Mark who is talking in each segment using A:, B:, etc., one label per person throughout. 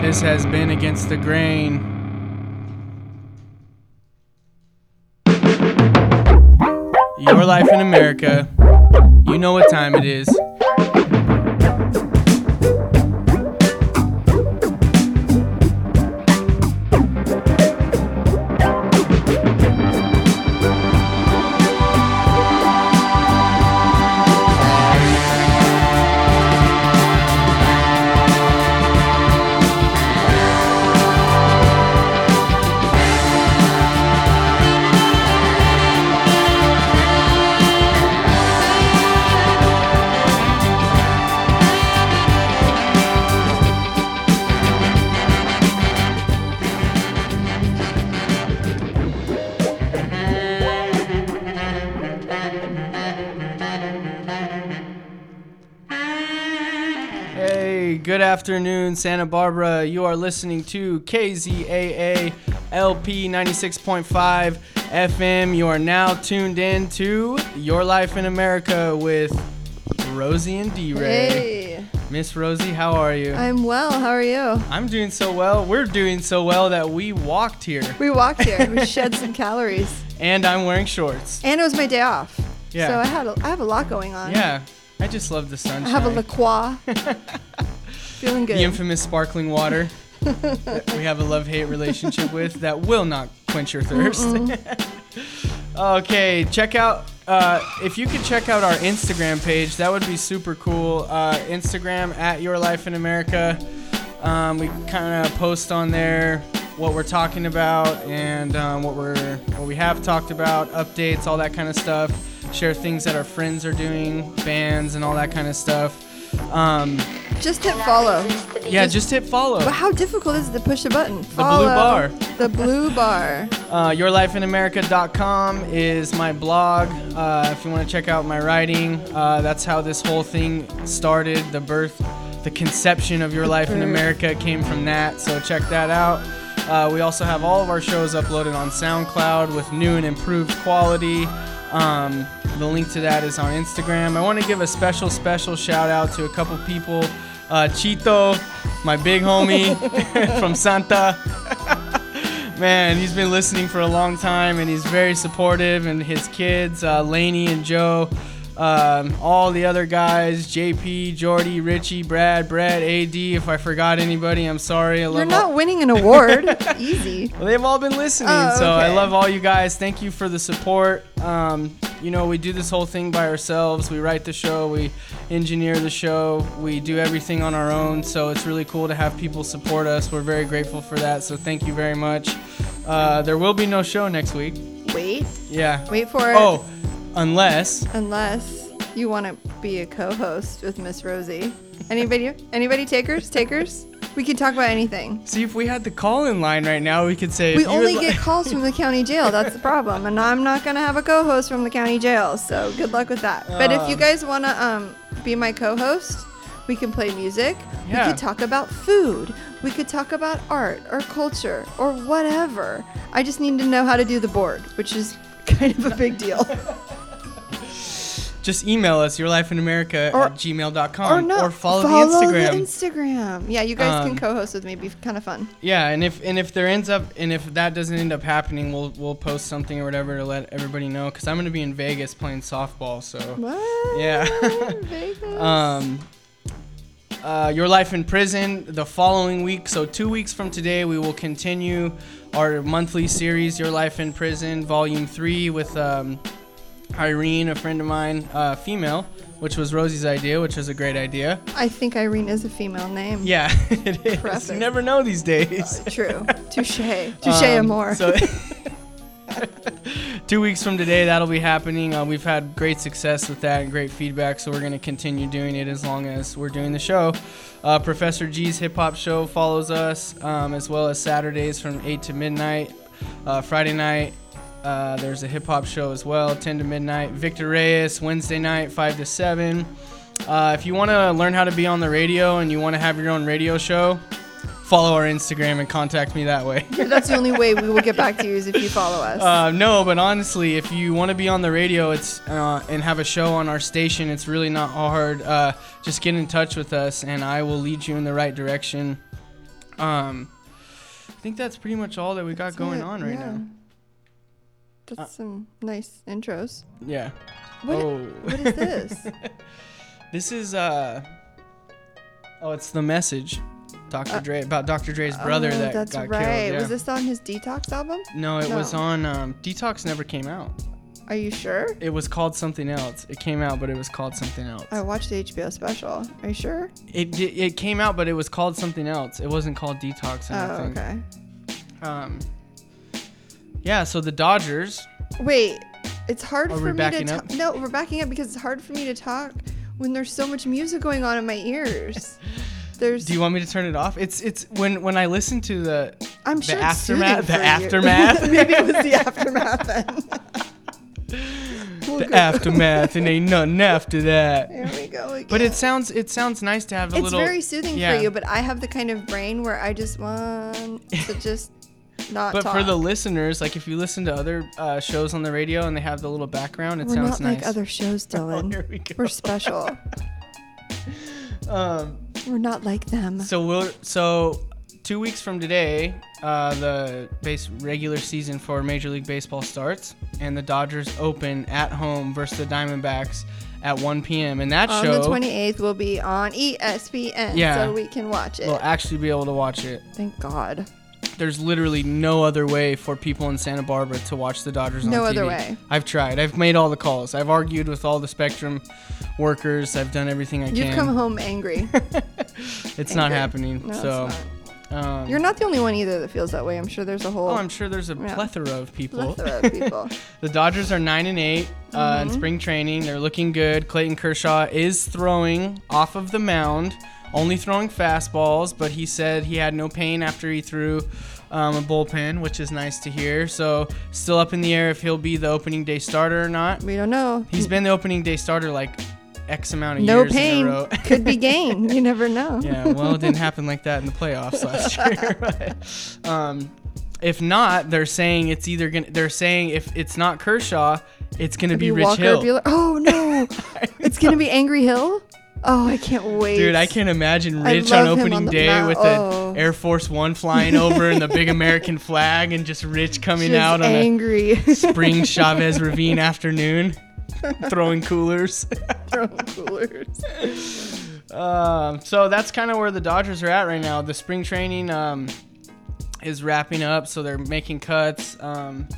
A: This has been Against the Grain. Your Life in America. You know what time it is. Hey, good afternoon, Santa Barbara. You are listening to KZAA LP 96.5 FM. You are now tuned in to Your Life in America with Rosie and D Ray.
B: Hey,
A: Miss Rosie, how are you?
B: I'm well. How are you?
A: I'm doing so well. We're doing so well that we walked here,
B: We walked here. We shed some calories,
A: and I'm wearing shorts.
B: and it was my day off.
A: Yeah.
B: So I had a, I have a lot going on.
A: Yeah, I just love the sunshine.
B: I have a La Croix. Feeling good.
A: the infamous sparkling water that we have a love-hate relationship with that will not quench your thirst. okay, check out uh, if you could check out our Instagram page. That would be super cool. Uh, Instagram at Your Life in America. Um, we kind of post on there what we're talking about and um, what we're what we have talked about, updates, all that kind of stuff. Share things that our friends are doing, bands, and all that kind of stuff. Um,
B: just hit follow.
A: yeah, just hit follow.
B: But how difficult is it to push a button? The
A: bar.
B: The blue bar.
A: Uh, YourLifeInAmerica.com is my blog. Uh, if you want to check out my writing, uh, that's how this whole thing started. The birth, the conception of Your Life in
B: birth.
A: America came from that. So check that out. Uh, we also have all of our shows uploaded on SoundCloud with new and improved quality. Um, the link to that is on Instagram. I want to give a special, special shout out to a couple people. Uh, Chito, my big homie from Santa. Man, he's been listening for a long time, and he's very supportive. And his kids, uh, Laney and Joe, um, all the other guys, JP, Jordy, Richie, Brad, Brad, AD. If I forgot anybody, I'm sorry. I love
B: You're
A: all-
B: not winning an award. Easy.
A: well, they've all been listening,
B: Oh,
A: so I
B: okay.
A: love all you guys. Thank you for the support. Um, you know, we do this whole thing by ourselves. We write the show, we engineer the show, we do everything on our own. So it's really cool to have people support us. We're very grateful for that. So thank you very much. Uh, there will be no show next week.
B: Wait.
A: Yeah.
B: Wait for it.
A: Oh, unless
B: Unless you want to be a co-host with Miss Rosie. Anybody? Anybody takers? Takers? We can talk about anything.
A: see if we had the call in line right now, we could say if
B: We
A: you would
B: only
A: li-
B: get calls from the county jail. That's the problem, and I'm not gonna have a co-host from the county jail. So good luck with that. But if you
A: Um.
B: guys wanna um, be my co-host, we can play music.
A: Yeah.
B: We could talk about food. We could talk about art or culture or whatever. I just need to know how to do the board, which is kind of a big deal.
A: just email us yourlifeinamerica
B: Or-
A: at gmail.com
B: or no,
A: follow,
B: follow
A: the Instagram.
B: Instagram. Yeah, you guys
A: Um,
B: can co-host with me. It'd Be kind of fun.
A: Yeah, and if and if there ends up and if that doesn't end up happening, we'll we'll post something or whatever to let everybody know because I'm gonna be in Vegas playing softball. So,
B: What?
A: Yeah.
B: Vegas.
A: um, uh, your life in prison the following week. So two weeks from today, we will continue our monthly series, Your Life in Prison, Volume Three, with um, Irene, a friend of mine, uh, female, which was Rosie's idea, which was a great idea.
B: I think Irene is a female name.
A: Yeah, it is.
B: Impressive.
A: You never know these days.
B: True. Touche. Touche
A: Um,
B: more.
A: So two weeks from today, that'll be happening. Uh, we've had great success with that and great feedback, so we're going to continue doing it as long as we're doing the show. Uh, Professor G's Hip Hop Show follows us, um, as well as Saturdays from 8 to midnight. Uh, Friday night, uh, there's a hip hop show as well, 10 to midnight. Victor Reyes, Wednesday night, 5 to 7. Uh, if you want to learn how to be on the radio and you want to have your own radio show, follow our Instagram and contact me that way.
B: That's the only way we will get back to you is if you follow us.
A: Uh, no, but honestly, if you want to be on the radio, it's uh, and have a show on our station, it's really not hard. Uh, just get in touch with us, and I will lead you in the right direction. Um, I think that's pretty much all that we got
B: That's
A: going
B: it,
A: on right
B: yeah.
A: now.
B: That's
A: Uh,
B: some nice intros.
A: Yeah.
B: What,
A: oh.
B: what is this?
A: This is uh. Oh, it's the message, Dr.
B: Uh,
A: Dre about Dr. Dre's brother
B: Oh,
A: that
B: that's
A: got
B: right.
A: killed. Yeah.
B: Was this on his detox album?
A: no, it was
B: No.
A: on um, Detox. Never came out.
B: Are you sure?
A: It was called something else. It came out, but it was called something else.
B: I watched the HBO special. Are you sure?
A: It di- it came out, but it was called something else. It wasn't called Detox. Or
B: Oh,
A: anything.
B: okay.
A: Um. Yeah. So the Dodgers.
B: Wait, it's hard
A: Are we
B: for me to
A: backing up?
B: talk. No, we're backing up because it's hard for me to talk when there's so much music going on in my ears. There's.
A: Do you want me to turn it off? It's it's when when I listen to the
B: I'm
A: the
B: sure it's
A: aftermath- the
B: soothing for you.
A: aftermath?
B: Maybe it was the aftermath then. We'll
A: the
B: go-
A: aftermath and ain't nothing after that.
B: There we go again.
A: But it sounds it sounds nice to have a
B: it's
A: little.
B: very soothing
A: yeah.
B: for you. But I have the kind of brain where I just want to just not
A: But
B: talk.
A: for the listeners, like if you listen to other uh, shows on the radio and they have the little background, it
B: we're
A: sounds
B: not
A: nice.
B: like other shows,
A: oh,
B: Dylan.
A: here we go.
B: We're special.
A: um,
B: We're not like them.
A: so we'll so two weeks from today, uh, the base regular season for Major League Baseball starts, and the Dodgers open at home versus the Diamondbacks at 1 p.m. And that
B: On
A: show
B: the 28th, we'll be on E ESPN,
A: Yeah.
B: so we can watch it.
A: we'll actually be able to watch it.
B: Thank God.
A: There's literally no other way for people in Santa Barbara to watch the Dodgers on
B: No
A: TV.
B: other way.
A: I've tried. I've made all the calls. I've argued with all the Spectrum workers. I've done everything I
B: You've
A: can.
B: come home angry.
A: it's not
B: angry.
A: happening.
B: No,
A: so,
B: it's
A: Um,
B: You're not the only one either that feels that way. I'm sure there's a whole
A: Oh, I'm sure there's a
B: Yeah.
A: plethora of people.
B: plethora of people.
A: The Dodgers are nine and 8 uh,
B: Mm-hmm.
A: in spring training. They're looking good. Clayton Kershaw is throwing off of the mound, only throwing fastballs, but he said he had no pain after he threw um, a bullpen, which is nice to hear. So, still up in the air if he'll be the opening day starter or not.
B: We don't know.
A: He's been the opening day starter like X amount of
B: Mm. no
A: years in a
B: pain
A: row.
B: could be gain. You never know.
A: yeah, well, it didn't happen like that in the playoffs last year. but, um, if not, they're saying it's either gonna. They're saying if it's not Kershaw, it's gonna be,
B: Be
A: Rich
B: Walker
A: Hill.
B: Bueller- Oh no, it's gonna be Angry Hill. Oh, I can't wait.
A: Dude, I can imagine
B: I
A: Rich on
B: love him
A: opening
B: on the
A: day
B: mount-
A: with
B: oh.
A: the Air Force One flying over and the big American flag, and just Rich coming
B: Just
A: out on a
B: angry.
A: spring Chavez Ravine afternoon, throwing coolers.
B: Throwing coolers.
A: Um, so that's kind of where the Dodgers are at right now. The spring training um, is wrapping up, so they're making cuts. Um,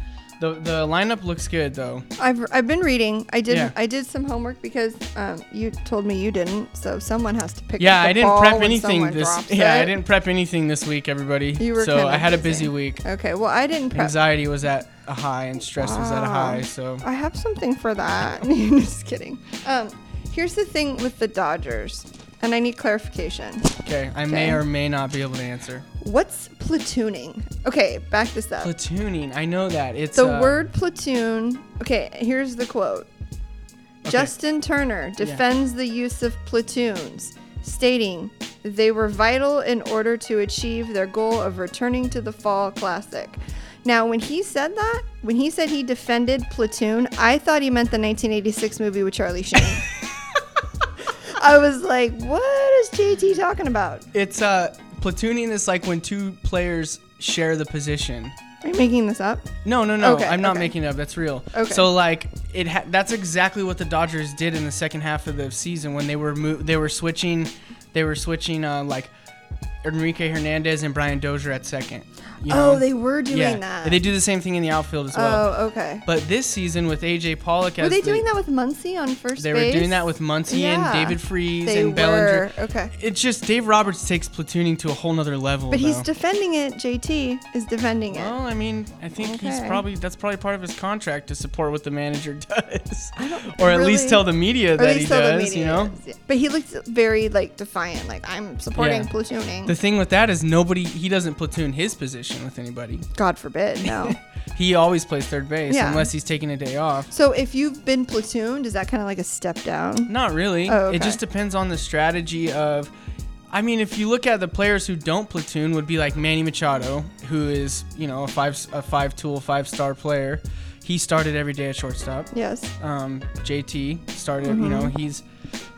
A: the the lineup looks good though.
B: I've I've been reading. I did
A: Yeah.
B: I did some homework because um, you told me you didn't, so someone has to pick.
A: Yeah,
B: up the
A: I didn't
B: ball
A: prep
B: when
A: anything
B: someone
A: this.
B: drops
A: Yeah, I
B: it.
A: didn't prep anything this week, everybody.
B: You were
A: so
B: kinda
A: I had a busy
B: busy.
A: week.
B: Okay, well I didn't prep.
A: Anxiety was at a high and stress was at a
B: Wow.
A: high. So
B: I have something for that. Just kidding. Um, here's the thing with the Dodgers, and I need clarification.
A: okay, I may
B: Okay.
A: or may not be able to answer.
B: What's platooning? Okay, back this up.
A: Platooning, I know that it's
B: the
A: uh,
B: word platoon. Okay, here's the quote. Justin Turner defends the use of platoons, stating they were vital in order to achieve their goal of returning to the fall classic. Now, when he said that, when he said he defended platoon, I thought he meant the 1986 movie with Charlie Sheen. I was like, what is JT talking about?
A: It's uh, platooning is like when two players share the position.
B: Are you making this up?
A: No, no, no.
B: Okay,
A: I'm not
B: okay.
A: making it up. That's real.
B: Okay.
A: So like it ha- that's exactly what the Dodgers did in the second half of the season when they were mo- they were switching they were switching uh, like Enrique Hernandez and Brian Dozier at second. you know?
B: Oh, they were doing
A: yeah.
B: that.
A: They do the same thing in the outfield as well.
B: oh, okay.
A: But this season with AJ Pollock as
B: Were they
A: the-
B: doing that with Muncie on first
A: They
B: base?
A: were doing that with Muncie
B: Yeah.
A: and David Freeze
B: They
A: and Bellinger.
B: were. Okay.
A: It's just Dave Roberts takes platooning to a whole nother level.
B: But he's
A: though.
B: defending it. JT is defending it.
A: Well, I mean, I think he's
B: Okay.
A: probably that's probably part of his contract to support what the manager does, or at least
B: really-
A: tell the media
B: Or at
A: that he
B: least tell the
A: does.
B: media
A: You know,
B: is, yeah. But he looks very like defiant. Like I'm supporting platooning.
A: the thing with that is nobody he doesn't platoon his position with anybody.
B: God forbid. No.
A: He always plays third base
B: Yeah.
A: unless he's taking a day off.
B: so if you've been platooned, is that kind of like a step down?
A: Not really.
B: Oh,
A: It
B: okay.
A: just depends on the strategy of. I mean, if you look at the players who don't platoon, would be like Manny Machado, who is you know a five a five tool five star player. He started every day at shortstop.
B: Yes. Mm-hmm.
A: um, JT started. You know, he's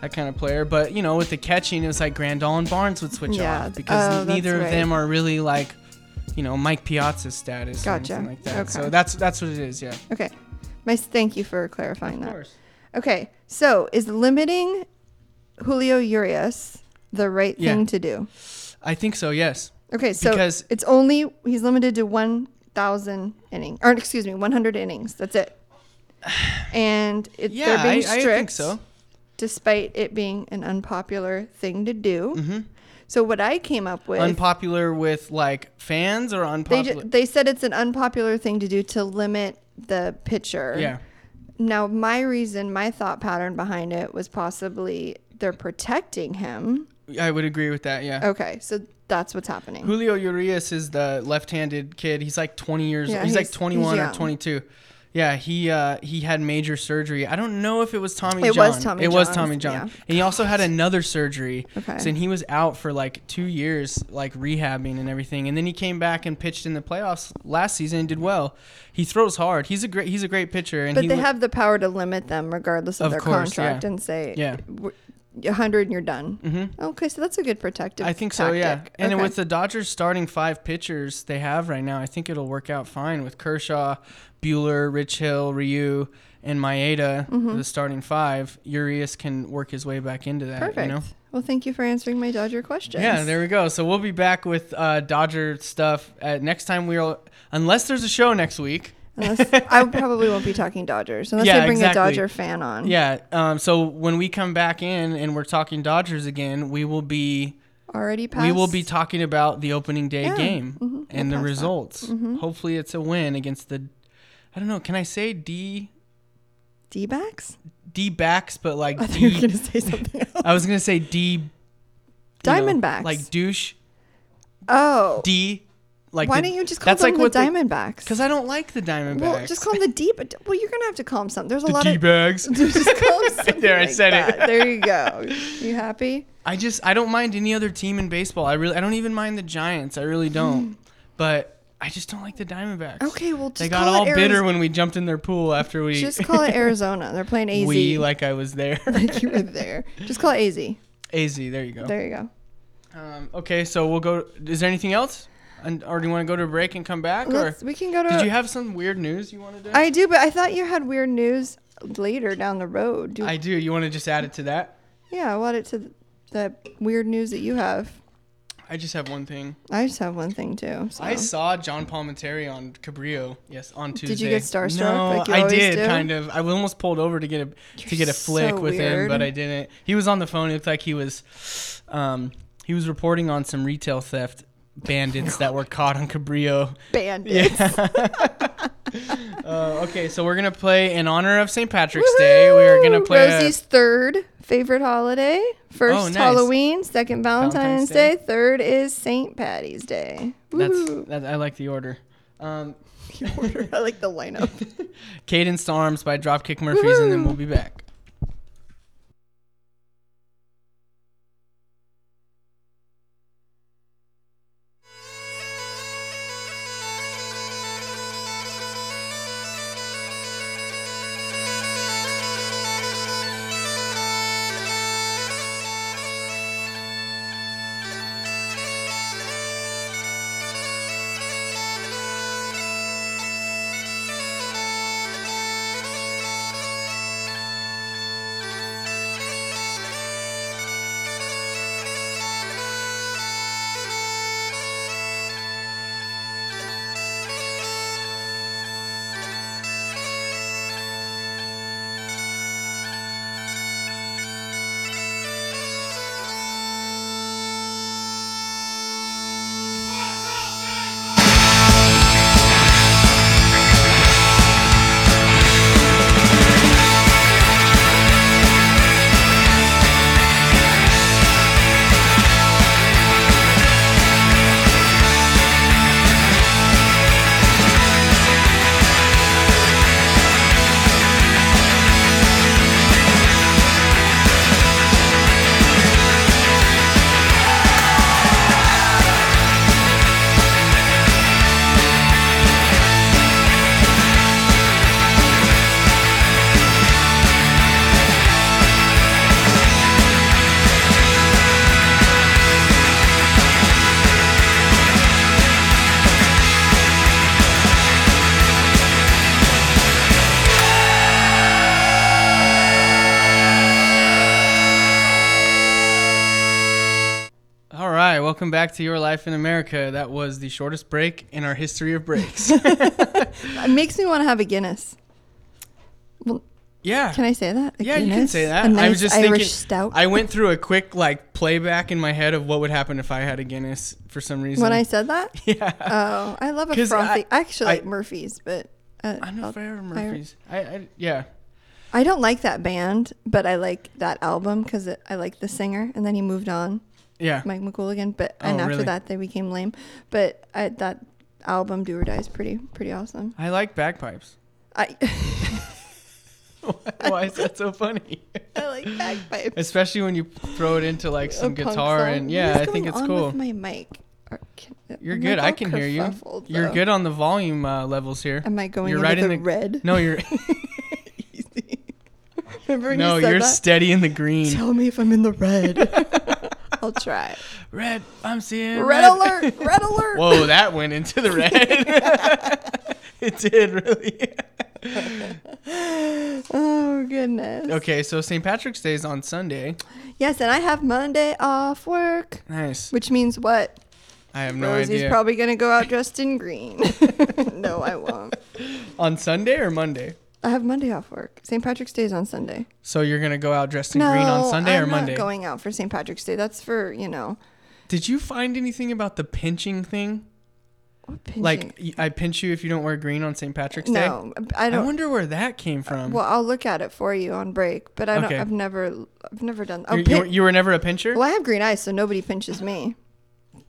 A: that kind of player. But you know, with the catching, it was like Grandal and Barnes would switch
B: Yeah,
A: off because
B: oh, that's
A: neither of
B: right.
A: them are really like, you know, Mike Piazza's status
B: Gotcha.
A: or anything like that. So
B: Okay.
A: that's that's what it is. Yeah.
B: Okay. My thank you for clarifying that.
A: course.
B: Okay. So, is limiting Julio Urias the right
A: Yeah.
B: thing to do?
A: I think so. Yes.
B: Okay, so
A: Because-
B: it's only he's limited to 1,000 innings, or excuse me, 100 innings. That's it. And it,
A: Yeah,
B: they're being
A: I- I
B: strict,
A: think so.
B: despite it being an unpopular thing to do.
A: Mm-hmm.
B: So what I came up with,
A: Unpopular with like fans or
B: they
A: unpopular.
B: ju- they said it's an unpopular thing to do to limit the pitcher.
A: yeah.
B: Now my reason, my thought pattern behind it was possibly they're protecting him.
A: I would agree with that. Yeah.
B: Okay, so that's what's happening.
A: Julio Urias is the left-handed kid. He's like 20 years
B: Yeah,
A: old. He's, like
B: he's-
A: 21
B: he's
A: or
B: young.
A: 22. Yeah, he uh, he had major surgery. I don't know if it was Tommy
B: It
A: John.
B: was Tommy
A: It was
B: John's,
A: Tommy John.
B: yeah.
A: And he also had another surgery.
B: Okay.
A: So, and he was out for like 2 years like rehabbing and everything. And then he came back and pitched in the playoffs last season and did well. He throws hard. He's a great he's a great pitcher and
B: But
A: he
B: they
A: lo-
B: have the power to limit them regardless of,
A: Of
B: their
A: course,
B: contract
A: yeah.
B: and say,
A: Yeah.
B: "W- a 100 and you're done. Mm-hmm. Okay, so that's a good protective
A: I think so, yeah.
B: tactic.
A: And
B: Okay.
A: with the Dodgers starting five pitchers they have right now, I think it'll work out fine with Kershaw, Bueller, Rich Hill, Ryu, and Maeda,
B: Mm-hmm.
A: the starting five. Urias can work his way back into that.
B: Perfect.
A: You know?
B: Well, thank you for answering my Dodger questions.
A: Yeah, there we go. So we'll be back with uh, Dodger stuff uh, next time. We'll unless there's a show next week.
B: Unless, I probably won't be talking Dodgers unless
A: Yeah,
B: they bring
A: exactly.
B: a Dodger fan on.
A: Yeah. Um, so when we come back in and we're talking Dodgers again, we will be
B: Already passed.
A: we will be talking about the opening day
B: Yeah. Mm-hmm.
A: game
B: Mhm.
A: and
B: We'll
A: the
B: pass that.
A: results. Hopefully, it's a win against the. I don't know. Can I say D
B: D backs?
A: D backs, but like
B: I think you were
A: D.
B: going to say something else.
A: I was gonna say D. you know,
B: Diamondbacks.
A: like douche
B: oh.
A: D. Like
B: why
A: the-
B: don't you just call
A: that's
B: them
A: like
B: the
A: what
B: Diamondbacks?
A: Because I don't like the Diamondbacks.
B: well, just call them the D. But well, you're going to have to call them something. There's a
A: the
B: lot
A: D
B: of
A: bags.
B: Just call him something
A: There, I said it.
B: that. There you go. You happy?
A: I just I don't mind any other team in baseball. I really I don't even mind the Giants. I really don't. but I just don't like the Diamondbacks.
B: Hmm. Okay, well, just
A: They got
B: call
A: all
B: it
A: bitter
B: Arizo-
A: when we jumped in their pool after we
B: Just call it Arizona. They're playing AZ.
A: we like I was there.
B: like you were there. Just call it AZ.
A: AZ, there you go.
B: There you go.
A: Um, okay, so we'll go. Is there anything else? And or do you want to go to a break and come back? Or
B: Let's, we can go to.
A: did you have some weird news you wanted to?
B: I do, but I thought you had weird news later down the road. Do,
A: I do. You want to just add it to that?
B: yeah, I'll add it to the, the weird news that you have.
A: I just have one thing.
B: I just have one thing too. So.
A: I saw John Palmentary on Cabrillo. Yes, on Tuesday.
B: you get starstruck
A: No,
B: like you
A: I
B: always
A: did
B: do?
A: kind of. I almost pulled over to get a to
B: You're
A: get a flick
B: so
A: with him,
B: weird.
A: but I didn't. He was on the phone. It looked like he was, um, he was reporting on some retail theft bandits that were caught on Cabrillo.
B: Bandits.
A: Uh, okay, so we're gonna play in honor of St. Patrick's Day. We are gonna
B: Woohoo!
A: play. a- Oh,
B: Rosie's third favorite holiday. First
A: nice.
B: Halloween, second Valentine's,
A: Valentine's
B: Day.
A: Day.
B: third is St. Patty's Day.
A: That's
B: Woohoo.
A: that, I like the order. Um,
B: Your order. I like the lineup.
A: Cadence to Arms by Dropkick Murphys, and then
B: Woo-hoo.
A: we'll be back. welcome back to Your Life in America. That was the shortest break in our history of breaks.
B: It makes me want to have a Guinness. Well,
A: yeah.
B: can I say that? A
A: yeah,
B: Guinness?
A: you can say that.
B: A nice
A: I was just
B: Irish
A: thinking.
B: stout.
A: I went through a quick like playback in my head of what would happen if I had a Guinness for some reason.
B: when I said that?
A: yeah,
B: Oh, I love a
A: 'Cause I-
B: frothy. I, actually
A: I-
B: like Murphy's, but uh,
A: I'm not
B: I'll-
A: fair Murphy's. I, I yeah.
B: I don't like that band, but I like that album because I like the singer, and then he moved on,
A: Yeah.
B: Mike McGilligan. But and
A: Oh,
B: after
A: really?
B: that, they became lame. But I, that album, Do or Die, is pretty pretty awesome.
A: I like bagpipes.
B: I
A: Why is that so funny?
B: I like bagpipes.
A: Especially when you throw it into like some
B: A punk
A: guitar
B: song.
A: and
B: What
A: yeah,
B: is
A: I think
B: going
A: it's
B: on
A: cool.
B: With my mic. Or can- uh,
A: You're
B: am
A: good.
B: like
A: I
B: all
A: can hear you.
B: kerfuffled,
A: You're
B: though.
A: good on the volume uh, levels here.
B: Am I going
A: You're
B: into
A: right in
B: the,
A: the-
B: red?
A: No, you're
B: Remember when
A: no,
B: you said
A: you're
B: that?
A: steady in the green.
B: Tell me if I'm in the red. I'll try.
A: Red, I'm seeing
B: Red, alert! Red alert!
A: Whoa, that went into the red. it did really.
B: Oh goodness.
A: okay, so St. Patrick's Day is on Sunday.
B: Yes, and I have Monday off work,
A: Nice.
B: which means what?
A: I have no
B: Rosie's
A: idea.
B: probably gonna go out dressed in green. no, I won't.
A: on Sunday or Monday?
B: I have Monday off work. St. Patrick's Day is on Sunday.
A: So you're gonna go out dressed in
B: No,
A: green on Sunday
B: I'm
A: or Monday?
B: not going out for St. Patrick's Day. That's for you know.
A: Did you find anything about the pinching thing?
B: What
A: Like
B: pinching?
A: y- I pinch you if you don't wear green on St. Patrick's Day.
B: no, I
A: I,
B: don't.
A: wonder where that came from.
B: well, I'll look at it for you on break, but I don't.
A: Okay.
B: I've never. I've never done. Oh,
A: You- you,
B: pin-
A: were- you were never a pincher.
B: well, I have green eyes, so nobody pinches me.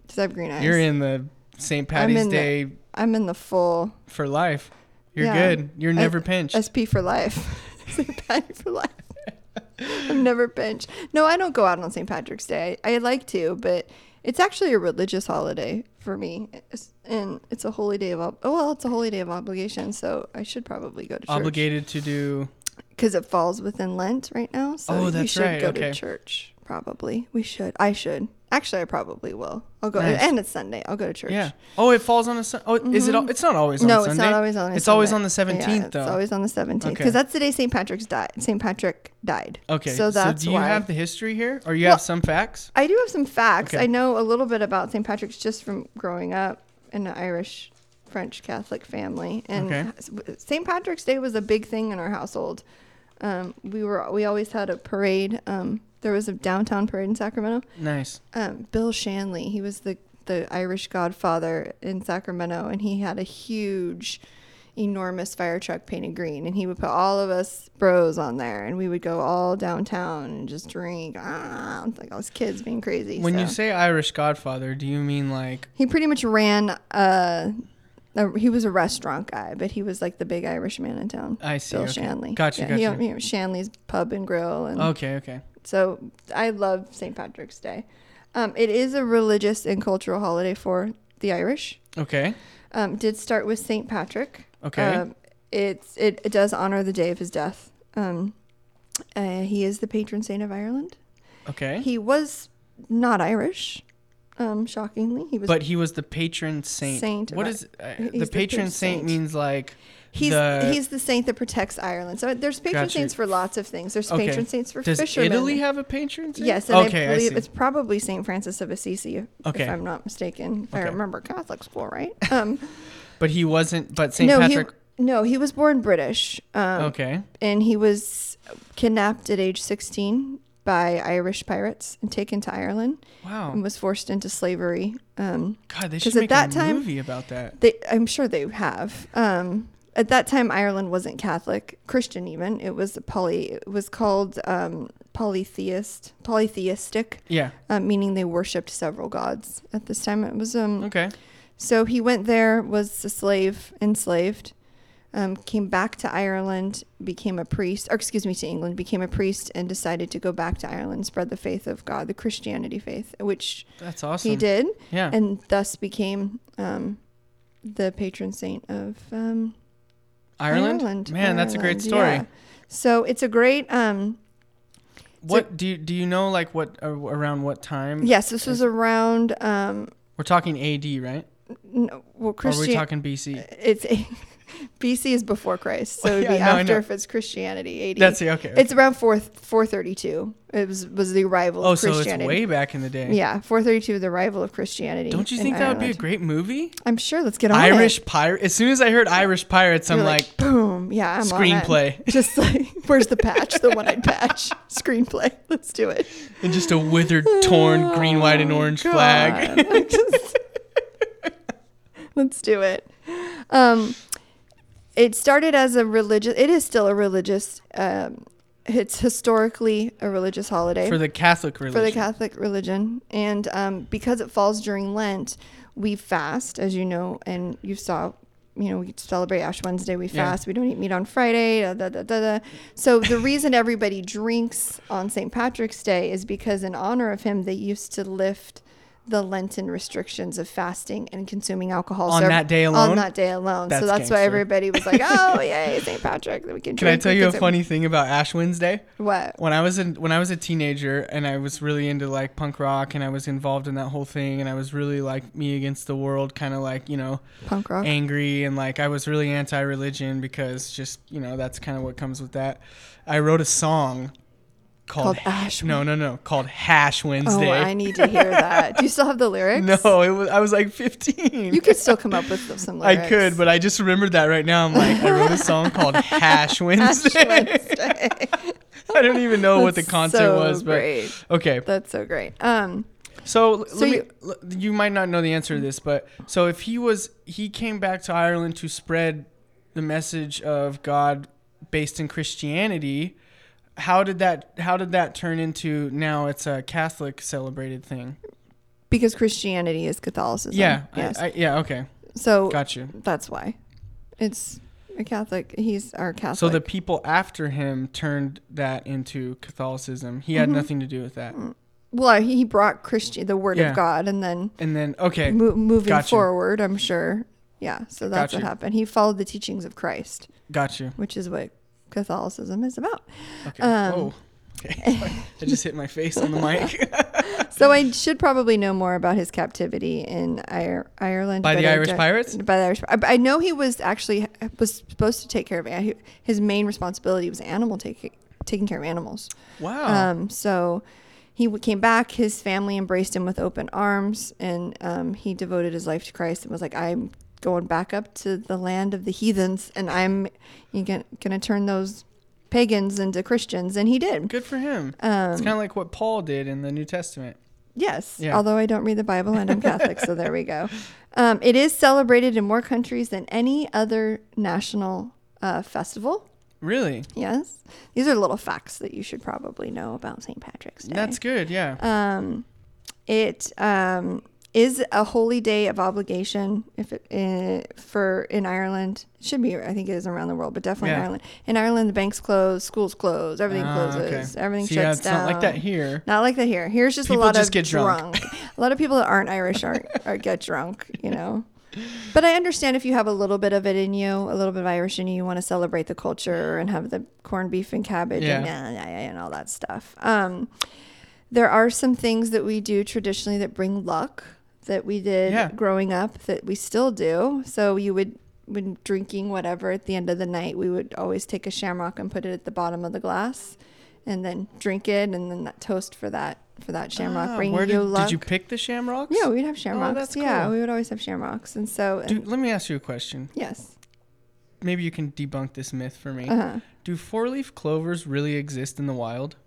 B: Cause I have green eyes.
A: You're in the St. Patty's
B: in the-
A: Day
B: I'm in the full
A: for life. You're
B: Yeah.
A: good. You're never pinched.
B: SP for life. St. Patrick for life. I'm never pinched. No, I don't go out on St. Patrick's Day. I, I like to, but it's actually a religious holiday for me, it's, and it's a holy day of ob- oh well, it's a holy day of obligation. So I should probably go to church
A: Obligated to do.
B: because it falls within Lent right now. So
A: Oh,
B: we
A: that's
B: should
A: right,
B: go
A: okay.
B: to church. Probably we should. I should. Actually, I probably will. I'll go,
A: Nice.
B: and it's Sunday. I'll go to church. Mm-hmm.
A: Yeah. Oh, it falls on a. Sun- oh, is it? All- it's not always on
B: No,
A: Sunday.
B: it's not always on. a
A: It's always
B: Sunday.
A: on the seventeenth,
B: Yeah,
A: though.
B: It's always on the seventeenth
A: Okay.
B: because that's the day St. Patrick's died. St. Patrick died.
A: okay.
B: So that's
A: do you
B: why.
A: have the history here, or you
B: Well-
A: have some facts?
B: I do have some facts.
A: Okay.
B: I know a little bit about St. Patrick's just from growing up in an Irish, French Catholic family, and
A: Okay.
B: St. Patrick's Day was a big thing in our household. Um, we were we always had a parade. Um, there was a downtown parade in Sacramento.
A: Nice.
B: Um, Bill Shanley, he was the the Irish Godfather in Sacramento, and he had a huge, enormous fire truck painted green, and he would put all of us bros on there, and we would go all downtown and just drink, ah, it's like all these kids being crazy.
A: When you
B: so.
A: say Irish Godfather, do you mean like?
B: he pretty much ran a, a, he was a restaurant guy, but he was like the big Irish man in town.
A: I see,
B: Bill
A: okay.
B: Shanley.
A: Gotcha,
B: he
A: gotcha.
B: owned- you know, Shanley's Pub and Grill, and
A: Okay. Okay.
B: so I love St. Patrick's Day. Um, it is a religious and cultural holiday for the Irish.
A: Okay.
B: Um, did start with St. Patrick.
A: Okay.
B: Um, it's it, it does honor the day of his death. Um, uh, he is the patron saint of Ireland.
A: Okay.
B: He was not Irish. Um, shockingly, he was.
A: but he was the patron saint.
B: Saint of
A: What
B: I-
A: is uh,
B: he's
A: the
B: the
A: patron
B: patron
A: saint,
B: saint.
A: means like?
B: he's
A: the-
B: he's the saint that protects Ireland. So there's patron
A: Gotcha.
B: saints for lots of things. There's
A: Okay.
B: patron saints for
A: Does
B: fishermen.
A: Italy have a patron saint?
B: Yes, and
A: Okay.
B: I
A: I,
B: believe
A: see.
B: it's probably St. Francis of Assisi, if,
A: Okay.
B: if I'm not mistaken. If I
A: Okay.
B: remember Catholic school, right? Um,
A: But he wasn't. But Saint
B: no,
A: Patrick.
B: he no, he was born British, um,
A: okay.
B: and he was kidnapped at age 16 by Irish pirates and taken to Ireland and
A: Wow.
B: was forced into slavery. Um,
A: God, they
B: Mm. 'cause
A: should
B: at
A: make
B: that
A: a
B: time-
A: movie about that.
B: they, I'm sure they have. Um, at that time, Ireland wasn't Catholic, Christian even. It was poly. It was called um, polytheist, polytheistic.
A: Yeah.
B: uh, meaning they worshipped several gods at this time. It was um.
A: Okay.
B: So he went there, was a slave, enslaved, um, came back to Ireland, became a priest, or excuse me, to England, became a priest, and decided to go back to Ireland, spread the faith of God, the Christianity faith, which
A: That's awesome.
B: he did,
A: Yeah.
B: and thus became um, the patron saint of um,
A: Ireland?
B: Ireland.
A: Man, that's a great
B: Ireland,
A: story.
B: yeah. So it's a great um,
A: What do you, do you know like what ar- around what time?
B: yes. This was around um,
A: We're talking AD, right?
B: no,
A: Or are
B: well
A: we
B: Christian.
A: talking BC?
B: it's BC is before Christ, so it would
A: Yeah,
B: be
A: no, I
B: after
A: know.
B: if it's Christianity. 80.
A: That's the- okay,
B: It's around four four thirty two. It was was the arrival
A: Oh,
B: of
A: so it's
B: Christianity.
A: way back in the day.
B: yeah, four thirty two, the arrival of Christianity.
A: Don't you
B: in
A: think that would be a
B: Ireland.
A: great movie?
B: I'm sure. Let's get on it.
A: Irish pirate. As soon as I heard Irish pirates, I'm
B: You're
A: like,
B: boom, yeah, I'm on it.
A: Screenplay.
B: Just like, where's the patch? The one-eyed patch. Screenplay. Let's do it.
A: and just a withered, torn green, white, and orange flag.
B: Oh, God. I just- Let's do it. Um, it started as a religious. It is still a religious. Um, it's historically a religious holiday
A: For the Catholic religion.
B: for the Catholic religion, and um, because it falls during Lent, we fast, as you know, and you saw. You know, we celebrate Ash Wednesday. We
A: Yeah.
B: fast. We don't eat meat on Friday. Da, da, da, da, da. So the reason everybody drinks on St. Patrick's Day is because in honor of him, they used to lift the Lenten restrictions of fasting and consuming alcohol
A: On
B: So-
A: that day alone?
B: On that day alone.
A: That's
B: so that's why
A: gangster.
B: everybody was like, "Oh, yay, St. Patrick! We can."
A: Can I
B: drink,
A: tell
B: we
A: you a
B: consume-"
A: funny thing about Ash Wednesday?
B: What?
A: When I was in, when I was a teenager and I was really into like punk rock and I was involved in that whole thing and I was really like me against the world, kind of like you know
B: Punk rock.
A: angry and like I was really anti-religion because just you know that's kind of what comes with that. I wrote a song called,
B: Called Ash
A: No, no, no, called Hash Wednesday.
B: Oh, I need to hear that. Do you still have the lyrics?
A: no, it was I was like 15.
B: You could still come up with some
A: I
B: lyrics.
A: could, but I just remembered that right now. I'm like, I wrote a song called Hash Wednesday. I don't even know what the
B: That's
A: concert
B: so
A: was, but
B: great.
A: okay.
B: That's so great. Um,
A: So, l-
B: So
A: let me,
B: you-
A: l- you might not know the answer to this, but so if he was he came back to Ireland to spread the message of God based in Christianity, how did that how did that turn into now it's a Catholic celebrated thing?
B: because Christianity is Catholicism.
A: yeah, I-
B: Yes.
A: I, yeah, okay,
B: so
A: got you.
B: that's why it's a Catholic. He's our Catholic.
A: So the people after him turned that into Catholicism. He had
B: Mm-hmm.
A: nothing to do with that.
B: Mm. well, he he brought Christian the Word
A: Yeah.
B: of God, and then
A: And then okay,
B: mo- moving
A: Gotcha.
B: forward, I'm sure. Yeah. So that's what
A: Gotcha.
B: happened. He followed the teachings of Christ,
A: got you.
B: which is what Catholicism is about.
A: Okay.
B: Um,
A: Whoa. Okay. sorry. I just hit my face on the mic
B: So I should probably know more about his captivity in Ir- Ireland
A: by
B: but
A: the
B: I
A: Irish
B: don't-
A: pirates.
B: By the Irish, I, I know he was actually was supposed to take care of he- his main responsibility was animal taking taking care of animals.
A: Wow.
B: Um, so he w- came back. His family embraced him with open arms, and um, he devoted his life to Christ and was like, "I'm going back up to the land of the heathens, and I'm you going to turn those pagans into Christians." And he did.
A: Good for him.
B: Um,
A: it's kind of like what Paul did in the New Testament.
B: Yes.
A: Yeah.
B: Although I don't read the Bible and I'm Catholic, so there we go. Um, it is celebrated in more countries than any other national uh, festival.
A: Really?
B: Yes. These are little facts that you should probably know about St. Patrick's Day.
A: That's good. Yeah.
B: um, it um, is a holy day of obligation if it, eh, for in Ireland. It should be, I think it is around the world, but definitely in
A: Yeah.
B: Ireland. In Ireland, the banks close, schools close, everything
A: Ah, okay.
B: closes, everything
A: See, yeah,
B: shuts
A: it's
B: down.
A: not like that here.
B: Not like that here. Here's just
A: People
B: a lot
A: just
B: of
A: get drunk.
B: drunk. a lot of people that aren't Irish are, are get drunk, you know. But I understand if you have a little bit of it in you, a little bit of Irish in you, you want to celebrate the culture and have the corned beef and cabbage and,
A: Yeah.
B: and, and all that stuff. Um, there are some things that we do traditionally that bring luck that we did
A: Yeah.
B: growing up that we still do. So you would when drinking whatever at the end of the night, we would always take a shamrock and put it at the bottom of the glass and then drink it and then that toast for that for that shamrock
A: Ah,
B: bringing
A: where did,
B: you
A: did
B: luck.
A: you pick the shamrocks?
B: yeah, we'd have shamrocks.
A: that's
B: Yeah,
A: cool.
B: we would always have shamrocks. And so and-
A: Do, let me ask you a question.
B: yes.
A: Maybe you can debunk this myth for me.
B: Uh-huh.
A: Do four-leaf clovers really exist in the wild?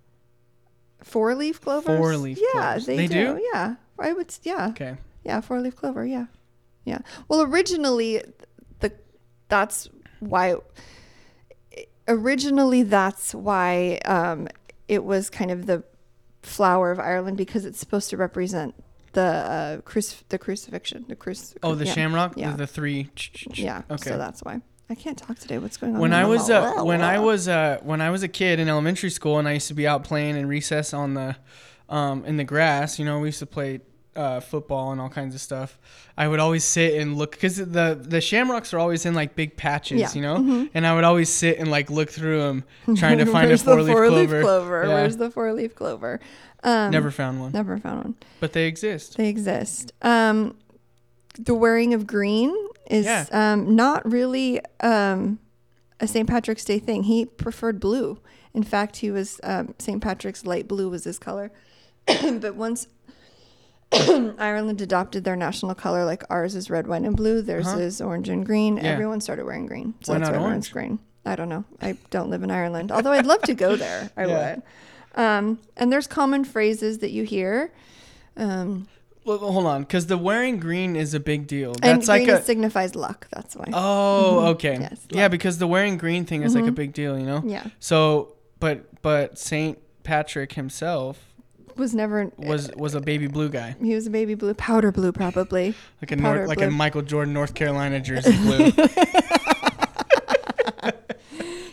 B: Four leaf clovers.
A: Four-leaf
B: Yeah,
A: clovers.
B: they,
A: They
B: do.
A: do?
B: Yeah. I would s- yeah.
A: Okay.
B: Yeah, four leaf clover. Yeah, yeah. Well, originally, the that's why. Originally, that's why um, it was kind of the flower of Ireland because it's supposed to represent the uh, crucif- the crucifixion, the crucif.
A: Oh, the
B: yeah.
A: shamrock.
B: Yeah.
A: The, the three. ch- ch- ch-
B: Yeah.
A: Okay.
B: So that's why I can't talk today. What's going on?
A: when
B: I'm
A: I
B: all-
A: was uh, when I
B: blah.
A: was uh, when I was a kid in elementary school, and I used to be out playing in recess on the um, in the grass. You know, we used to play uh, football and all kinds of stuff. I would always sit and look because the the shamrocks are always in like big patches,
B: Yeah. Mm-hmm.
A: you know. And I would always sit and like look through them, trying to find a
B: Where's
A: four leaf
B: the four-leaf
A: clover. Yeah.
B: Where's the four leaf clover? Um,
A: Never found one,
B: never found one.
A: but they exist.
B: They exist. Um, the wearing of green is
A: Yeah.
B: um, not really um, a St. Patrick's Day thing. He preferred blue. In fact, he was um, St. Patrick's light blue was his color. but once Ireland adopted their national color, like ours is red, white, and blue. Theirs
A: Uh-huh.
B: is orange and green.
A: Yeah.
B: Everyone started wearing green, so
A: Why
B: that's
A: not
B: why
A: orange?
B: everyone's green. I don't know. I don't live in Ireland, although I'd love to go there. I
A: Yeah.
B: would. Um, and there's common phrases that you hear. Um,
A: Well, well, hold on, because the wearing green is a big deal.
B: and
A: That's
B: green
A: like a.
B: signifies luck. That's why.
A: oh, okay.
B: Yes,
A: yeah, because the wearing green thing is like a big deal, you know.
B: Yeah.
A: So, but but Saint Patrick himself
B: was never
A: was was a baby blue guy,
B: He was a baby blue, powder blue probably.
A: like a
B: Powder
A: North, like a
B: blue.
A: Michael Jordan North Carolina jersey blue.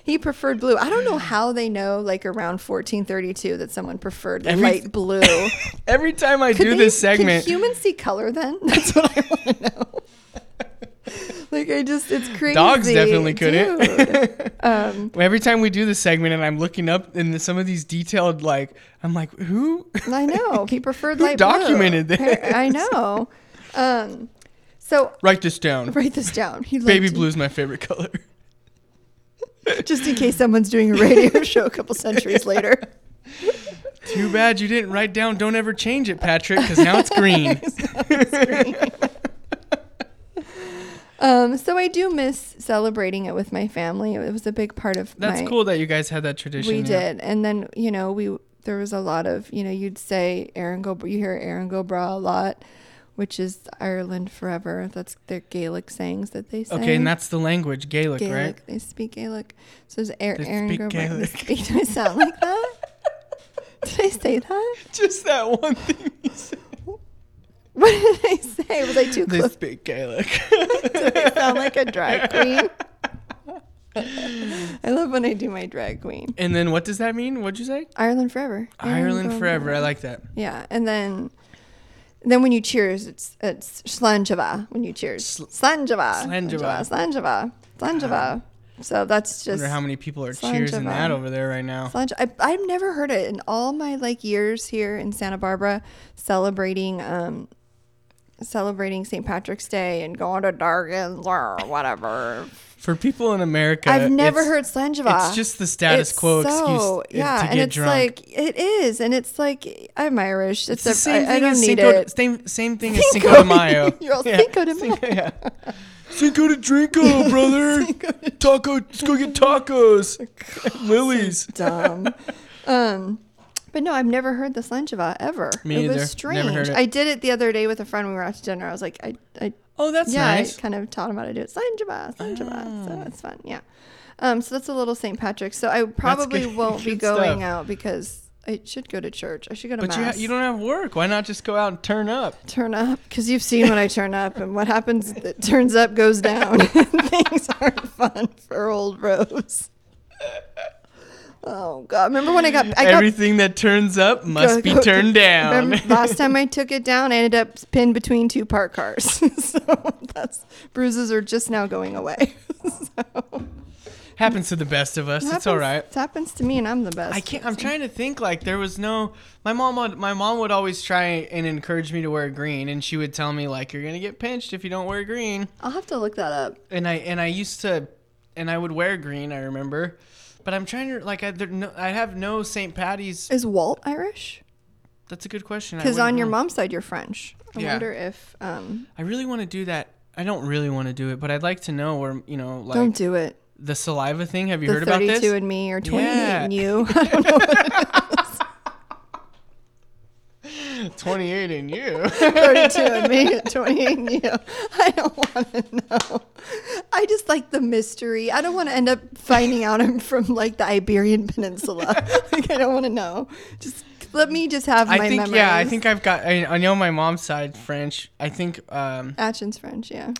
B: He preferred blue. I don't know how they know, like around 1432, that someone preferred
A: Every-
B: light blue.
A: Every time I
B: Could
A: do
B: they-
A: this segment,
B: Can humans see color then? That's what I want to know. like I just, it's crazy.
A: Dogs definitely couldn't.
B: Dude. um,
A: every time we do this segment, and I'm looking up in the, some of these detailed, like I'm like, who?
B: I know he preferred
A: Who
B: light
A: documented
B: blue.
A: this?
B: I know. Um, so
A: Write this down.
B: write this down. He liked
A: Baby blue is my favorite color.
B: just in case someone's doing a radio show a couple centuries later.
A: Too bad you didn't write down. Don't ever change it, Patrick, because now it's green.
B: Um, so I do miss celebrating it with my family. It was a big part of
A: That's
B: my,
A: cool that you guys had that tradition.
B: We
A: yeah.
B: did, and then you know we there was a lot of you know you'd say Aaron go you hear Aaron go bra a lot, which is Ireland forever. That's their Gaelic sayings that they say.
A: Okay, and that's the language, Gaelic,
B: Gaelic.
A: right?
B: They speak Gaelic. So there's Air,
A: They
B: Aaron
A: speak
B: go bra. They
A: Gaelic.
B: speak. Do I sound like that? did I say that?
A: Just that one thing. You said.
B: What did I say? Was I too
A: They
B: close?
A: speak Gaelic.
B: Did I sound like a drag queen? I love when I do my drag queen.
A: and then what does that mean? What'd you say?
B: Ireland forever.
A: Ireland
B: go
A: forever.
B: bra.
A: I like that.
B: Yeah, and then then when you cheers, it's it's slanjava when you cheers.
A: Sl-
B: Slanjava.
A: Slanjava. Ah.
B: Slanjava. Slanjava. So that's
A: I wonder
B: just
A: how many people are cheersing that
B: Slanjava.
A: over there right now.
B: slanj- I, I've never heard it in all my like years here in Santa Barbara celebrating um celebrating St. Patrick's Day and going to Dargan's or whatever.
A: For people in America,
B: I've never
A: it's-
B: heard slanjava.
A: It's just the status
B: It's
A: quo
B: so-
A: excuse yeah, to get
B: and it's
A: drunk.
B: like it is, and it's like I'm Irish.
A: it's
B: It's,
A: the
B: a-
A: same
B: I, I
A: thing
B: don't
A: as
B: need
A: Cinco,
B: it.
A: Same, same thing as Cinco de Mayo.
B: You're all
A: Yeah.
B: Cinco de Mayo.
A: yeah. Cinco de Drinko, brother. Taco, let's go get tacos. Lilies.
B: Dumb. um, but no, I've never heard the slanjava ever.
A: Me
B: it
A: either. Never
B: was strange.
A: heard it.
B: I did it the other day with a friend. We were out to dinner. I was like, I, I
A: Oh, that's
B: yeah,
A: nice. Ah.
B: I kind of taught him how to do it. Slanjava, slanjava. So it's fun. Yeah. Um, so that's a little St. Patrick's. So I probably
A: good-
B: won't be
A: good
B: going
A: stuff.
B: out because I should go to church. I should go to
A: But you, ha-
B: mass.
A: you don't have work. Why not just go out and turn up?
B: turn up because you've seen when I turn up, and what happens that turns up goes down. Things aren't fun for old Rose. Oh God! Remember when I got I got
A: Everything that turns up must
B: go-
A: be
B: go-
A: turned down.
B: Remember last time I took it down, I ended up pinned between two parked cars. so that's bruises are just now going away. so,
A: happens to the best of us. It's
B: happens-
A: all right.
B: It happens to me, and I'm the best.
A: I can't. I'm trying to think. Like there was no. My mom would. My mom would always try and encourage me to wear green, and she would tell me like, "You're gonna get pinched if you don't wear green."
B: I'll have to look that up.
A: And I and I used to, and I would wear green. I remember, but I'm trying to like. I there, no, I have no St. Patty's.
B: Is Walt Irish?
A: That's a good question. I
B: Because
A: wouldn't
B: on your
A: know.
B: mom's side, you're French. I
A: Yeah.
B: wonder if um,
A: I really want to do that. I don't really want to do it, but I'd like to know where you know like
B: don't do it.
A: the saliva thing. Have you
B: the
A: heard about this?
B: and me or 28
A: Yeah.
B: and you. I don't know.
A: 28 and you.
B: 32 and me and 28 and you. I don't want to know. I just like the mystery. I don't want to end up finding out I'm from like the Iberian Peninsula. like I don't want to know. Just let me just have my
A: I think
B: memories.
A: yeah. I think I've got. I, I know my mom's side French. I think. um
B: Action's French, yeah.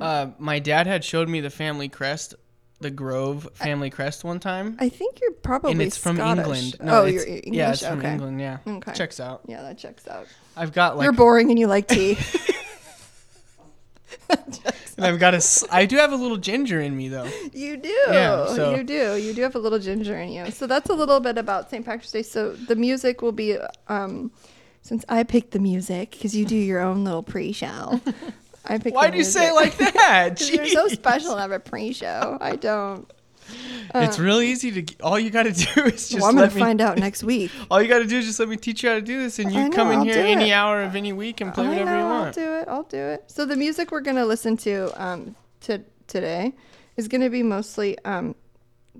A: Uh, my dad had showed me the family crest, the Grove family crest one time,
B: I think you're probably
A: and it's from
B: Oh, Scottish.
A: England.
B: oh,
A: it's-
B: you're English.
A: Yeah, it's
B: okay.
A: from England. Yeah,
B: Okay.
A: checks out.
B: Yeah, that checks out.
A: I've got like,
B: you're boring and you like tea.
A: and I've got a. s- I do have a little ginger in me though.
B: You do.
A: Yeah, so-
B: You do. You do have a little ginger in you. So that's a little bit about St. Patrick's Day. So the music will be, um, since I picked the music, because you do your own little pre show, I pick.
A: Why
B: the
A: do you say it
B: music.
A: like that?
B: 'Cause You're so
A: Jeez.
B: special and have a pre-show. I don't.
A: It's really easy to. g- All you got to do is just
B: uh, well, I'm gonna
A: let me.
B: find out next week.
A: all you got to do is just let me teach you how to do this, and you
B: I
A: come
B: know,
A: in
B: I'll
A: here
B: do
A: any
B: it.
A: hour of any week and play
B: Oh, I
A: whatever you
B: know,
A: want.
B: I'll do it. I'll do it. So the music we're gonna listen to um to today is gonna be mostly um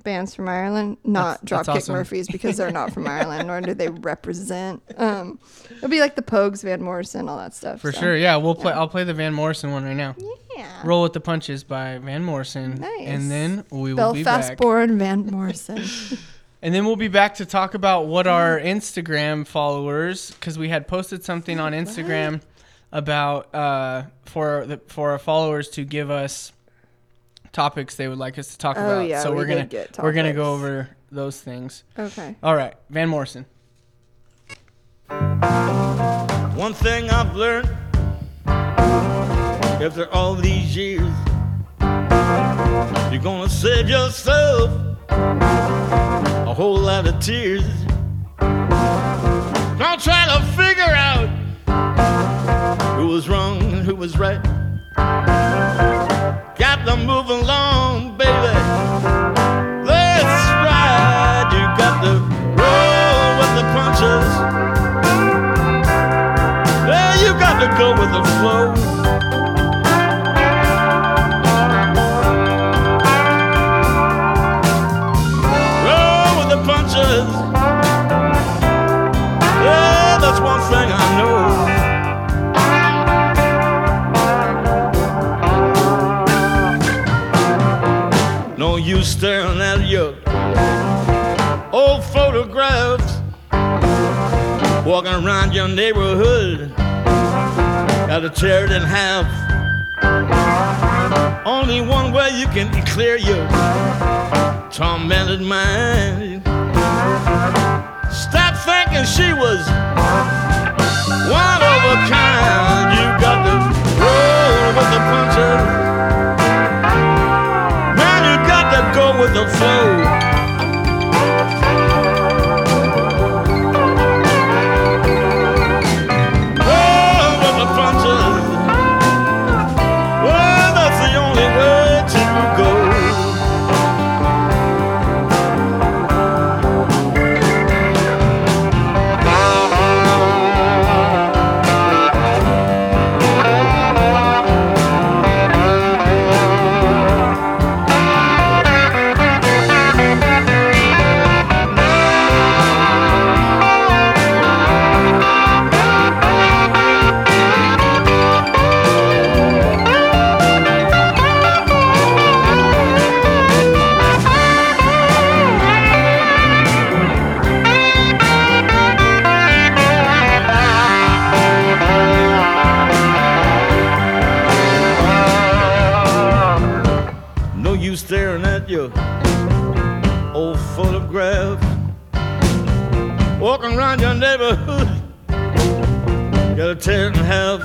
B: bands from Ireland, not
A: That's- that's
B: Dropkick
A: awesome.
B: Murphys because they're not from Ireland, nor do they represent. Um, it'll be like the Pogues, Van Morrison, all that stuff.
A: For
B: so.
A: sure, yeah. We'll play. I'll play the Van Morrison one right now.
B: Yeah.
A: Roll with the punches by Van Morrison,
B: Nice.
A: and then we will be
B: Belfast
A: back.
B: born Van Morrison.
A: And then we'll be back to talk about what our Instagram followers, because we had posted
B: Oh,
A: something on Instagram about uh, for the, for our followers to give us topics they would like us to talk
B: Oh,
A: about.
B: yeah,
A: so
B: we
A: are
B: did
A: gonna
B: get
A: we're gonna go
B: topics.
A: over those things.
B: okay.
A: All right, Van Morrison.
C: One thing I've learned after all these years, you're gonna save yourself a whole lot of tears. Don't try to figure out who was wrong and who was right. Got to move along, baby. Let's ride. You got to roll with the punches. Yeah, you got to go with the flow. Roll with the punches. Yeah, that's one thing I know. No use staring at your old photographs. Walking around your neighborhood, got to tear it in half. Only one way you can clear your tormented mind. Stop thinking she was one of a kind. You got to roll with the punches. Man, you got to go with the flow. Roll with the punches. Well, that's the only way to go. No use staring at your old photograph. Walking around your neighborhood, got a tear in half.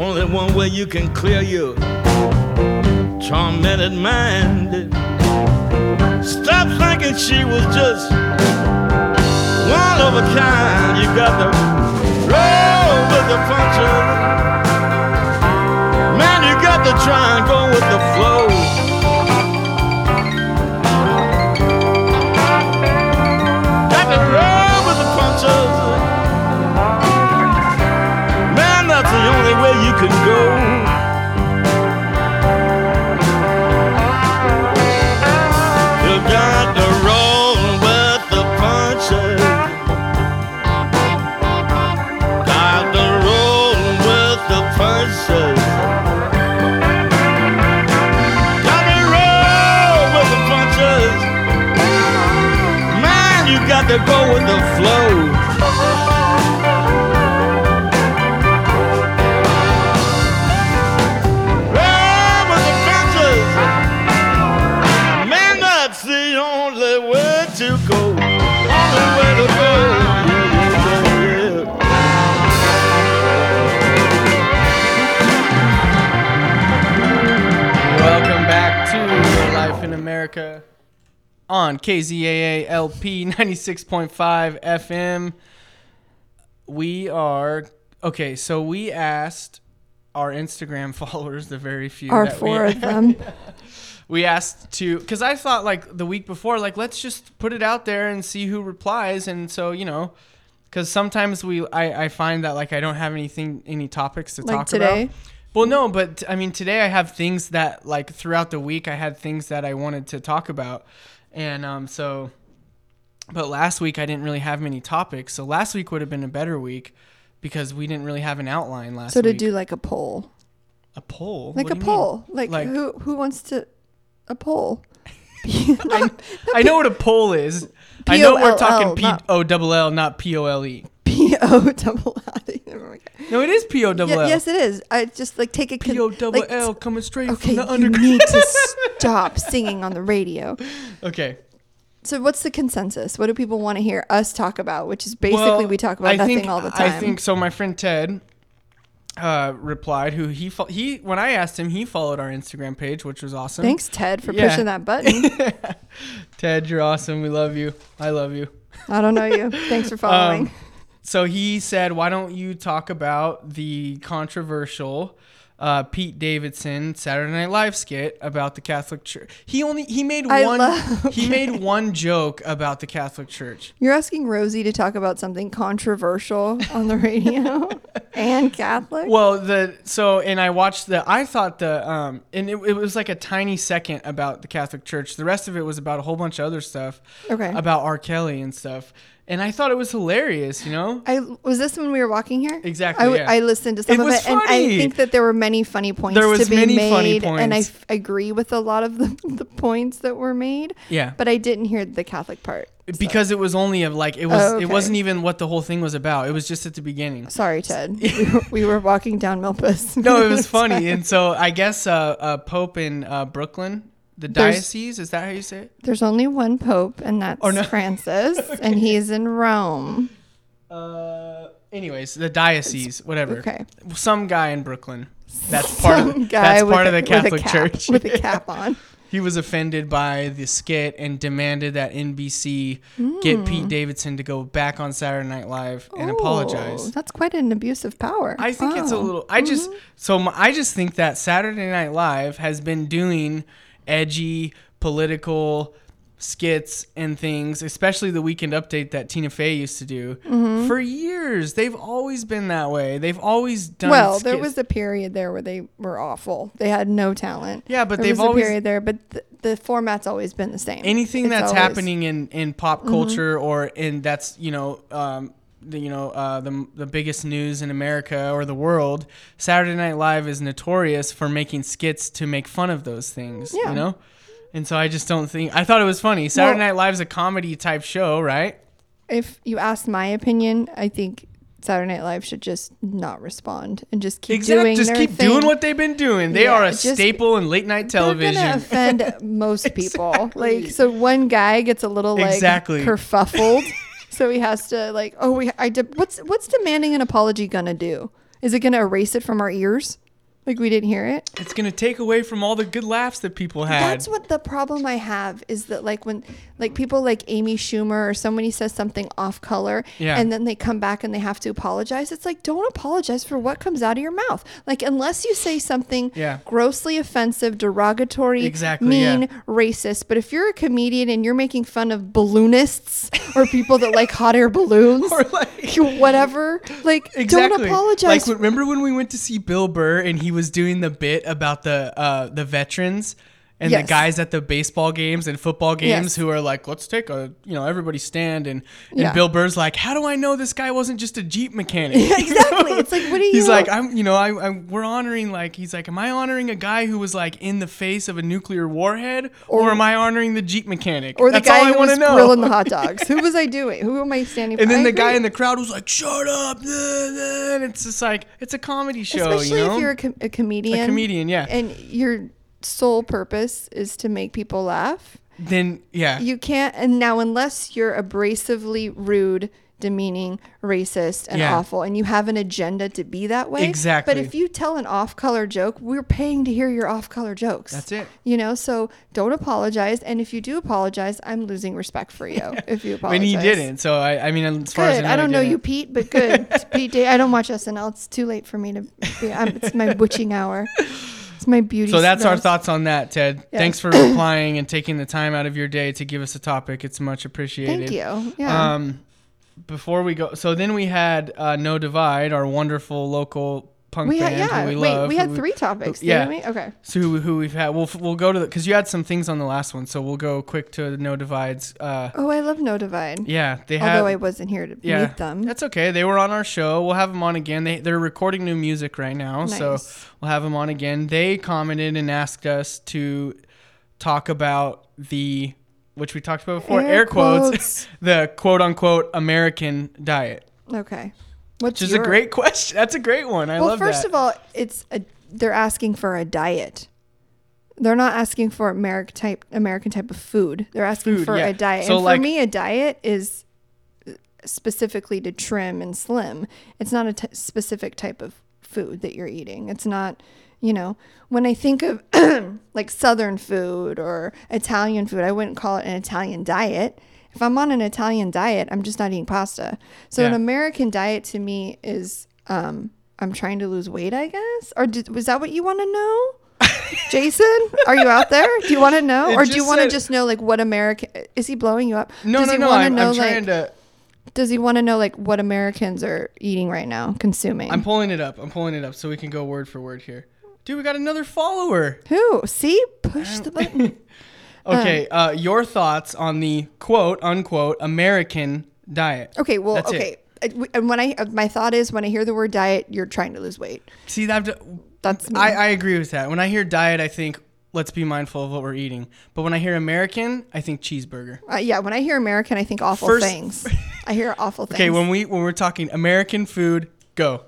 C: Only one way you can clear your tormented mind. Stop thinking she was just one of a kind. You got to roll with the punches. Man, you got to try and go with the flow. Got to roll with the punches. Man, that's the only way you can go. You got to roll with the punches. Got to roll with the punches. Gotta roll with the punches. Man, you got to go with the flow. Roll with the punches. Man, that's the only way to go. Only way to go. Yeah.
A: Welcome back to Life in America on KZAA LP 96.5 FM. We are okay, so we asked our Instagram followers, the very few
B: Are
A: that
B: four
A: we,
B: of them.
A: we asked to because I thought like the week before, like let's just put it out there and see who replies. And so you know, because sometimes we I, I find that like I don't have anything any topics to
B: Like
A: talk
B: today?
A: about. Well, no, but I mean today I have things that like throughout the week I had things that I wanted to talk about, and um so. But last week I didn't really have many topics, so last week would have been a better week because we didn't really have an outline last
B: So to
A: week.
B: do like a poll,
A: a poll, What
B: like a
A: do you mean?
B: poll, like,
A: Like-
B: who who wants to a poll?
A: I know what a poll is. I know we're talking P
B: P-O-L-L,
A: O double L, not P O L E.
B: P O double L.
A: No, it is P O double
B: Yeah,
A: L.
B: yes, it is. I just like take a con-
A: P O double
B: like,
A: L coming straight
B: Okay,
A: from the
B: you
A: underground.
B: need to stop singing on the radio.
A: Okay.
B: So, what's the consensus? What do people want to hear us talk about? Which is basically
A: Well,
B: we talk about
A: I
B: nothing
A: think-
B: all the time.
A: I think so. My friend Ted uh, replied, who he fo- he when I asked him, he followed our Instagram page, which was awesome.
B: Thanks, Ted, for
A: Yeah.
B: pushing that button.
A: Ted. You're awesome. We love you. I love you.
B: I don't know you. Thanks for following.
A: Um, so he said, "Why don't you talk about the controversial uh, Pete Davidson Saturday Night Live skit about the Catholic Church?" He only he made
B: I
A: one
B: love-
A: he made one joke about the Catholic Church.
B: You're asking Rosie to talk about something controversial on the radio and Catholic.
A: Well, the so and I watched the I thought the um and it, it was like a tiny second about the Catholic Church. The rest of it was about a whole bunch of other stuff.
B: Okay.
A: About R. Kelly and stuff, and I thought it was hilarious. You know.
B: I was this when we were walking here.
A: Exactly,
B: I, w-
A: yeah.
B: I listened to some
A: It
B: of
A: was
B: it, and I
A: funny.
B: think that there were many funny points
A: There was
B: to be
A: many
B: made,
A: funny
B: and I
A: points.
B: f- agree with a lot of the, the points that were made.
A: Yeah.
B: but I didn't hear the Catholic part. so- Oh,
A: because it was only of like it was
B: okay.
A: it wasn't even what the whole thing was about. It was just at the beginning.
B: sorry, Ted, we, were, we were walking down Milpas.
A: No, it was funny. And so I guess uh, uh, Pope in uh, Brooklyn, the
B: There's-
A: diocese, is that how you say it?
B: There's only one pope, and that's
A: Oh, no.
B: Francis, and he's in Rome.
A: Uh, anyways, the diocese, whatever.
B: okay.
A: Some guy in Brooklyn. That's part of
B: Some
A: the, that's
B: with
A: part of
B: a-
A: the
B: with a
A: Catholic
B: cap-
A: Church.
B: with a cap on.
A: he was offended by the skit and demanded that NBC get
B: Hmm.
A: Pete Davidson to go back on Saturday Night Live and
B: Ooh,
A: apologize.
B: That's quite an abuse of power.
A: I think it's a
B: Oh.
A: little. I just so my, I just think that Saturday Night Live has been doing edgy political skits and things, especially the Weekend Update that Tina Fey used to do
B: Mm-hmm.
A: for years. They've always been that way. They've always done.
B: Well, there
A: skits.
B: was a period there where they were awful. They had no talent.
A: Yeah, but
B: There
A: they've
B: was a
A: always-
B: period there, but th- the format's always been the same.
A: anything
B: It's
A: that's
B: always- Mm-hmm.
A: happening in in pop culture or in that's you know um the, you know uh, the the biggest news in America or the world. Saturday Night Live is notorious for making skits to make fun of those things.
B: Yeah.
A: You know, and so I just don't think I thought it was funny. Saturday
B: Well-
A: Night Live's a comedy type show, right?
B: If you ask my opinion, I think Saturday Night Live should just not respond and just keep
A: Exactly.
B: doing
A: Just
B: their
A: keep
B: thing.
A: doing what they've been doing. They
B: Yeah,
A: are a
B: just-
A: staple in late night television.
B: They're gonna offend most people. Like, so one guy gets a little like
A: Exactly.
B: kerfuffled, so he has to like, oh, we, I did. What's what's demanding an apology gonna do? Is it gonna erase it from our ears? Like we didn't hear it.
A: it's gonna take away from all the good laughs that people had.
B: That's what the problem I have is that like when like people like Amy Schumer or somebody says something off color
A: Yeah.
B: and then they come back and they have to apologize. It's like don't apologize for what comes out of your mouth. Like unless you say something
A: Yeah.
B: grossly offensive, derogatory,
A: Exactly, yeah.
B: mean, racist. But if you're a comedian and you're making fun of balloonists or people that like hot air balloons
A: Or, like-
B: whatever, like
A: Exactly.
B: don't apologize.
A: Like remember when we went to see Bill Burr and he was doing the bit about the uh, the veterans and
B: Yes.
A: the guys at the baseball games and football games
B: Yes.
A: who are like, let's take a you know everybody stand and, and
B: Yeah.
A: Bill Burr's like, how do I know this guy wasn't just a jeep mechanic?
B: exactly. It's like, what are
A: He's
B: you-
A: like, I'm you know I, I we're honoring like he's like, am I honoring a guy who was like in the face of a nuclear warhead or,
B: Or-
A: am I honoring the jeep mechanic?
B: or the
A: That's
B: guy
A: all I
B: who
A: wanna
B: was
A: know.
B: grilling the hot dogs. Who was I doing? Who am I standing?
A: And
B: for?
A: then
B: I
A: the guy
B: agree.
A: in the crowd was like, "Shut up!" And it's just like it's a comedy show,
B: especially
A: you know.
B: if you're a, com- a comedian,
A: A comedian, yeah.
B: and your sole purpose is to make people laugh.
A: then yeah,
B: You can't, and now unless you're abrasively rude demeaning, racist, and
A: Yeah.
B: awful, and you have an agenda to be that way.
A: Exactly.
B: But if you tell an off color joke, we're paying to hear your off color jokes.
A: That's it.
B: You know, so don't apologize. And if you do apologize, I'm losing respect for you if you
A: I mean,
B: apologize.
A: he didn't. So I, I mean, as far as I
B: Good.
A: know,
B: I, don't
A: he
B: know you,
A: didn't.
B: Pete, but good. It's Pete Day. I don't watch SNL. It's too late for me to. Be, I'm, it's my witching hour. It's my beauty.
A: So that's our
B: spells.
A: thoughts on that, Ted.
B: Yeah.
A: Thanks for replying and taking the time out of your day to give us a topic. It's much appreciated.
B: Thank you. Yeah.
A: Um, before we go, so then we had uh, No Divide, our wonderful local punk
B: we had
A: band
B: yeah.
A: who Um, we
B: Wait,
A: love.
B: we had
A: who-
B: three topics.
A: yeah.
B: Didn't we? Okay.
A: So who, who we've had? We'll f- we'll go to the because you had some things on the last one, so we'll go quick to No Divides. Uh,
B: Oh, I love No Divide.
A: yeah, they had.
B: Although I wasn't here to
A: yeah,
B: meet them.
A: that's okay. They were on our show. We'll have them on again. They they're recording new music right now, so
B: Nice.
A: we'll have them on again. They commented and asked us to talk about the which we talked about before, air,
B: Air
A: quotes,
B: quotes.
A: the quote unquote American diet.
B: Okay. What's
A: Which is
B: your,
A: a great question. That's a great one. I
B: Well,
A: love
B: first
A: that.
B: of all, it's a, they're asking for a diet. They're not asking for American type American type of food. They're asking
A: Food,
B: for
A: yeah.
B: a diet.
A: So,
B: and
A: like-
B: for me, a diet is specifically to trim and slim. It's not a t- specific type of food that you're eating. It's not, you know, when I think of like southern food or Italian food, I wouldn't call it an Italian diet. If I'm on an Italian diet, I'm just not eating pasta. So an
A: Yeah.
B: American diet to me is um I'm trying to lose weight, I guess. Or did, was that what you want to know? Jason, are you out there? Do you want to know,
A: It
B: or do you
A: just
B: want to
A: said-
B: just know like what American? Is he blowing you up?
A: no,
B: does
A: no,
B: he
A: no.
B: wanna
A: I'm,
B: know
A: I'm
B: like
A: trying to.
B: does he want to know like what Americans are eating right now, consuming?
A: I'm pulling it up. I'm pulling it up so we can go word for word here. Dude, we got another follower.
B: Who? See, push the button.
A: Okay, uh, your thoughts on the quote unquote American diet?
B: Okay, well,
A: That's it.
B: okay. I- w- And when I uh, my thought is when I hear the word diet, you're trying to lose weight.
A: See, I've, d-
B: That's me.
A: I I agree with that. When I hear diet, I think let's be mindful of what we're eating. But when I hear American, I think cheeseburger.
B: Uh, yeah, when I hear American, I think awful
A: First-
B: things. I hear awful things.
A: Okay, when we when we're talking American food, go.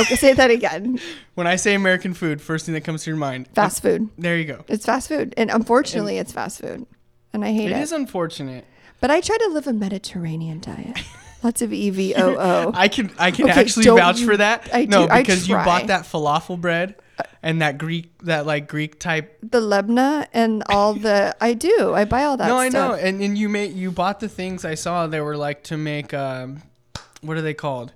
B: okay, say that again.
A: When I say American food, first thing that comes to your mind.
B: Fast food.
A: There you go.
B: It's fast food, and unfortunately, it's fast food, and I hate
A: It
B: it.
A: is unfortunate.
B: But I try to live a Mediterranean diet. Lots of E EVOO.
A: I can I can
B: Oh. Okay,
A: actually
B: don't
A: vouch
B: you-
A: for that.
B: I
A: no,
B: do- I
A: because you
B: try.
A: bought that falafel bread and that Greek that like Greek type.
B: the Lebna and all the I do. I buy all that.
A: no, I know.
B: stuff.
A: And and you made you bought the things I saw. They were like to make um, what are they called?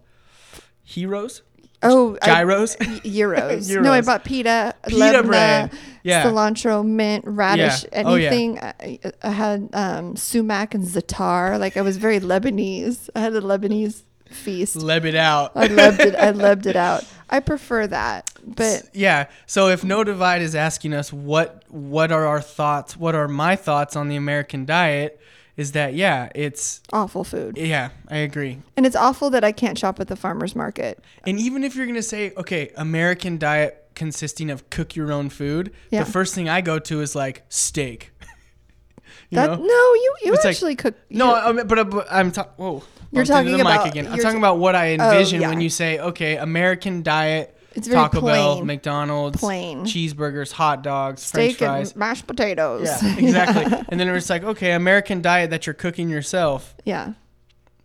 A: Heroes,
B: Oh, I-
A: gyros.
B: Euros. No, I
A: Euros.
B: bought pita,
A: Pita
B: Lebna,
A: bread. Yeah.
B: cilantro, mint, radish,
A: Yeah. Oh, yeah.
B: anything. I, I had um, sumac and za'atar. Like I was very Lebanese. I had a Lebanese feast.
A: Leb it out.
B: I loved it. I loved it out. I prefer that. But
A: yeah. So if No Divide is asking us what what are our thoughts, what are my thoughts on the American diet, is that yeah, it's
B: awful food.
A: yeah, I agree.
B: And it's awful that I can't shop at the farmer's market.
A: And even if you're gonna say, okay, American diet consisting of cook your own food,
B: Yeah.
A: the first thing I go to is like steak. you
B: That,
A: know?
B: no, you, you
A: It's like-
B: actually cook.
A: No,
B: you-
A: I mean, but, uh, but I'm talking. Whoa,
B: You're
A: bumped into the
B: talking
A: mic
B: about-
A: again. I'm
B: you're
A: talking
B: t-
A: about what I envision
B: yeah.
A: when you say, okay, American diet.
B: It's very
A: Taco Bell,
B: plain.
A: McDonald's,
B: Plain.
A: cheeseburgers, hot dogs, French
B: steak
A: fries.
B: and mashed potatoes.
A: Yeah, exactly. and then it's like, okay, American diet that you're cooking yourself:
B: yeah.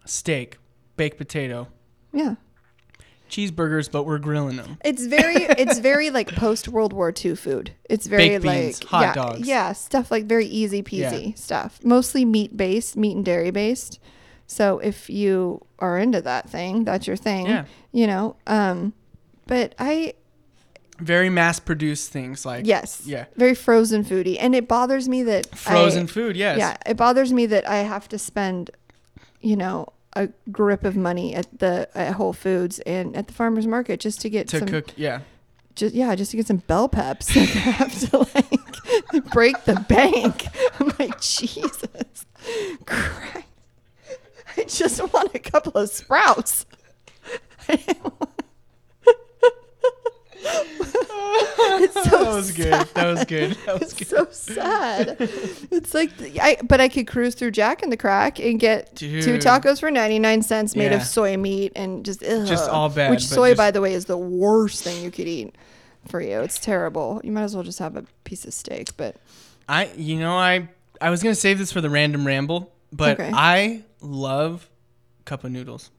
A: steak, baked potato,
B: Yeah.
A: cheeseburgers, but we're grilling them.
B: It's very it's very like post World War II food. It's very
A: Baked beans,
B: like
A: hot
B: yeah,
A: dogs.
B: yeah, stuff like very easy peasy
A: Yeah.
B: stuff. Mostly meat based, meat and dairy based. So if you are into that thing, that's your thing.
A: Yeah.
B: You know, um, but I
A: Very mass-produced things like
B: yes,
A: yeah,
B: very frozen foody, and it bothers me that I-
A: frozen food. Yes,
B: Yeah, it bothers me that I have to spend, you know, a grip of money at the at Whole Foods and at the farmers market just to get
A: to
B: some
A: cook. Yeah,
B: just yeah, just to get some bell peps. Like, I have to like break the bank. I'm like, Jesus Christ. I just want a couple of sprouts. it's so
A: that was good. That was good. That was
B: It's
A: good.
B: so sad. it's like the- I, but I could cruise through Jack in the Crack and get two
A: Dude.
B: tacos for ninety nine cents, made
A: Yeah.
B: of soy meat and just ugh.
A: Just all bad,
B: Which
A: but
B: soy,
A: just-
B: by the way, is the worst thing you could eat for you. It's terrible. You might as well just have a piece of steak. But
A: I, you know, I, I was gonna save this for the random ramble, But
B: Okay.
A: I love cup of noodles.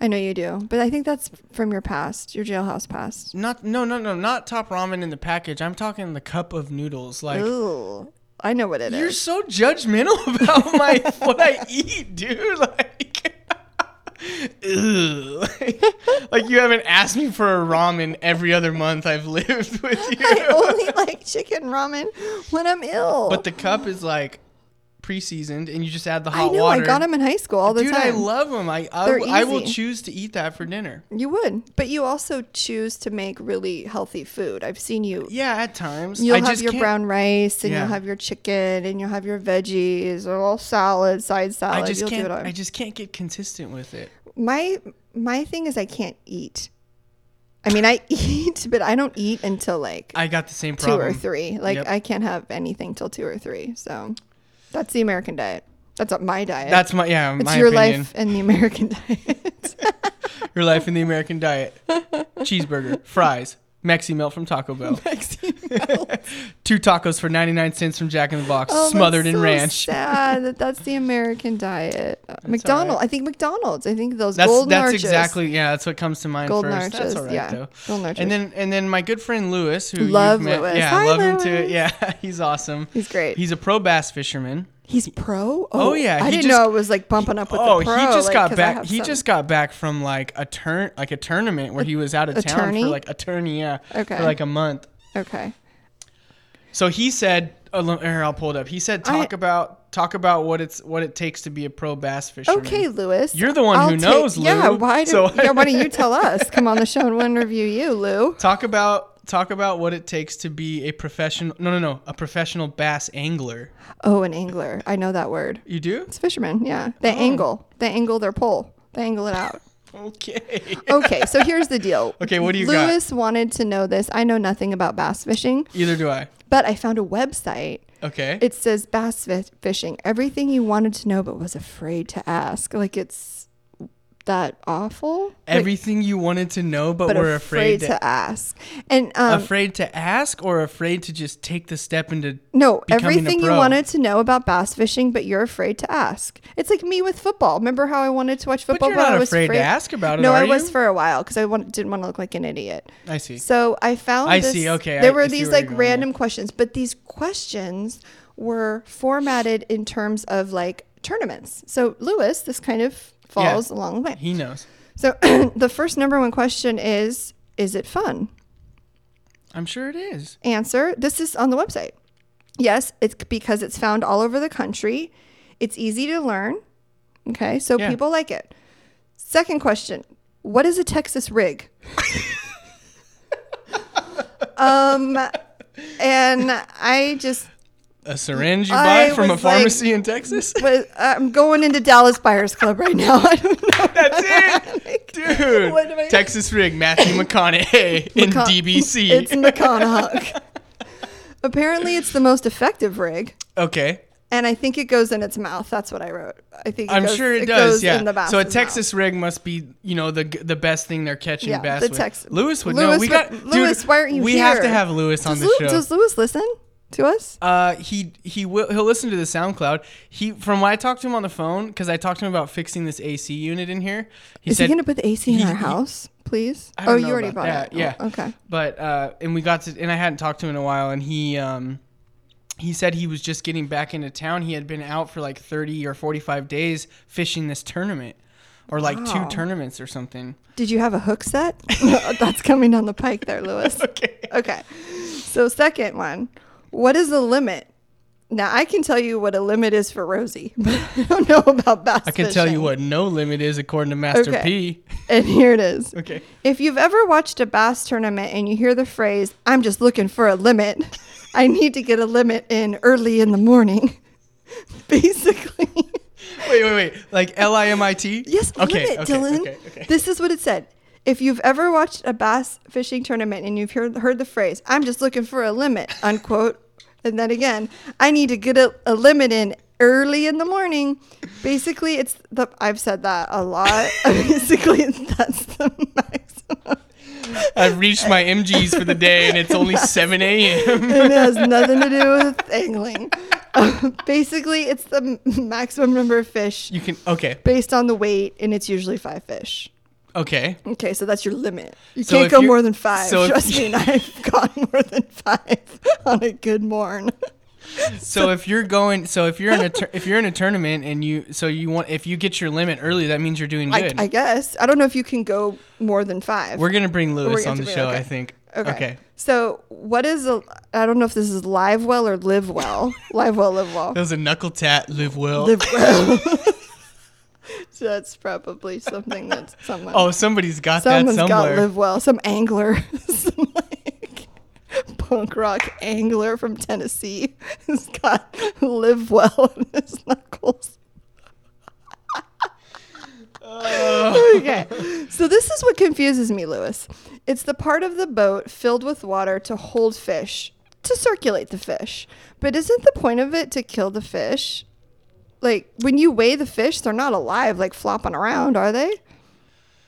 B: I know you do, but I think that's from your past, your jailhouse past.
A: Not no no no not top ramen in the package. I'm talking the cup of noodles. Like
B: Ooh, I know what it
A: you're
B: is.
A: so judgmental about my what I eat, dude. Like. Ugh. Like, you haven't asked me for a ramen every other month I've lived with you.
B: I only like chicken ramen when I'm ill.
A: But the cup is like pre-seasoned, and you just add the
B: I
A: hot
B: know
A: water.
B: I got them in high school all the
A: Dude,
B: time.
A: I love them. I I,
B: They're
A: I will
B: easy.
A: choose to eat that for dinner.
B: you would, but you also choose to make really healthy food. I've seen you.
A: Yeah, at times.
B: You'll
A: I
B: have
A: just
B: your
A: can't-
B: brown rice, and
A: Yeah.
B: you'll have your chicken, and you'll have your veggies, or all salad, side salad.
A: I just
B: you'll do
A: can't.
B: it all.
A: I just can't get consistent with it.
B: my my thing is I can't eat. I mean, I eat, but I don't eat until like
A: I got the same
B: two
A: problem.
B: or three. Like
A: Yep.
B: I can't have anything till two or three. So that's the American diet. That's not my diet.
A: That's my yeah.
B: it's
A: my
B: your
A: opinion.
B: life and the American diet.
A: Your life in the American diet. Cheeseburger, fries, Mexi melt from Taco Bell, two tacos for ninety nine cents from Jack in the Box,
B: Oh, that's
A: smothered in
B: so
A: ranch.
B: Sad that that's the American diet. McDonald's. I think McDonald's. I think those
A: That's
B: golden
A: that's
B: arches.
A: exactly yeah. That's what comes to mind
B: Golden
A: first.
B: Arches,
A: that's all right
B: yeah.
A: though.
B: Golden Arches.
A: And then and then my good friend Lewis, who
B: Love
A: you've met,
B: Lewis.
A: yeah,
B: Hi,
A: love him too.
B: Lewis.
A: Yeah, he's awesome.
B: He's great.
A: He's a pro bass fisherman.
B: He's pro.
A: oh, yeah,
B: I
A: he
B: didn't
A: just-
B: know it was like bumping up with
A: oh,
B: the pro.
A: he just
B: like,
A: got
B: 'cause I
A: back.
B: have
A: He
B: some.
A: just got back from like a turn, like a tournament where he was out of
B: attorney?
A: town for like attorney, yeah,
B: Okay.
A: for like a month.
B: okay.
A: So he said, oh, let- here, I'll pull it up. He said,
B: I-
A: talk about talk about what it's what it takes to be a pro bass fisherman.
B: Okay, Lewis.
A: You're the one who knows,
B: Yeah,
A: Lou.
B: why, do,
A: So-
B: yeah, why don't you tell us? Come on the show and we'll interview you, Lou.
A: Talk about talk about what it takes to be a professional. No, no, no, a professional bass angler.
B: Oh, an angler. I know that word.
A: You do?
B: It's fishermen, yeah. They angle. They angle their pole. They angle it out.
A: Okay.
B: Okay, so here's the deal.
A: Okay, what do you got?
B: Lewis wanted to know this. I know nothing about bass fishing,
A: Either do I.
B: but I found a website.
A: Okay.
B: It says bass fi- fishing. Everything he wanted to know but was afraid to ask. Like it's that awful. Like,
A: Everything you wanted to know, but,
B: but
A: were afraid,
B: to,
A: to,
B: ask. And um,
A: afraid to ask, or afraid to just take the step into.
B: No,
A: becoming a
B: everything you
A: pro.
B: wanted to know about bass fishing, but you're afraid to ask. It's like me with football. Remember how I wanted to watch football,
A: you're
B: I
A: not
B: was
A: afraid to ask about it,
B: No, I
A: are
B: was
A: you?
B: for a while because I want, didn't want to look like an idiot.
A: I see.
B: So I found.
A: I
B: this-
A: see, okay,
B: There
A: I-
B: were
A: I see
B: these
A: where
B: like
A: you're going, yeah.
B: random questions, but these questions were formatted in terms of like tournaments. So Lewis, this kind of falls along the way.
A: He knows.
B: So the first number one question is: Is it fun?
A: I'm sure it is.
B: Answer this is on the website. Yes, it's c- because it's found all over the country. It's easy to learn. Okay, so
A: Yeah.
B: people like it. Second question What is a Texas rig? um, and I just
A: A syringe you
B: I
A: buy from a
B: was like-
A: pharmacy in Texas.
B: was, I'm going into Dallas Buyers Club right now. I don't know.
A: That's it, dude.
B: What am I-
A: Texas rig, Matthew McConaughey in
B: Con-
A: DBC.
B: It's McConaughey. Apparently, it's the most effective rig.
A: okay,
B: And I think it goes in its mouth. That's what I wrote. I think it
A: I'm
B: goes,
A: sure it,
B: goes
A: does. yeah.
B: in the bass.
A: so a Texas rig must be, you know, the the best thing they're catching
B: Yeah,
A: bass
B: the
A: with.
B: Tex-
A: Lewis would know.
B: Lewis
A: We
B: would-
A: got
B: Lewis,
A: dude,
B: why aren't you
A: We have to
B: here?
A: have Lewis on
B: does,
A: the
B: Lew-
A: show.
B: does Lewis listen to us?
A: Uh, he he will he'll listen to the SoundCloud. He from when I talked to him on the phone because I talked to him about fixing this AC unit in here. He
B: Is
A: said,
B: he going to put the AC in
A: he-
B: our
A: he-
B: house, please?
A: I
B: Oh,
A: don't
B: you
A: know
B: already
A: about
B: bought
A: that.
B: it.
A: Yeah.
B: Oh, okay.
A: But uh, and we got to and I hadn't talked to him in a while, and he um he said he was just getting back into town. He had been out for like thirty or forty five days fishing this tournament, or like
B: Wow.
A: two tournaments or something.
B: Did you have a hook set? That's coming down the pike there, Lewis.
A: Okay.
B: Okay. So, second one What is the limit? Now, I can tell you what a limit is for Rosie, but I don't know about bass
A: I can tell you
B: fishing.
A: what no limit is according to Master
B: Okay.
A: P.
B: And here it is.
A: Okay.
B: If you've ever watched a bass tournament and you hear the phrase, I'm just looking for a limit, I need to get a limit in early in the morning. Basically.
A: Wait, wait, wait. Like L I M I T.
B: Yes, limit, Dylan.
A: Okay, okay.
B: This is what it said. If you've ever watched a bass fishing tournament and you've heard, heard the phrase, I'm just looking for a limit, unquote, and then again, I need to get a, a limit in early in the morning. Basically, it's the, I've said that a lot. Basically, that's the maximum.
A: I've reached my MGs for the day, and it's only seven a.m.
B: and it has nothing to do with angling. Basically, it's the m- maximum number of fish
A: You can okay,
B: based on the weight, and it's usually five fish.
A: okay.
B: Okay, so that's your limit. You
A: So
B: can't
A: if
B: go
A: you-
B: more than five.
A: so if
B: Trust
A: you-
B: me, and I've gone more than five on a good morn.
A: So if you're going, so if you're in a tur- if you're in a tournament and you so you want if you get your limit early, that means you're doing
B: I,
A: good.
B: I guess I don't know if you can go more than five.
A: We're gonna bring Lewis
B: gonna
A: on the
B: bring-
A: show,
B: okay.
A: I think.
B: okay.
A: okay.
B: So what is a? I don't know if this is live well or live well. live well, live well.
A: That was a knuckle tat. Live well.
B: Live well. so that's probably something that someone.
A: oh, somebody's got
B: Someone's
A: that
B: got
A: somewhere.
B: live well. Some angler, some like punk rock angler from Tennessee, has got live well in his knuckles.
A: Oh.
B: okay, so this is what confuses me, Lewis. It's the part of the boat filled with water to hold fish, to circulate the fish. But isn't the point of it to kill the fish? Like when you weigh the fish, they're not alive, like flopping around, are they?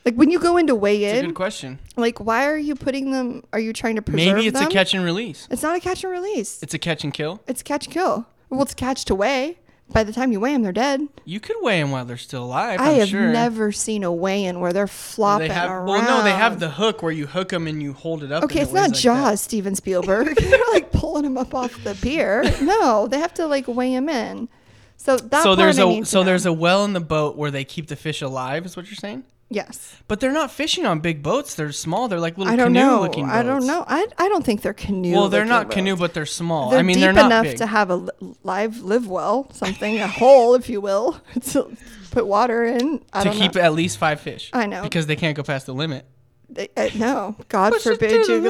B: Like when you go in to weigh
A: That's a
B: in,
A: good question.
B: like why are you putting them? Are you trying to preserve
A: Maybe it's
B: them?
A: a catch and release.
B: It's not a catch and release.
A: It's a catch and kill.
B: It's catch kill. Well, it's catch to weigh. By the time you weigh them, they're dead.
A: You could weigh them while they're still alive.
B: I
A: I'm
B: have
A: sure.
B: never seen a weigh-in where they're
A: Well,
B: flopping
A: they have,
B: around.
A: well, no, they have the hook where you hook them and you hold it up. and
B: Okay,
A: it
B: it's not
A: weighs like that.
B: Jaws, Steven Spielberg. They're like pulling him up off the pier. No, they have to like weigh him in. So that
A: So
B: part
A: there's
B: I
A: a
B: need to
A: so
B: know.
A: there's a well in the boat where they keep the fish alive. Is what you're saying?
B: yes.
A: But they're not fishing on big boats. They're small. They're like little
B: I don't
A: canoe
B: know.
A: looking.
B: I don't
A: boats.
B: know. I, I don't think they're canoe.
A: Well, they're
B: looking
A: not
B: boats.
A: canoe, but they're small.
B: They're
A: I mean,
B: deep
A: they're not
B: enough
A: big.
B: to have a li- live live well, something a hole, if you will, to put water in. I
A: to
B: don't
A: keep
B: know.
A: at least five fish.
B: I know.
A: because they can't go past the limit.
B: They- uh, no, God
A: Push it to
B: forbid you.
A: the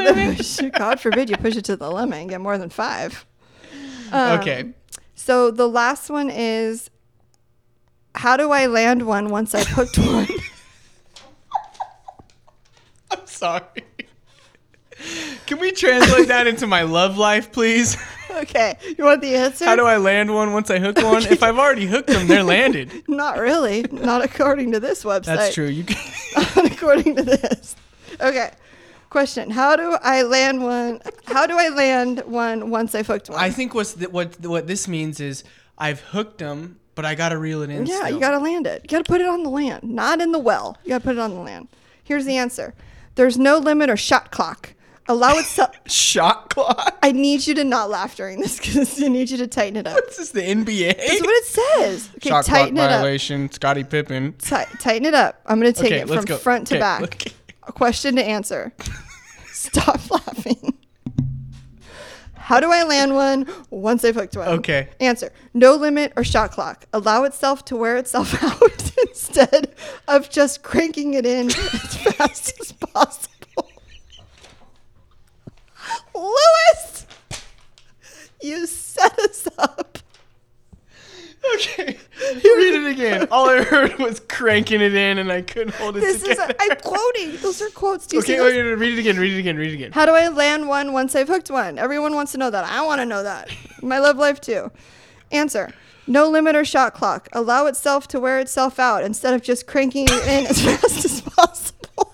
A: limit.
B: God forbid you push it to the limit and get more than five. Um,
A: okay,
B: So the last one is how do I land one once I've hooked one?
A: I'm sorry. Can we translate that into my love life, please?
B: okay, you want the answer?
A: How do I land one once I hook one? If I've already hooked them, they're landed.
B: Not really. Not according to this website.
A: That's true. You can,
B: Not according to this. Okay. Question: How do I land one? How do I land one once I've hooked one?
A: I think what's th- what what this means is I've hooked them, but I gotta reel it in.
B: Yeah,
A: still.
B: you gotta land it. You gotta put it on the land, not in the well. You gotta put it on the land. Here's the answer. There's no limit or shot clock. Allow itself.
A: shot clock.
B: I need you to not laugh during this because I need you to tighten it up.
A: This is the NBA.
B: That's what it says. Okay, tighten it up.
A: Scottie Pippen.
B: Ti- tighten it up. I'm gonna take
A: Okay,
B: it
A: let's
B: from
A: go.
B: front to
A: Okay,
B: back.
A: okay.
B: A question to answer. Stop laughing. How do I land one once I've hooked one?
A: Okay.
B: Answer. No limit or shot clock. Allow itself to wear itself out instead of just cranking it in as fast as possible. Lewis! You set us up.
A: Okay, read it again. All I heard was cranking it in, and I couldn't hold it
B: This is,
A: together.
B: a, I'm quoting. Those are quotes. Do you see
A: okay,
B: those?
A: wait, wait, read it again. Read it again. Read it again.
B: How do I land one once I've hooked one? Everyone wants to know that. I want to know that. My love life too. Answer. No limit or shot clock. Allow itself to wear itself out instead of just cranking it in as fast as possible.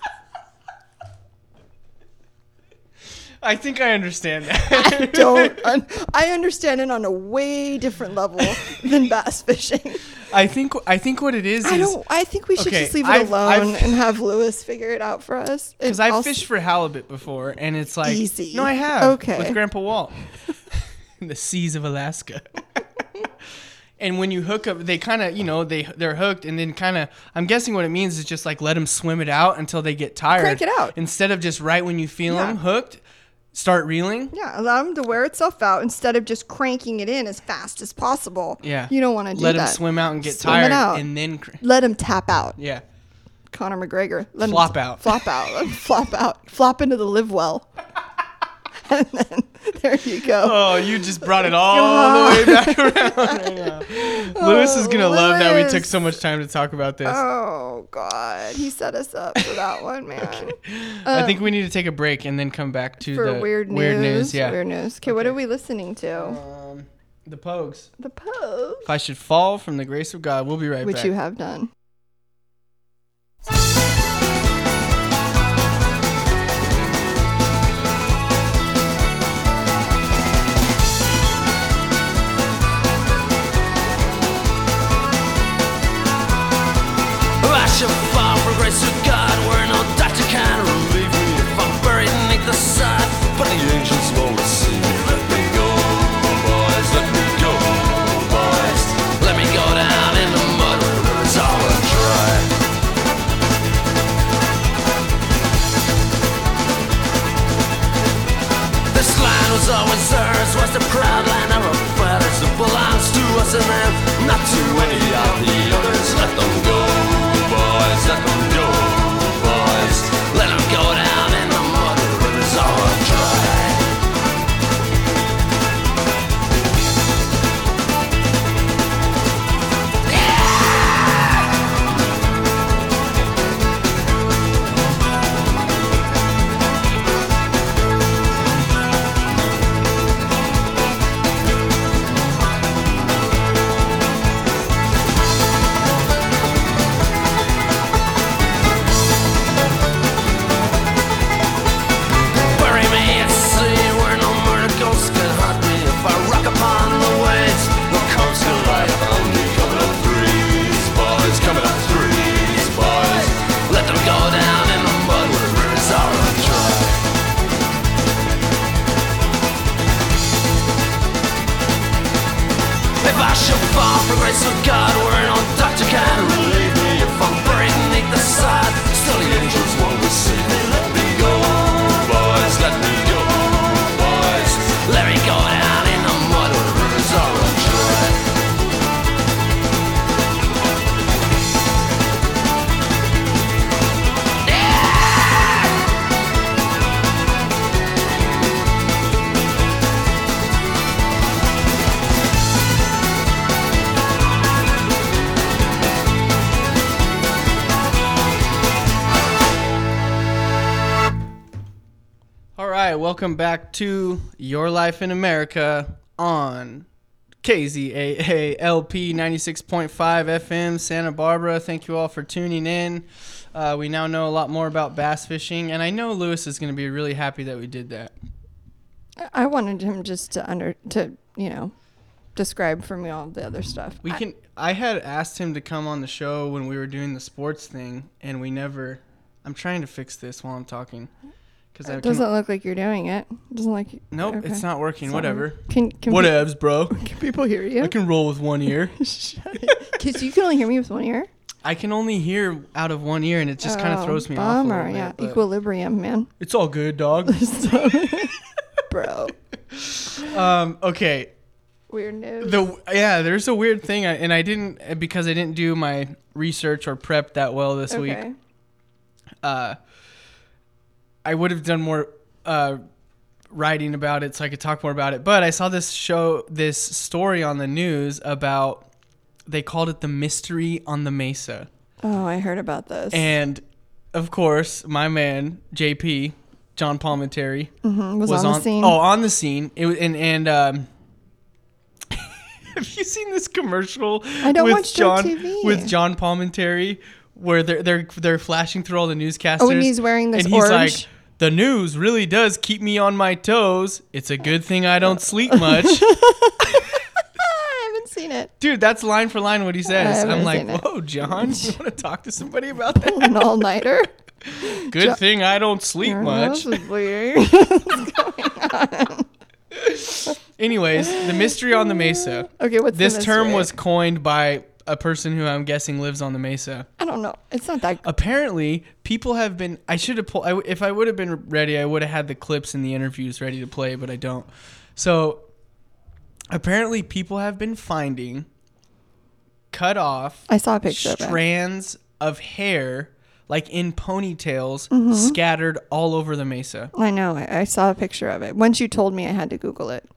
A: I think I understand that.
B: I don't. Un- I understand it on a way different level than bass fishing.
A: I think I think what it is
B: I
A: is
B: don't. I think we should
A: Okay,
B: just leave it
A: I've-
B: alone
A: I've-
B: and have Lewis figure it out for us.
A: because I've
B: will
A: fished for halibut before, and it's like
B: Easy.
A: No, I have.
B: Okay.
A: with Grandpa Walt in the seas of Alaska. and when you hook up, they kind of you know they they're hooked, and then kind of I'm guessing what it means is just like let them swim it out until they get tired.
B: Crank it out.
A: instead of just right when you feel
B: Yeah.
A: them hooked, start reeling.
B: Yeah, allow him to wear itself out instead of just cranking it in as fast as possible.
A: Yeah.
B: You don't want to do
A: Let
B: that.
A: him swim out and get
B: Swim it
A: tired,
B: out.
A: and then cr-
B: Let him tap out.
A: yeah.
B: Conor McGregor. Let him
A: Flop out.
B: Flop out. Let him flop out. Flop into the live well. and then there you go.
A: Oh, you just brought it all the way back around. right now. Lewis is gonna love that we took
B: Oh, Lewis.
A: so much time to talk about this.
B: Oh God, he set us up for that one, man.
A: I think we need to take a break and then come back to
B: Uh, For
A: the
B: weird news,
A: weird news. Yeah,
B: Weird news. Okay, what are we listening to?
A: Um, the Pogues.
B: The Pope,
A: If I should fall from the grace of God, we'll be right
B: which
A: back.
B: you have done.
D: Thank Such a far grace of God, where no doctor can relieve me if I'm buried neath the sod. But the angels won't see me. Let me go, boys. Let me go, boys. Let me go down in the mud where it's all dry. This line was always ours, was the proud line of our fathers. It belongs to us and them, not to any of the others. Let them go, boys, let them go, boys. Let them go down in the mud, the river's all dry. Bury me at sea where no murder ghosts can haunt me. If I rock upon the waves, what comes to light on me? Coming up threes, boys, coming up threes, boys. Let them go down in the mud where the rivers are dry. If I should fall for grace of God, where no doctor can relieve me. If I'm buried beneath the sod, still the angels won't receive me. Let me go, boys, let me go, boys. Let me go down in the mud where the rivers are dry.
A: All right, welcome back to Your Life in America on KZAA LP 96.5 FM Santa Barbara. Thank you all for tuning in. Uh, we now know a lot more about bass fishing, and I know Lewis is going to be really happy that we did that.
B: I wanted him just to under to you know describe for me all the other stuff.
A: We can. I had asked him to come on the show when we were doing the sports thing, and we never. I'm trying to fix this while I'm talking, because I
B: It
A: uh, can,
B: doesn't look like you're doing it. Doesn't like.
A: Nope,
B: okay.
A: it's not working.
B: Sorry.
A: Whatever.
B: Can can, pe-
A: Whatevs, bro.
B: can people hear you?
A: I can roll with one ear.
B: Because you can only hear me with one ear.
A: I can only hear out of one ear, and it just kind of
B: Oh,
A: throws me off. A
B: bummer,
A: little bit,
B: yeah.
A: but
B: Equilibrium, man.
A: It's all good, dog.
B: So- Bro,
A: um, okay.
B: weird news.
A: The yeah, there's a weird thing, I, and I didn't because I didn't do my research or prep that well this
B: okay.
A: week. Uh, I would have done more uh, writing about it so I could talk more about it. But I saw this show, this story on the news about. They called it the mystery on the mesa.
B: Oh, I heard about this.
A: And of course, my man JP John Palmentary
B: was, on, the scene.
A: Oh, on the scene. It was and and um. have you seen this commercial? I
B: don't
A: with
B: watch Joe
A: John
B: TV.
A: with John Palmentary, where they're they're they're flashing through all the newscasters.
B: Oh, and he's wearing this
A: and he's
B: orange-
A: like. The news really does keep me on my toes. It's a good thing I don't sleep much.
B: Ah, I haven't seen it.
A: Dude, that's line for line what he says.
B: haven't
A: I'm like,
B: seen it.
A: whoa, John, you want to talk to somebody about that?
B: An all nighter.
A: Good thing I don't sleep much.
B: This is weird.
A: Anyways, the mystery on the mesa.
B: Okay, what's the
A: this term
B: mystery?
A: was coined by a person who I'm guessing lives on the mesa.
B: I don't know. It's not that.
A: Apparently, people have been. I should have pulled. I, if I would have been ready, I would have had the clips and the interviews ready to play, but I don't. So, apparently, people have been finding cut off
B: I saw a picture of it.
A: strands of hair, like in ponytails,
B: Mm-hmm.
A: scattered all over the mesa.
B: I know. I, I saw a picture of it. Once you told me, I had to Google it,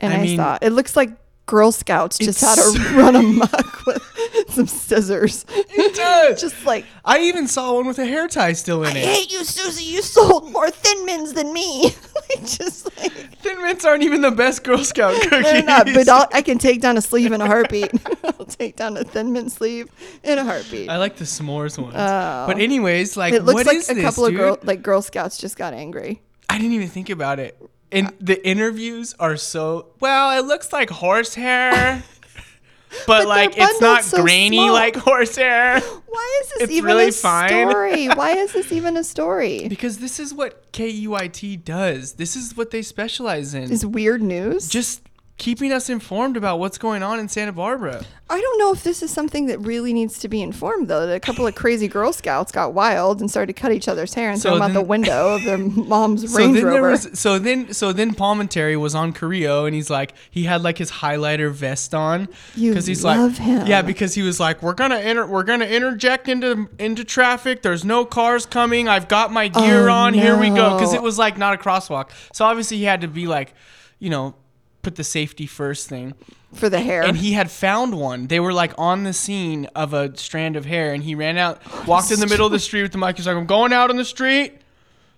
B: and
A: I
B: I,
A: mean-
B: saw it. looks like Girl Scouts just had
A: It's-
B: to run amok with some scissors.
A: It does.
B: just like
A: I even saw one with a hair tie still in
B: I
A: it.
B: hate you, Susie. You sold more Thin Mints than me. like, just like
A: Thin Mints aren't even the best Girl Scout cookies.
B: they're not. But I'll, I can take down a sleeve in a heartbeat. I'll take down a Thin Mint sleeve in a heartbeat.
A: I like the s'mores ones. But anyways, like
B: Oh. it looks
A: what
B: like
A: is
B: a
A: this,
B: couple
A: dude?
B: of girl like Girl Scouts just got angry.
A: I didn't even think about it. And the interviews are so well. It looks like horsehair. but
B: But
A: like
B: they're
A: it's not
B: bundled so
A: grainy
B: small.
A: like horsehair.
B: Why is this
A: It's
B: even
A: really
B: a
A: fine.
B: story? Why is this even a story?
A: Because this is what KUIT does. This is what they specialize in.
B: Is weird news?
A: just keeping us informed about what's going on in Santa Barbara.
B: I don't know if this is something that really needs to be informed though. That a couple of crazy Girl Scouts got wild and started to cut each other's hair and
A: So
B: throw them out the
A: then-
B: window of their mom's
A: So
B: Range
A: then
B: Rover.
A: was so then so then Palmentary was on Carrillo and he's like he had like his highlighter vest on
B: You
A: he's
B: love
A: like
B: him.
A: yeah because he was like we're gonna enter we're gonna interject into into traffic there's no cars coming I've got my gear
B: Oh,
A: on here we go because
B: no.
A: it was like not a crosswalk so obviously he had to be like you know put the safety first thing
B: for the hair.
A: and he had found one. They were like on the scene of a strand of hair, and he ran out, walked in the middle of the street with the mic. He's like, "I'm going out on the street.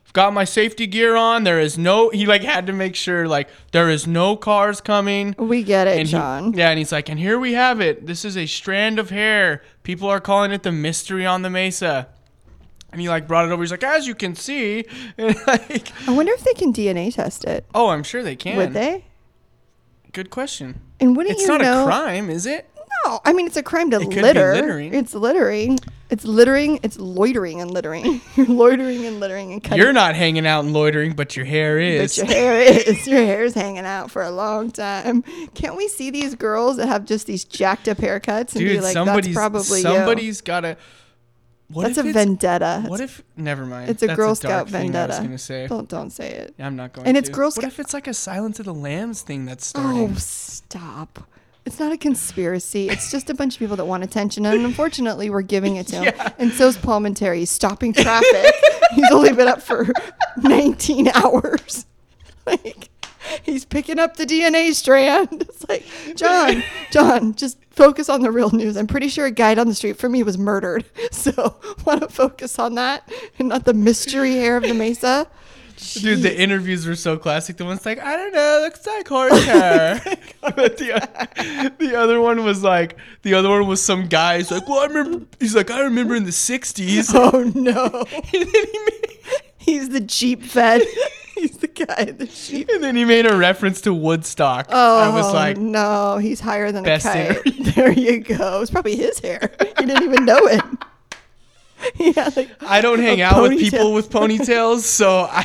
A: I've got my safety gear on. There is no." He like had to make sure like there is no cars coming.
B: we get it,
A: And he-
B: John.
A: yeah, and he's like, "And here we have it. This is a strand of hair. People are calling it the mystery on the mesa." And he like brought it over. He's like, "As you can see," and like,
B: I wonder if they can DNA test it.
A: "Oh, I'm sure they can."
B: Would they?
A: Good question.
B: And wouldn't
A: It's
B: you
A: not
B: know?
A: a crime, is it?
B: No, I mean it's a crime to
A: could be
B: litter.
A: littering.
B: It's littering. It's littering. It's loitering and littering. You're loitering and littering and cutting.
A: You're not hanging out and loitering, but your hair
B: But
A: is.
B: your hair is your hair's hanging out for a long time. Can't we see these girls that have just these jacked up haircuts and be
A: Dude,
B: like,
A: somebody's
B: "That's probably you."
A: somebody's got a. What
B: That's
A: if
B: a
A: it's-
B: vendetta.
A: What if? Never mind.
B: it's a
A: That's
B: Girl
A: dark
B: Scout
A: thing I was
B: vendetta.
A: gonna say.
B: Don't don't say it.
A: Yeah, I'm not going.
B: And it's
A: to.
B: Girl
A: What
B: Scout-
A: if it's like a Silence of the Lambs thing that's
B: Oh,
A: starting?
B: stop. It's not a conspiracy. It's just a bunch of people that want attention. And unfortunately, we're giving it to him. And so's Paul Monteri He's stopping traffic. he's only been up for 19 hours. Like, he's picking up the DNA strand. It's like, John, John, just focus on the real news. I'm pretty sure a guy down the street from me was murdered. So, want to focus on that and not the mystery hair of the Mesa.
A: Dude, the interviews were so classic. The one's like, I don't know, looks like horse hair.
B: Oh
A: but the, o- the other one was like, the other one was some guy. He's like, well, I remember. He's like, I remember in the '60s.
B: Oh, no.
A: and then he made,
B: He's the Jeep vet. He's the guy in the Jeep.
A: and then he made a reference to Woodstock.
B: Oh,
A: I was like,
B: no, he's higher than
A: Best
B: a kite.
A: interview.
B: There you go. It's probably his hair. You didn't even know it. Yeah, like,
A: I don't hang
B: A
A: out with
B: ponytail.
A: people with ponytails, so I,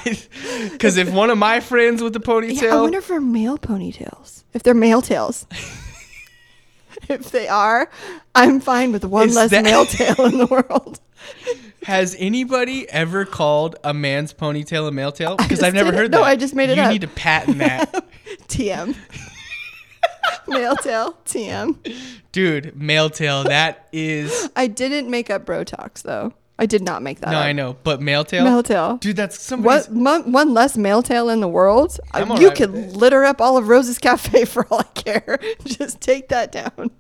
A: because if one of my friends with the ponytail,
B: yeah, I wonder if they're male ponytails. If they're male tails. if they are, I'm fine with one
A: Is
B: less
A: that-
B: male tail in the world.
A: has anybody ever called a man's ponytail a male tail? Because
B: just
A: I've never
B: did it.
A: heard that.
B: No, I just made it
A: You
B: up.
A: need to patent that,
B: TM. male tail. TM.
A: dude. Male tail. That is
B: I didn't make up Brotox though. I did not make that
A: no,
B: up.
A: I know, but male tail.
B: Male tail.
A: Dude, that's somebody's.
B: What mon- one less male tail in the world?
A: I'm
B: Uh,
A: all
B: you
A: right
B: could
A: with it.
B: litter up all of Rose's Cafe for all I care. Just take that down.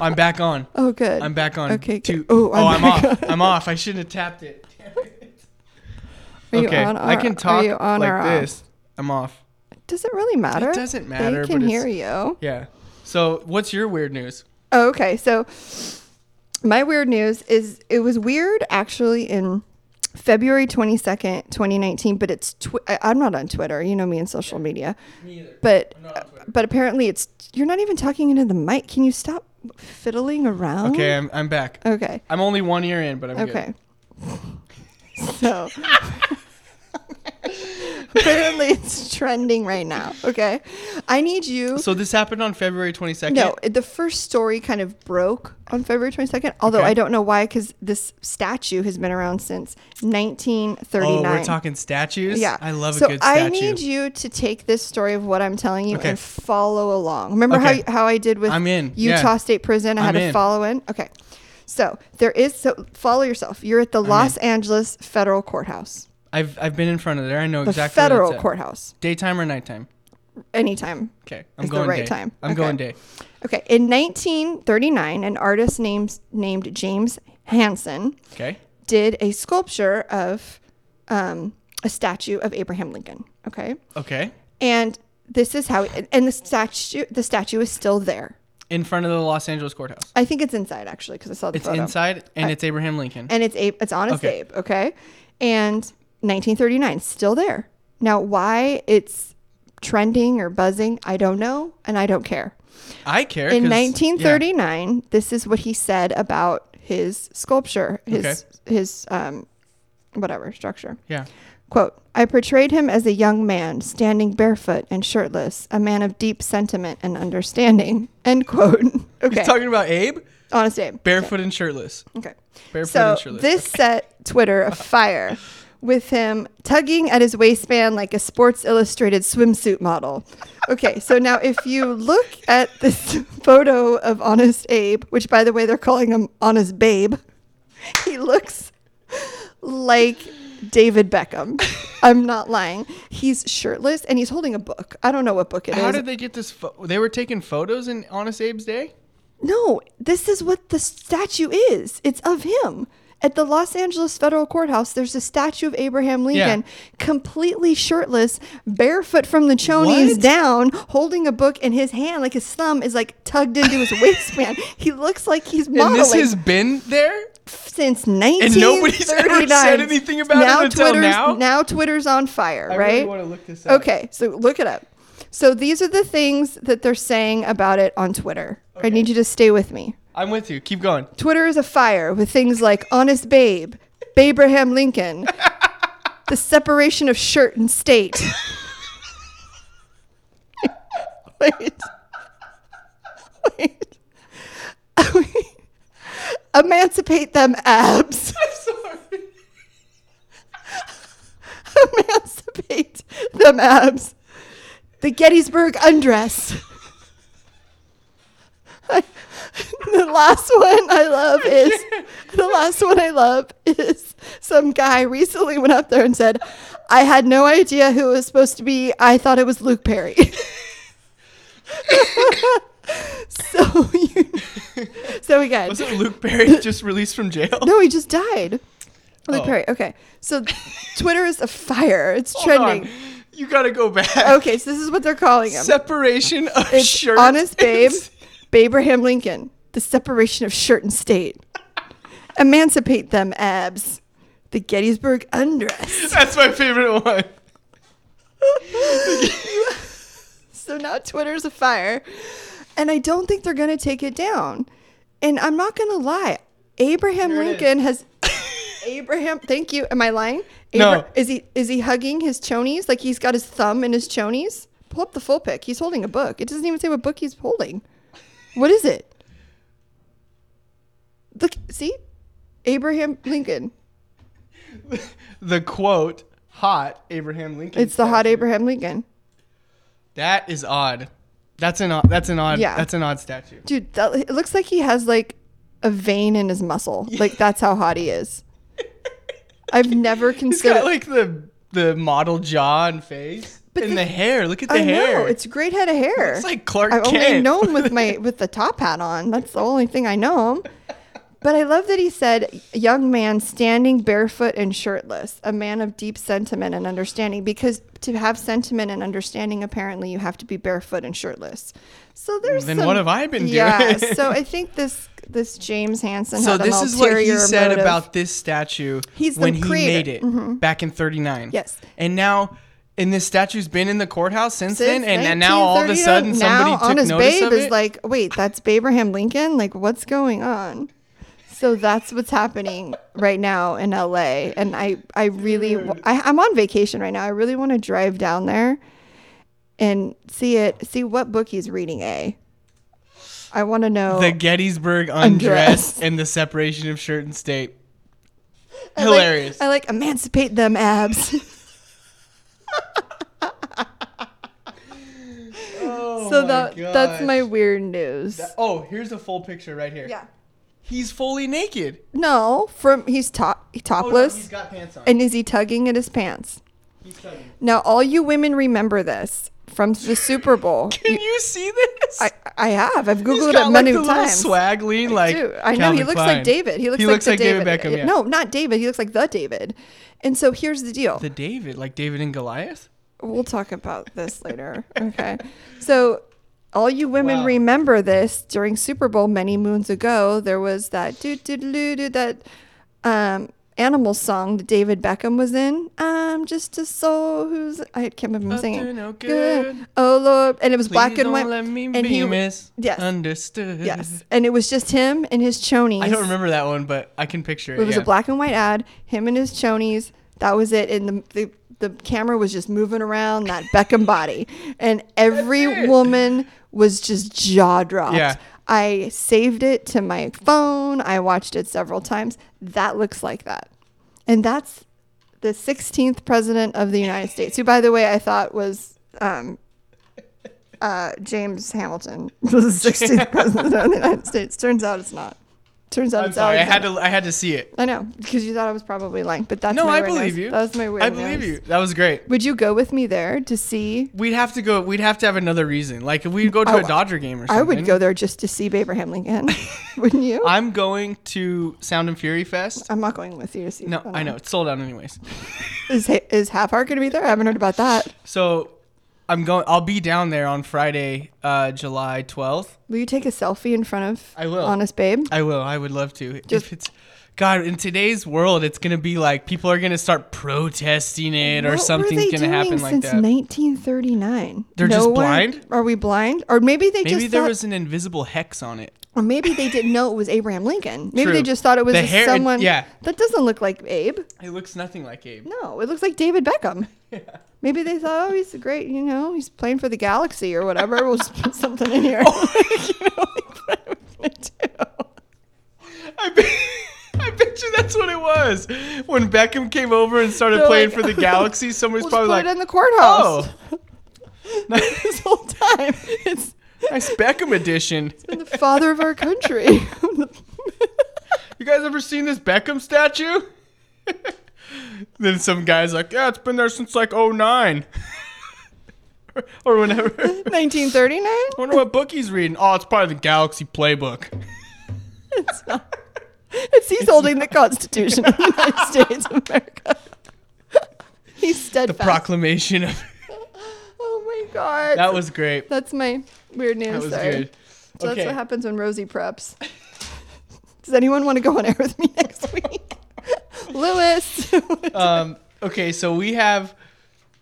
A: I'm back on.
B: Oh, good.
A: I'm back on.
B: Okay.
A: two-
B: good. Oh,
A: oh, I'm
B: back
A: off.
B: on.
A: I'm off. I shouldn't have tapped it.
B: Are you
A: okay,
B: on
A: I
B: or-
A: can
B: are
A: talk
B: you on or
A: like
B: off?
A: this. I'm off.
B: Does it really matter?
A: doesn't matter,
B: They can
A: but it's-
B: hear you.
A: Yeah. So, what's your weird news?
B: Oh, okay. So my weird news is it was weird actually in February 22nd, 2019, but it's tw- I- I'm not on Twitter. You know me and social media. But but apparently it's you're not even talking into the mic. Can you stop fiddling around?
A: Okay, I'm, I'm back.
B: Okay.
A: I'm only one ear in, but I'm good.
B: Okay. so apparently it's trending right now. Okay. I need you.
A: So this happened on February 22nd.
B: no, the first story kind of broke on February 22nd, although
A: Okay.
B: I don't know why, because this statue has been around since 1939.
A: Oh, we're talking statues.
B: Yeah.
A: I love
B: so
A: a good statue.
B: I need you to take this story of what I'm telling you
A: Okay.
B: and follow along. Remember how
A: Okay.
B: how, how I did with
A: I'm in. Yeah.
B: Utah State Prison? I had
A: I'm
B: to
A: in.
B: follow in. Okay. So there is, so follow yourself. You're at the Los Angeles Federal Courthouse,
A: I've I've been in front of there. I know
B: the
A: exactly. where
B: federal
A: it's at.
B: courthouse,
A: Daytime or nighttime?
B: anytime.
A: Okay, I'm
B: Is the
A: going
B: right
A: day.
B: time.
A: I'm
B: Okay.
A: going day.
B: Okay. In 1939, an artist named, named James Hansen
A: Okay.
B: did a sculpture of um, a statue of Abraham Lincoln. Okay.
A: Okay.
B: And this is how, and the statue, the statue is still there.
A: In front of the Los Angeles courthouse.
B: I think it's inside actually because I saw the
A: It's
B: photo.
A: inside, and it's Abraham Lincoln.
B: and it's Abe. It's Honest
A: Okay.
B: Abe. Okay, and 1939 still there. Now, why it's trending or buzzing, I don't know, and I don't care.
A: I care.
B: In
A: 'cause-
B: 1939, this is what he said about his sculpture, his his um, whatever structure.
A: Yeah. yeah.
B: Quote, I portrayed him as a young man, standing barefoot and shirtless, a man of deep sentiment and understanding. End quote. Okay.
A: He's talking about Abe,
B: Honest Abe.
A: barefoot and shirtless.
B: Okay.
A: Barefoot
B: so
A: and shirtless.
B: this set Twitter afire with him tugging at his waistband like a Sports Illustrated swimsuit model. Okay, so now if you look at this photo of Honest Abe, which by the way they're calling him Honest Babe, he looks like David Beckham. I'm not lying. He's shirtless and he's holding a book. I don't know what book it is.
A: How did they get this? Fo- they were taking photos in Honest Abe's day.
B: No, this is what the statue is. It's of him. At the Los Angeles Federal Courthouse, there's a statue of Abraham Lincoln, completely shirtless, barefoot from the chonies
A: What?
B: down, holding a book in his hand, like his thumb is like tugged into his waistband. He looks like he's
A: And
B: modeling
A: this has been there.
B: since 1939.
A: nobody's ever said anything about it until
B: Twitter's,
A: now?
B: Twitter's on fire,
A: I
B: right?
A: really want to look this up.
B: Okay, so look it up. So these are the things that they're saying about it on Twitter. I need you to stay with me.
A: I'm with you. Keep going.
B: Twitter is afire with things like Honest Babe, Abraham Lincoln, the separation of shirt and state. Wait. Wait. Emancipate them abs.
A: I'm sorry.
B: Emancipate them abs. The Gettysburg undress. the last one I love is the last one I love is some guy recently went up there and said, I had no idea who it was supposed to be. I thought it was Luke Perry. so you, so again.
A: Was it Luke Perry just released from jail?
B: No, he just died. Luke
A: Oh.
B: Perry. Okay. So Twitter is afire. It's
A: Hold on.
B: trending.
A: You gotta go back.
B: Okay, so this is what they're calling him.
A: Separation of
B: it's
A: shirt.
B: Honest Babe,
A: and-
B: Abraham Lincoln, the separation of shirt and state. Emancipate them abs. The Gettysburg undress.
A: That's my favorite one.
B: So now Twitter's afire. And I don't think they're going to take it down. And I'm not going to lie. Abraham
A: Here it
B: Lincoln has Abraham, thank you. Am I lying?
A: No.
B: Is he is he hugging his chonies? Like he's got his thumb in his chonies? Pull up the full pic. He's holding a book. It doesn't even say what book he's holding. What is it? Look, see? Abraham Lincoln.
A: The quote, hot Abraham Lincoln.
B: It's the hot
A: statue.
B: Abraham Lincoln.
A: That is odd. That's an odd that's an odd
B: Yeah.
A: that's an odd statue.
B: Dude, that, it looks like he has like a vein in his muscle. Like that's how hot he is. I've never
A: He's got
B: considered.
A: like the the model jaw and face.
B: But
A: and
B: the-
A: the, hair. Look at the
B: I
A: hair.
B: know it's a great head of hair.
A: It's like Clark
B: I've only
A: Kent.
B: known with my with the top hat on. That's the only thing I know him. But I love that he said, "Young man standing barefoot and shirtless, a man of deep sentiment and understanding." Because to have sentiment and understanding, apparently, you have to be barefoot and shirtless. So there's
A: Then
B: some-
A: what have I been doing?
B: Yeah. So I think this this James Hansen.
A: so
B: had
A: this
B: an
A: is what he
B: ulterior
A: said
B: motive.
A: about this statue
B: He's the
A: when he
B: creator. Mm-hmm.
A: made it back in 39.
B: Yes.
A: And now and this statue's been in the courthouse since, then
B: Since
A: and, and now all of a
B: 1939
A: sudden somebody
B: now
A: took
B: honest
A: notice
B: babe
A: of
B: is
A: it.
B: like wait that's abraham lincoln like what's going on so that's what's happening right now in la and i i really w- I, i'm on vacation right now i really want to drive down there and see it see what book he's reading a i want to know
A: the Gettysburg undress,
B: Undress.
A: and the separation of shirt and state.
B: I like-
A: Hilarious.
B: i like emancipate them abs
A: oh
B: so that that's my weird news
A: Oh, here's a full picture right here.
B: yeah
A: He's fully naked.
B: no from he's top
A: Oh, no,
B: topless
A: he's got pants on.
B: And is he tugging at his pants?
A: He's tugging.
B: Now, all you women remember this from the Super Bowl.
A: Can you see this?
B: I, I have. I've
A: He's
B: Googled
A: got
B: it
A: like
B: many
A: the little
B: times.
A: swag lean, like
B: Dude, I know he
A: Calvin
B: looks
A: Klein.
B: like David. He looks,
A: he
B: like,
A: looks
B: the
A: like
B: David.
A: David Beckham. Yeah.
B: No, not David. He looks like the David. And so here's the deal.
A: the David, like David and Goliath.
B: We'll talk about this later. Okay. So, all you women
A: Wow.
B: remember this during Super Bowl many moons ago. There was that doo doo doo doo that um, animal song that David Beckham was in. I'm just a soul who's I can't remember him singing.
A: no good.
B: Oh Lord, and it was black
A: Please
B: and
A: don't
B: white.
A: Let me
B: and
A: be
B: he- Yes.
A: misunderstood.
B: Yes, and it was just him and his chonies.
A: I don't remember that one, but I can picture it.
B: It was
A: yeah.
B: a black and white ad. Him and his chonies. That was it. And the the, the camera was just moving around that Beckham body, and every woman was just jaw dropped.
A: Yeah.
B: I saved it to my phone. I watched it several times. That looks like that, and that's the 16th president of the United States, who, by the way, I thought was um, uh, James Hamilton, the 16th president of the United States. Turns out it's not. Turns out
A: I'm
B: it's
A: sorry. I
B: Alexander.
A: had to. I had to see it.
B: I know because you thought I was probably lying, but that's
A: No,
B: My
A: I
B: weird
A: believe
B: nose.
A: you.
B: That was my weird.
A: I believe
B: nose.
A: you. That was great.
B: Would you go with me there to see?
A: We'd have to go. We'd have to have another reason. Like if we go to
B: Oh,
A: a Dodger game or something.
B: I would go there just to see Abraham Lincoln, wouldn't you? I,
A: I'm going to Sound and Fury Fest.
B: am not going with you to see.
A: No, I know it's sold out anyways.
B: Is Ha- is Half Heart going to be there? I haven't heard about that.
A: So I'm going. I'll be down there on Friday, uh, July 12th.
B: Will you take a selfie in front of?
A: I will.
B: Honest Babe.
A: I will. I would love to.
B: Just-
A: if it's God in today's world, it's gonna be like people are gonna start protesting it or
B: What
A: something's
B: were they
A: gonna
B: doing
A: happen like
B: since
A: that.
B: 1939.
A: They're
B: No
A: just
B: one-
A: blind?
B: Are we blind? Or maybe they
A: Maybe
B: just
A: there
B: thought,
A: was an invisible hex on it.
B: or maybe they didn't know it was Abraham Lincoln. Maybe they
A: True.
B: just thought it was
A: The
B: just
A: hair- it-
B: someone.
A: yeah.
B: That doesn't look like Abe.
A: It looks nothing like Abe.
B: No, it looks like David Beckham. Maybe they thought, oh, he's a great, you know, he's playing for the Galaxy or whatever. We'll just put something in here.
A: Oh,
B: you know, like, what would they do?
A: I, bet, I bet you that's what it was. When Beckham came over and started
B: They're
A: playing
B: like,
A: for the Galaxy, somebody's
B: We'll just put
A: probably
B: it
A: like,
B: in the courthouse
A: "Oh, nice
B: this whole time. It's
A: Beckham edition."
B: been the father of our country.
A: You guys ever seen this Beckham statue? then some guy's like, "Yeah, it's been there since like 09. or whenever.
B: 1939?
A: wonder what book he's reading. Oh, it's probably the Galaxy Playbook.
B: It's not. It's he's holding the Constitution of the United States of America. he's
A: The
B: steadfast.
A: proclamation of
B: oh my God.
A: that was great.
B: That's my weird news.
A: That was
B: sorry.
A: good.
B: So
A: okay.
B: that's what happens when Rosie preps. Does anyone want to go on air with me next week? Lewis.
A: Um, okay, so we have.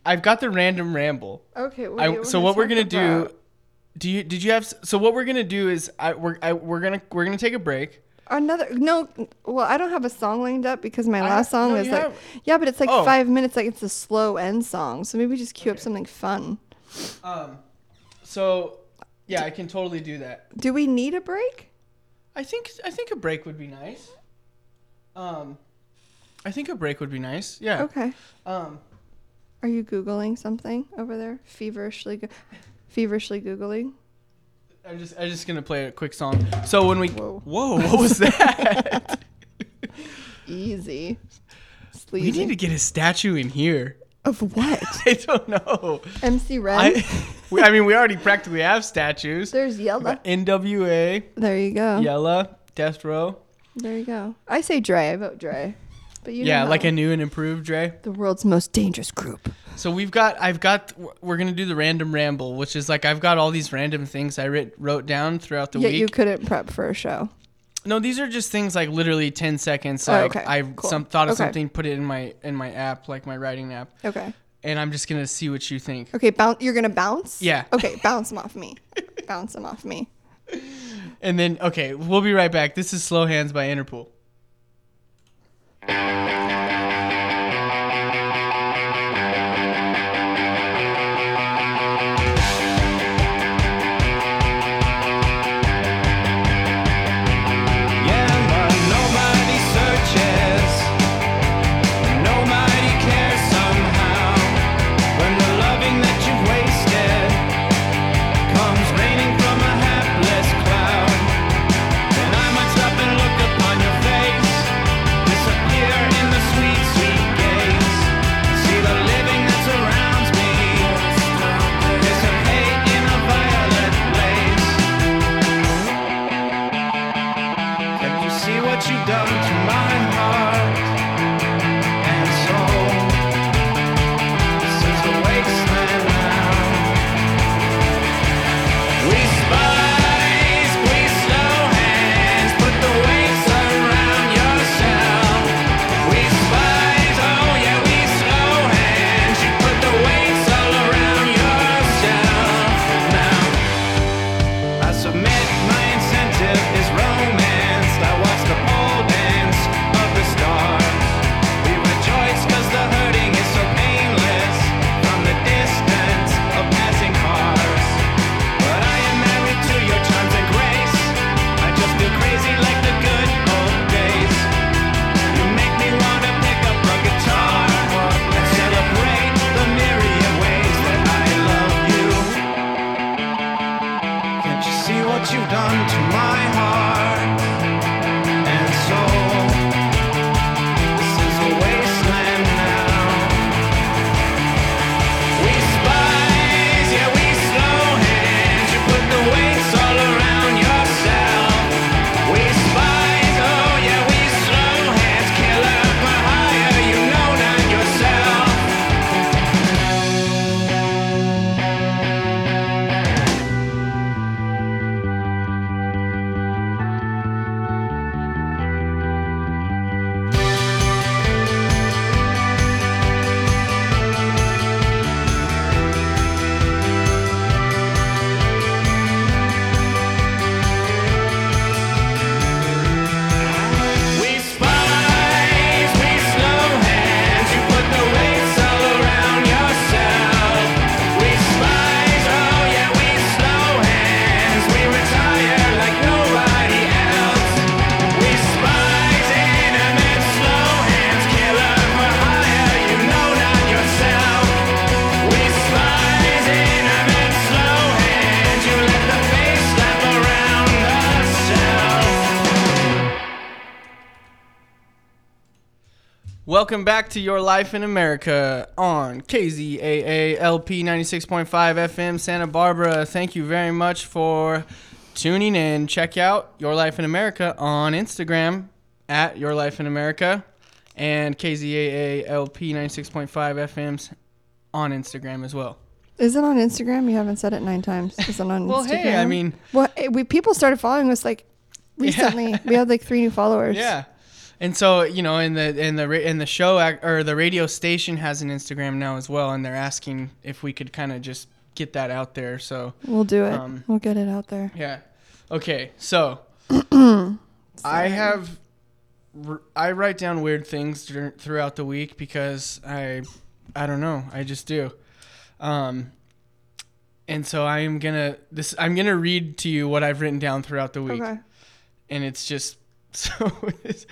A: I've got the random ramble.
B: okay. What do you
A: I,
B: wanna
A: so what we're
B: talk
A: gonna do?
B: about?
A: Do you did you have? s- So what we're gonna do is I we're I, we're gonna we're gonna take a break.
B: Another no. Well, I don't have a song lined up because my last song
A: no,
B: was
A: you
B: like
A: have-
B: yeah, but it's like
A: Oh.
B: five minutes. Like it's a slow end song. So maybe just cue up something fun.
A: Um, so yeah, I can totally do that.
B: Do we need a break?
A: I think I think a break would be nice. Um, I think a break would be nice. Yeah.
B: Okay.
A: Um,
B: Are you googling something over there? Feverishly, go- feverishly googling.
A: I'm just I'm just gonna play a quick song. So when we whoa,
B: Whoa.
A: what was that?
B: Easy.
A: we
B: Sleazy.
A: need to get a statue in here.
B: of what?
A: I don't know.
B: MC Ren.
A: I we, I mean we already practically have statues.
B: There's Yella.
A: NWA,
B: There you go.
A: Yella, Death Row.
B: There you go. I say Dre. I vote Dre. But you
A: Yeah,
B: know.
A: like a new and improved Dre.
B: the world's most dangerous group.
A: So we've got, I've got, we're gonna do the random ramble, which is like I've got all these random things I writ, wrote down throughout the
B: Yet
A: week.
B: you couldn't prep for a show.
A: no, these are just things like literally ten seconds.
B: Oh,
A: Like
B: okay.
A: I
B: Cool.
A: some thought of
B: Okay.
A: something, put it in my in my app, like my writing app,
B: Okay.
A: and I'm just gonna see what you think.
B: Okay. Bounce. You're gonna bounce.
A: Yeah.
B: Okay. Bounce them off me. bounce them off me.
A: And then okay, we'll be right back. This is Slow Hands by Interpol.
E: Yeah, but nobody searches, nobody cares somehow. When the loving that you've wasted comes raining from a hapless cloud, then I might stop and look upon your face.
A: Welcome back to Your Life in America on KZAA LP 96.5 FM Santa Barbara. Thank you very much for tuning in. Check out Your Life in America on Instagram at Your Life in America and KZAA LP 96.5 FMs on Instagram as well.
B: Is it on Instagram? You haven't said it nine times. Is it on
A: Well,
B: Instagram?
A: hey, I mean-
B: well, eh, we people started following us like recently. We had like three new followers.
A: Yeah. And so you know, in the in the ra- in the show ac- or the radio station has an Instagram now as well, and they're asking if we could kind of just get that out there. So
B: we'll do it.
A: Um,
B: we'll get it out there.
A: yeah, okay. So I have r- I write down weird things dur- throughout the week because I I don't know I just do, um, and so I am gonna this I'm gonna read to you what I've written down throughout the week
B: Okay.
A: and it's just so it's-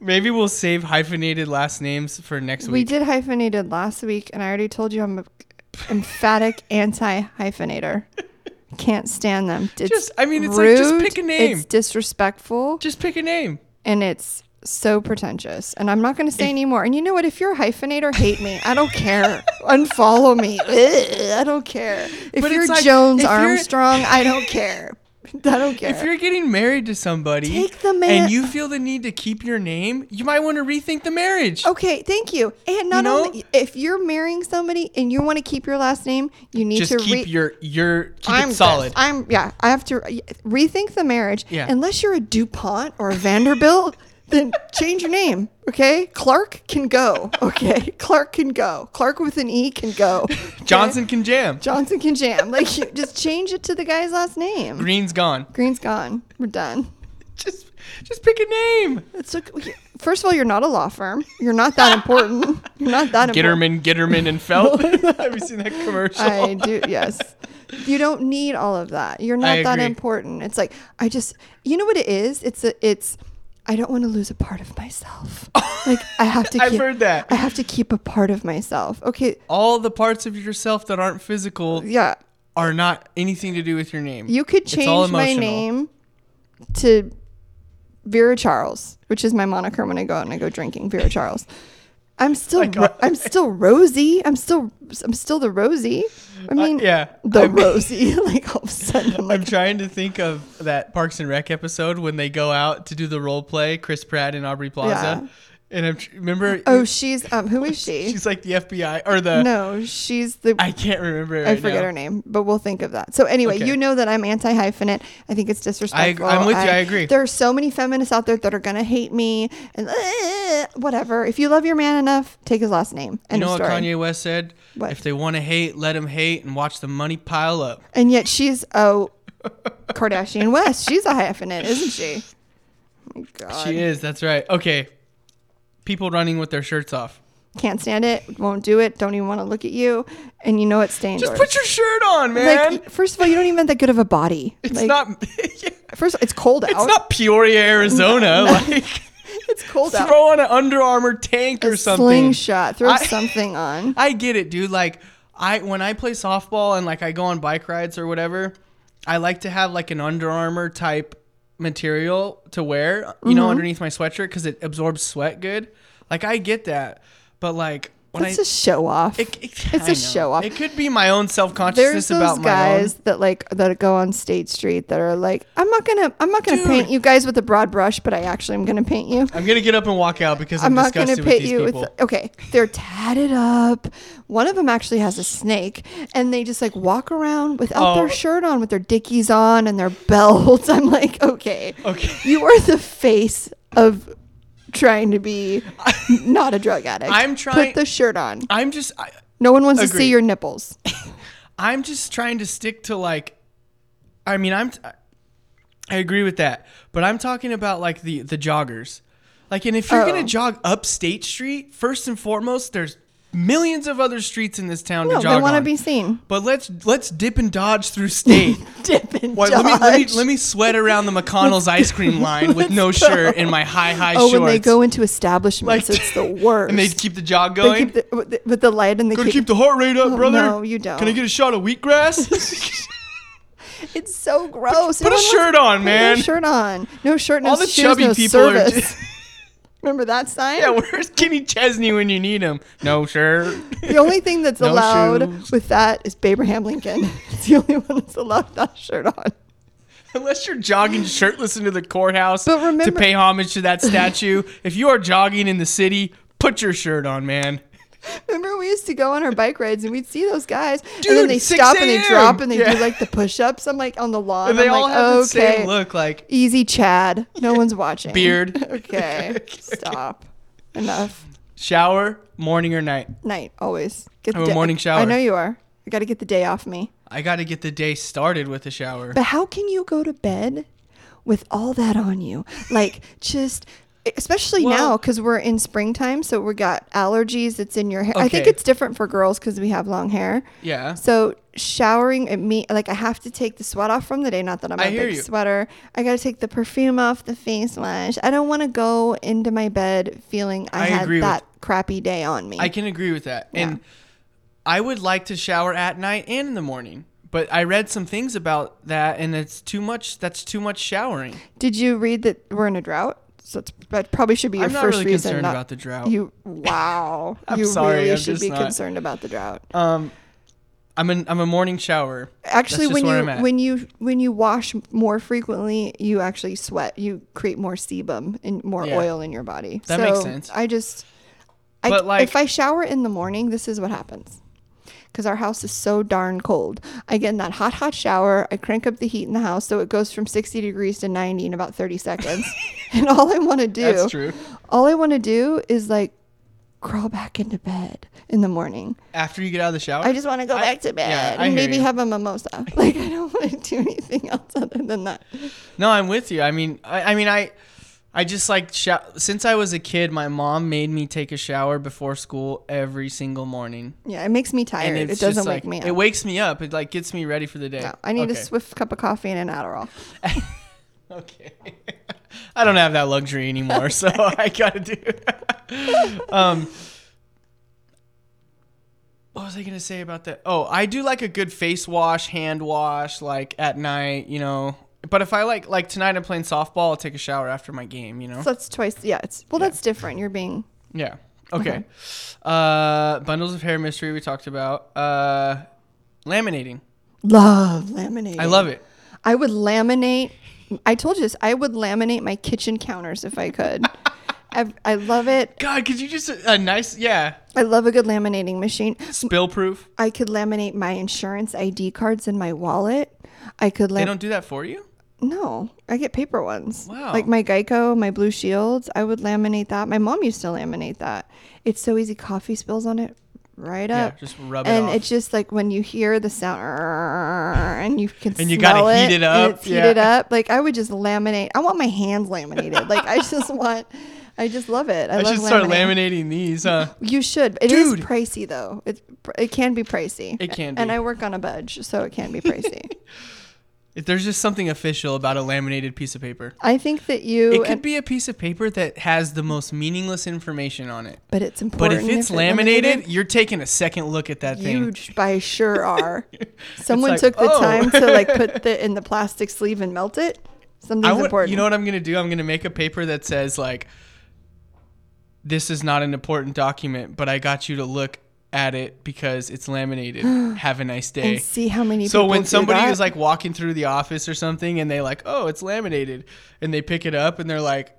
A: maybe we'll save hyphenated last names for next
B: We
A: week.
B: did hyphenated last week, and I already told you I'm a emphatic anti hyphenator. Can't stand them. It's
A: Just- I mean, it's like, just
B: rude,
A: pick a name.
B: It's disrespectful,
A: Just pick a name.
B: and it's so pretentious. And I'm not going to say anymore. And you know what? If you're a hyphenator, hate me. I don't care. Unfollow me. Ugh, I don't care. If
A: But
B: you're
A: it's like,
B: Jones
A: if you're-
B: Armstrong, I don't care. I don't care.
A: If you're getting married to somebody
B: Take the man-
A: and you feel the need to keep your name, you might want to rethink the marriage.
B: Okay, thank you. And not
A: know?
B: only if you're marrying somebody and you want to keep your last name, you need
A: Just
B: to
A: keep
B: re-
A: your your keep
B: I'm
A: it solid.
B: I'm yeah. I have to re- rethink the marriage.
A: Yeah.
B: Unless you're a Dupont or a Vanderbilt, then change your name. Okay, Clark can go. Okay, Clark can go. Clark with an E can go. okay?
A: Johnson can jam.
B: Johnson can jam. Like you, just change it to the guy's last name.
A: Green's gone.
B: Green's gone. We're done.
A: Just just pick a name.
B: It's okay. First of all, you're not a law firm. You're not that important. You're not that
A: Gitterman,
B: important.
A: Gitterman, and Felt. Have you seen that commercial?
B: I do. Yes. You don't need all of that. You're
A: I
B: not that
A: agree.
B: important. It's like I just you know what it is? It's a it's I don't want to lose a part of myself. like I have to keep
A: I've heard that.
B: I have to keep a part of myself. Okay.
A: All the parts of yourself that aren't physical
B: Yeah.
A: are not anything to do with your name.
B: You could
A: It's all
B: change my
A: emotional.
B: name to Vera Charles, which is my moniker when I go out and I go drinking. Vera Charles. I'm still Ro- I'm still Rosie. I'm still I'm still the Rosie. I mean,
A: Uh, yeah.
B: the
A: I mean-
B: Rosie. like all of a sudden, I'm like,
A: I'm trying to think of that Parks and Rec episode when they go out to do the role play, Chris Pratt and Aubrey Plaza.
B: Yeah.
A: And I'm tr- remember
B: Oh, she's um. Who is she?
A: she's like the FBI or the
B: no, she's the.
A: I
B: I,
A: can't remember. Right
B: forget
A: now.
B: her name, but we'll think of that. So anyway,
A: Okay.
B: you know that I'm anti hyphenate. I think it's disrespectful.
A: I'm with you. I agree.
B: There are so many feminists out there that are gonna hate me and uh, whatever. If you love your man enough, take his last name.
A: You
B: End
A: know
B: of
A: what
B: story.
A: Kanye West said?
B: What?
A: If they want to hate, let them hate and watch the money pile up.
B: And yet she's oh, Kardashian West. She's a hyphenate, isn't she? Oh my God.
A: She is. That's right. Okay. People running with their shirts off.
B: Can't stand it. Won't do it. Don't even want to look at you. And you know it's staying.
A: Just put your shirt on, man.
B: like, first of all, you don't even have that good of a body.
A: it's
B: like,
A: not. it's
B: First, of all, it's cold out.
A: not Peoria, Arizona. Like
B: It's cold out.
A: throw on an Under Armour tank or
B: A
A: something.
B: Slingshot. Throw
A: I-
B: something on.
A: I get it, dude. Like I when I play softball and like I go on bike rides or whatever, I like to have like an Under Armour type material to wear, you
B: Mm-hmm.
A: know, underneath my sweatshirt cuz it absorbs sweat good. Like I get that. But like when
B: It's
A: I
B: a show off.
A: it- it-
B: it's
A: I
B: a
A: know.
B: show off.
A: It could be my own
B: There's
A: self-consciousness
B: those
A: about my own.
B: guys that like that go on State Street that are like, I'm not gonna, I'm not gonna paint you guys with a broad brush, but I actually am gonna paint you.
A: I'm going to get up and walk out because I'm,
B: I'm not gonna
A: disgusted with
B: paint
A: these
B: you
A: people.
B: with. Okay, they're tatted up. One of them actually has a snake, and they just like walk around without
A: Oh.
B: their shirt on, with their dickies on and their belts. I'm like, okay,
A: Okay.
B: you are the face of trying to be not a drug addict.
A: I'm trying-
B: Put the shirt on.
A: I'm just I,
B: No one wants to
A: Agree.
B: see your nipples.
A: I'm just trying to stick to like, I mean, I'm, t- I agree with that, but I'm talking about like the the joggers, like, and if you're
B: Oh.
A: gonna jog up State Street, first and foremost, there's millions of other streets in this town
B: No,
A: to
B: they
A: jog
B: want to
A: on.
B: be seen.
A: but let's let's dip and dodge through state.
B: Dip and
A: Why, let me let me
B: dodge.
A: let me sweat around the McConnell's ice cream line with no shirt and my high high
B: Oh,
A: shorts.
B: when they go into establishments, it's the worst.
A: and they keep the jog
B: They
A: going.
B: keep the, with the- with the light and the
A: Gotta keep the heart rate up, brother.
B: no, you don't.
A: Can I get a shot of wheatgrass?
B: It's so gross.
A: Put a
B: Everyone wants-
A: shirt on,
B: Put
A: man.
B: No shirt on. No shirt. No
A: All the
B: shoes,
A: chubby
B: no
A: people are
B: service.
A: just-
B: Remember that sign?
A: Yeah, where's Kenny Chesney when you need him? No shirt.
B: The only thing that's
A: No
B: allowed
A: shoes.
B: with that is Abraham Lincoln. it's the only one that's allowed with that shirt on.
A: Unless you're jogging shirtless into the courthouse
B: But
A: to
B: remember-
A: pay homage to that statue. if you are jogging in the city, put your shirt on, man.
B: Remember, we used to go on our bike rides and we'd see those guys, and
A: Dude,
B: then they
A: 6
B: stop and they
A: a.m..
B: drop and they
A: Yeah.
B: do like the push-ups. I'm like on the lawn.
A: And they
B: I'm
A: all
B: like,
A: have
B: okay,
A: the same look like
B: Easy, Chad. No one's watching.
A: Beard.
B: Okay, stop. Enough.
A: shower, morning or night.
B: Night always. Get
A: I'm a
B: day-
A: morning
B: I
A: shower.
B: know you are. I got to get the day off me.
A: I got to get the day started with a shower.
B: But how can you go to bed with all that on you? Like just especially now now
A: Well-
B: because we're in springtime so we got allergies it's in your hair i think
A: Okay.
B: it's different for girls because we have long hair
A: Yeah.
B: so showering at me like i have to take the sweat off from the day not that i'm a
A: I hear
B: big
A: you.
B: sweater i gotta take the perfume off the face wash i don't want to go into my bed feeling i,
A: I
B: had
A: agree with-
B: that crappy day on me
A: I can agree with that. And I would like to shower at night and in the morning. But I read some things about that and it's too much that's too much showering.
B: Did you read that we're in a drought? So it's, that probably should be your
A: I'm not
B: first
A: really
B: reason.
A: concerned
B: not-
A: about the drought.
B: You wow.
A: I'm
B: you
A: sorry,
B: really
A: I'm
B: should
A: just
B: be
A: not.
B: concerned about the drought.
A: Um I'm an I'm a morning shower.
B: actually,
A: just
B: when
A: where
B: you
A: I'm at.
B: when you when you wash more frequently, you actually sweat. You create more sebum and more
A: Yeah.
B: oil in your body.
A: That
B: so
A: makes sense.
B: I just, I,
A: But, like-
B: if I shower in the morning, this is what happens. Because our house is so darn cold. I get in that hot, hot shower. I crank up the heat in the house. So it goes from 60 degrees to 90 in about 30 seconds. and all I want to do
A: That's true.
B: all I want to do is like crawl back into bed in the morning.
A: After you get out of the shower.
B: I just want to go back to bed
A: I
B: and
A: hear
B: maybe
A: you.
B: have a mimosa. Like I don't want to do anything else other than that.
A: No, I'm with you. I mean, I, I mean, I, I just like sho since I was a kid, my mom made me take a shower before school every single morning,
B: Yeah, it makes me tired. It doesn't
A: like
B: wake me up.
A: it wakes me up. It like gets me ready for the day.
B: No, I need a
A: Okay.
B: swift cup of coffee and an Adderall.
A: Okay, I don't have that luxury anymore, so I gotta do. um, what was I gonna say about that? Oh, I do like a good face wash, hand wash, like at night, you know. But if I like like tonight, I'm playing softball. I'll take a shower after my game, you know.
B: So that's twice. Yeah, it's well, that's different. You're being
A: Yeah. Okay. Uh, bundles of hair mystery we talked about. Uh, laminating.
B: love laminating.
A: I love it.
B: I would laminate. I told you this. I would laminate my kitchen counters if I could. I, I love it.
A: God, could you just a nice yeah
B: I love a good laminating machine.
A: spill proof?
B: I could laminate my insurance ID cards in my wallet. I could
A: They
B: laminate.
A: don't do that for you.
B: No, I get paper ones.
A: Wow.
B: Like my Geico, my Blue Shields, I would laminate that. My mom used to laminate that. It's so easy. Coffee spills on it right
A: Yeah,
B: up.
A: just rub it
B: and
A: off.
B: it's just like when you hear the sound and you can
A: And you
B: smell
A: gotta heat it
B: and
A: up,
B: it's heated
A: yeah.
B: up. Like I would just laminate. I want my hands laminated. like I just want. I just love it. I,
A: I
B: love
A: should start
B: laminating.
A: laminating these. Huh?
B: You should. It is
A: Dude.
B: pricey though. It it can be pricey.
A: It can
B: And
A: be.
B: I work on a budge, so it can be pricey.
A: If there's just something official about a laminated piece of paper.
B: I think that you.
A: It could
B: and-
A: be a piece of paper that has the most meaningless information on it.
B: but it's
A: But
B: important.
A: if it's
B: it
A: laminated, you're taking a second look at that thing.
B: you j- by sure are. Someone
A: like,
B: took the
A: oh.
B: time to like put the in the plastic sleeve and melt it. Something's
A: I would-
B: important.
A: You know what I'm gonna do? I'm gonna make a paper that says like, "This is not an important document, but I got you to look at it because it's laminated. Have a nice day."
B: and see how many.
A: so
B: people
A: when
B: do
A: somebody
B: that.
A: is like walking through the office or something, and they like, "Oh, it's laminated," and they pick it up and they're like.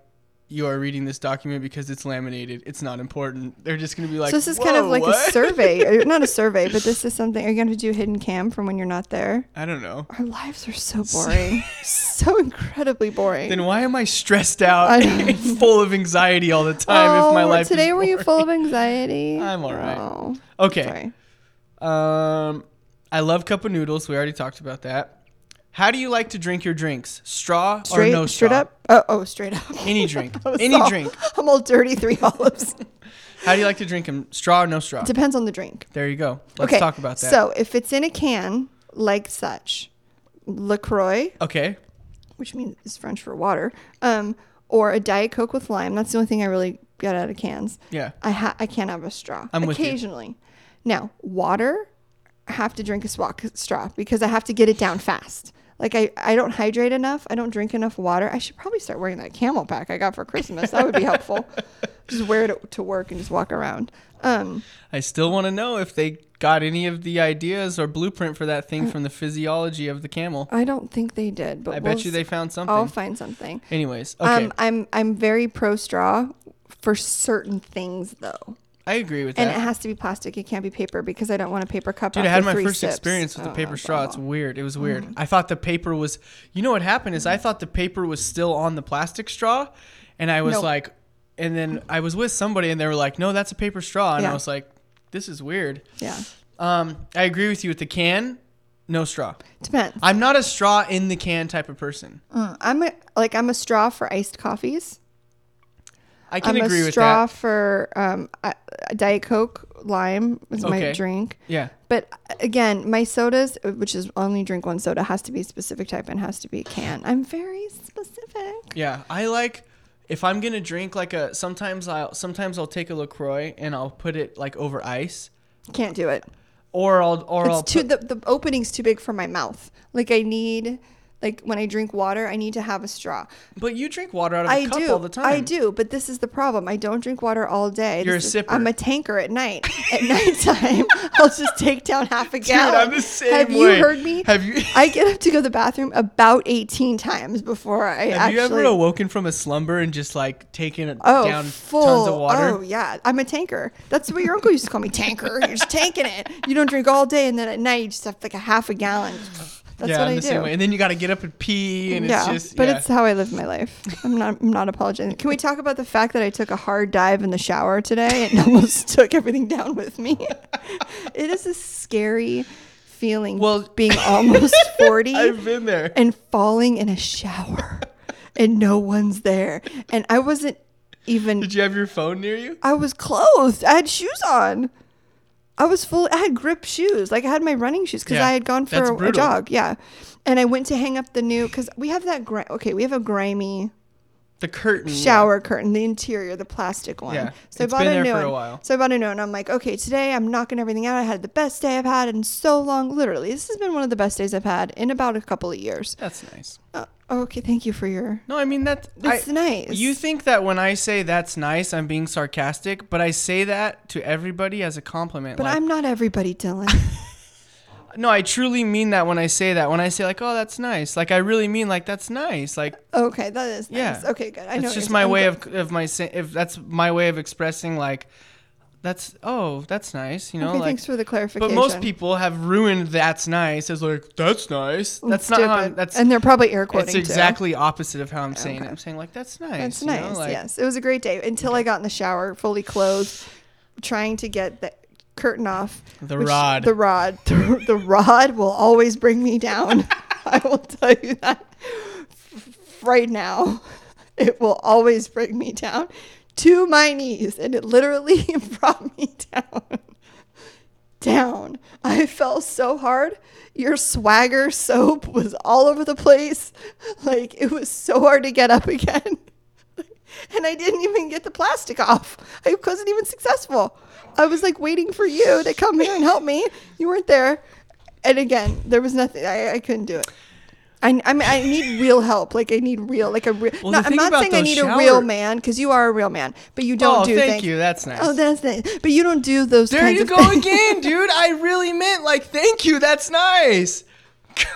A: You are reading this document because it's laminated. It's not important. They're just gonna be like,
B: so this is kind of
A: "Whoa,
B: like
A: what?"
B: a survey, or not a survey, but this is something. Are you gonna do hidden cam from when you're not there?
A: I don't know.
B: Our lives are so boring, so incredibly boring.
A: Then why am I stressed out,
B: I
A: and full of anxiety all the time? if my
B: Oh,
A: life
B: today
A: is
B: were you
A: boring?
B: full of anxiety?
A: I'm all right.
B: Oh,
A: Okay.
B: sorry.
A: Um, I love cup of noodles. We already talked about that. How do you like to drink your drinks? Straw
B: Straight,
A: or no straw?
B: straight up. Oh, oh, straight up.
A: Any drink.
B: I was
A: Any
B: all-
A: drink.
B: I'm all dirty. Three olives.
A: How do you like to drink them? Straw or no straw?
B: Depends on the drink.
A: there you go. Let's talk about that.
B: So if it's in a can, like such, LaCroix,
A: okay.
B: which means is French for water, um, or a Diet Coke with lime. That's the only thing I really got out of cans.
A: Yeah.
B: I ha- I can't have a straw.
A: I'm with you.
B: Occasionally. Now, water, I have to drink a swa- straw because I have to get it down fast. Like I, I don't hydrate enough. I don't drink enough water. I should probably start wearing that camel pack I got for Christmas. That would be helpful. just wear it to work and just walk around. Um,
A: I still want to know if they got any of the ideas or blueprint for that
B: Uh,
A: thing from the physiology of the camel.
B: I don't think they did, but
A: I
B: uh, we'll
A: bet you they
B: s-
A: found
B: I'll
A: something.
B: find something.
A: Anyways, okay,
B: Um, I'm I'm very pro straw for certain things though,
A: I agree with
B: and
A: that.
B: it has to be plastic. It can't be paper because I don't want a paper cup.
A: Dude, I had
B: after
A: my
B: three
A: first
B: sips.
A: experience with
B: I
A: the
B: don't
A: paper
B: know,
A: straw.
B: blah,
A: It's
B: blah. Mm.
A: weird. It was weird. I thought the paper was, you know what happened is I thought the paper was still on the plastic straw, and I was
B: Nope.
A: like, and then I was with somebody and they were like, no, that's a paper straw, and I
B: Yeah.
A: was like, this is weird.
B: Yeah,
A: Um, I agree with you with the can, no straw.
B: depends. Mm.
A: I'm not a straw in the can type of person.
B: I'm a, like I'm a straw for iced coffees.
A: I
B: I'm
A: can agree
B: a
A: with
B: straw
A: that.
B: for um, a, a Diet Coke lime is my
A: Okay.
B: drink.
A: Yeah.
B: But uh, again, my sodas, uh, which is only drink one soda, has to be a specific type and has to be a can. I'm very specific.
A: Yeah, I like if I'm gonna drink like a sometimes I'll sometimes I'll take a Lacroix and I'll put it like over ice,
B: Can't do it.
A: or I'll or I'll
B: it's too
A: put-
B: the, the opening's too big for my mouth. Like I need like when I drink water, I need to have a straw.
A: but you drink water out of a
B: I
A: cup
B: do.
A: all the time.
B: I do, but this is the problem. I don't drink water all day.
A: You're
B: This
A: a
B: is-
A: sipper.
B: I'm a tanker at night. at nighttime, I'll just take down half a gallon.
A: I'm the same
B: Have
A: way.
B: you heard me?
A: Have you-
B: I get up to go to the bathroom about 18 times before I
A: Have
B: actually
A: you ever awoken from a slumber and just like taken
B: Oh,
A: down
B: full.
A: tons of water?
B: Oh, yeah. I'm a tanker. That's what your uncle used to call me, tanker. You're just tanking it. You don't drink all day, and then at night you just have like a half a gallon. That's
A: yeah,
B: what
A: I'm
B: I
A: the
B: do.
A: same way. And then you got to get up and pee, and
B: yeah,
A: it's just
B: but
A: yeah.
B: it's how I live my life. I'm not. I'm not apologizing. Can we talk about the fact that I took a hard dive in the shower today and almost took everything down with me? it is a scary feeling.
A: Well-
B: being almost forty
A: I've been there.
B: and falling in a shower and no one's there, and I wasn't even
A: Did you have your phone near you?
B: I was clothed. I had shoes on. I was full. I had grip shoes. Like I had my running shoes because
A: Yeah,
B: I had gone for
A: that's
B: a, a
A: brutal.
B: jog. Yeah, and I went to hang up the new because we have that. Gri- okay, we have a grimy
A: The curtain. yeah.
B: shower curtain, the interior, the plastic one.
A: Yeah,
B: so I
A: it's
B: bought
A: been
B: a
A: there
B: new
A: for a
B: one.
A: while.
B: So I bought a new one. I'm like, okay, today I'm knocking everything out. I had the best day I've had in so long. Literally, this has been one of the best days I've had in about a couple of years.
A: That's nice.
B: Uh, okay, thank you for your.
A: No, I mean that.
B: That's
A: I-
B: nice.
A: You think that when I say that's nice, I'm being sarcastic, but I say that to everybody as a compliment.
B: But
A: like,
B: I'm not everybody, Dylan.
A: no, I truly mean that when I say that. When I say like, oh, that's nice, like I really mean like that's nice. Like
B: okay, that is nice.
A: Yeah.
B: Okay, good. I
A: it's
B: know. what
A: just
B: you're
A: my
B: saying.
A: way
B: I'm
A: of of my sa- if that's my way of expressing like that's oh that's nice you know
B: Okay,
A: like
B: thanks for the
A: but
B: clarification.
A: most people have ruined that's nice as like that's nice. That's not how I'm,
B: Stupid.
A: that's
B: and they're probably air quoting
A: it's
B: too. Oh,
A: exactly opposite of how I'm saying. it. I'm saying like that's nice.
B: That's
A: you know,
B: nice.
A: like-
B: yes, it was a great day until I got in the shower, fully clothed, trying to get the curtain off.
A: The rod.
B: The rod. The, the rod will always bring me down. I will tell you that f- right now. It will always bring me down to my knees, and it literally brought me down. down. I fell so hard. Your swagger soap was all over the place. Like it was so hard to get up again. and I didn't even get the plastic off. I wasn't even successful. I was like waiting for you to come here and help me. You weren't there. And again, there was nothing. I, I couldn't do it. I, I mean, I need real help. Like I need real, like a real.
A: Well,
B: no,
A: the
B: I'm
A: thing
B: not
A: about
B: saying I
A: those
B: need a
A: shower-
B: real man because you are a real man, but you don't
A: Oh,
B: do.
A: thank
B: things-
A: you. That's nice.
B: Oh, that's nice. But you don't do those.
A: There
B: kinds
A: you
B: of
A: go
B: things.
A: again, dude. I really meant like thank you. That's nice.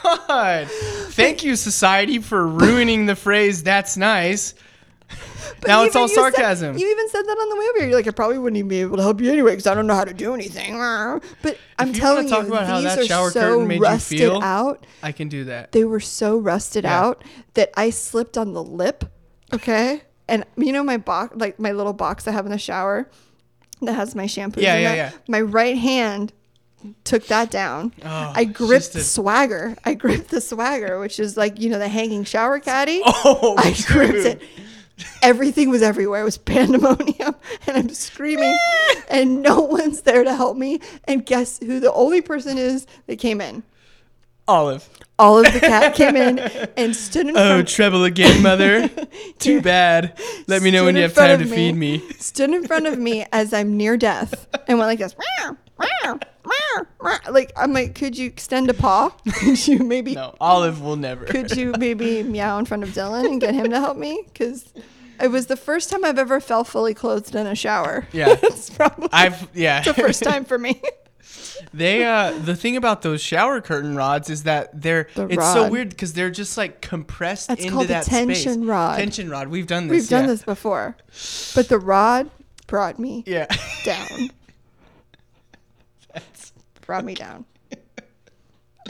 A: God. Thank you society for ruining the phrase that's nice.
B: But
A: now it's
B: even
A: all
B: you said-
A: sarcasm.
B: you even said that on the way over here. You're like, I probably wouldn't even be able to help you anyway because I don't know how to do anything. But
A: you wanna
B: I'm telling
A: talk
B: you,
A: about how
B: these
A: that
B: are
A: shower
B: so
A: curtain made you
B: rusted
A: feel?
B: out.
A: I can do that.
B: They were so rusted
A: Yeah.
B: out that I slipped on the lip. Okay, and you know my box, like my little box I have in the shower that has my shampoo.
A: Yeah,
B: in
A: yeah,
B: it.
A: yeah.
B: My right hand took that down.
A: Oh,
B: I gripped
A: just a-
B: swagger. I gripped the swagger, which is like you know the hanging shower caddy.
A: Oh,
B: I
A: dude.
B: gripped it. Everything was everywhere. It was pandemonium, and I'm screaming, and no one's there to help me. And guess who the only person is that came in?
A: Olive.
B: All of the cat came in and stood in
A: Oh,
B: front.
A: treble again, mother. Too bad. Let me know when
B: stood
A: you
B: in
A: have
B: front
A: time to
B: of
A: feed me.
B: Stood in front of me as I'm near death and went like this. meow, meow, meow. like I'm like, could you extend a paw? could you maybe
A: No, Olive will never.
B: could you maybe meow in front of Dylan and get him to help me? Because it was the first time I've ever felt fully clothed in a shower.
A: Yeah.
B: it's probably
A: I've yeah.
B: the first time for me.
A: They uh the thing about those shower curtain rods is that they're
B: The
A: it's so
B: rod.
A: weird because they're just like compressed
B: That's
A: into
B: called a
A: that space.
B: tension rod.
A: Tension rod. We've done this.
B: We've done
A: yeah.
B: this before, but the rod brought me
A: Yeah.
B: down. brought me down.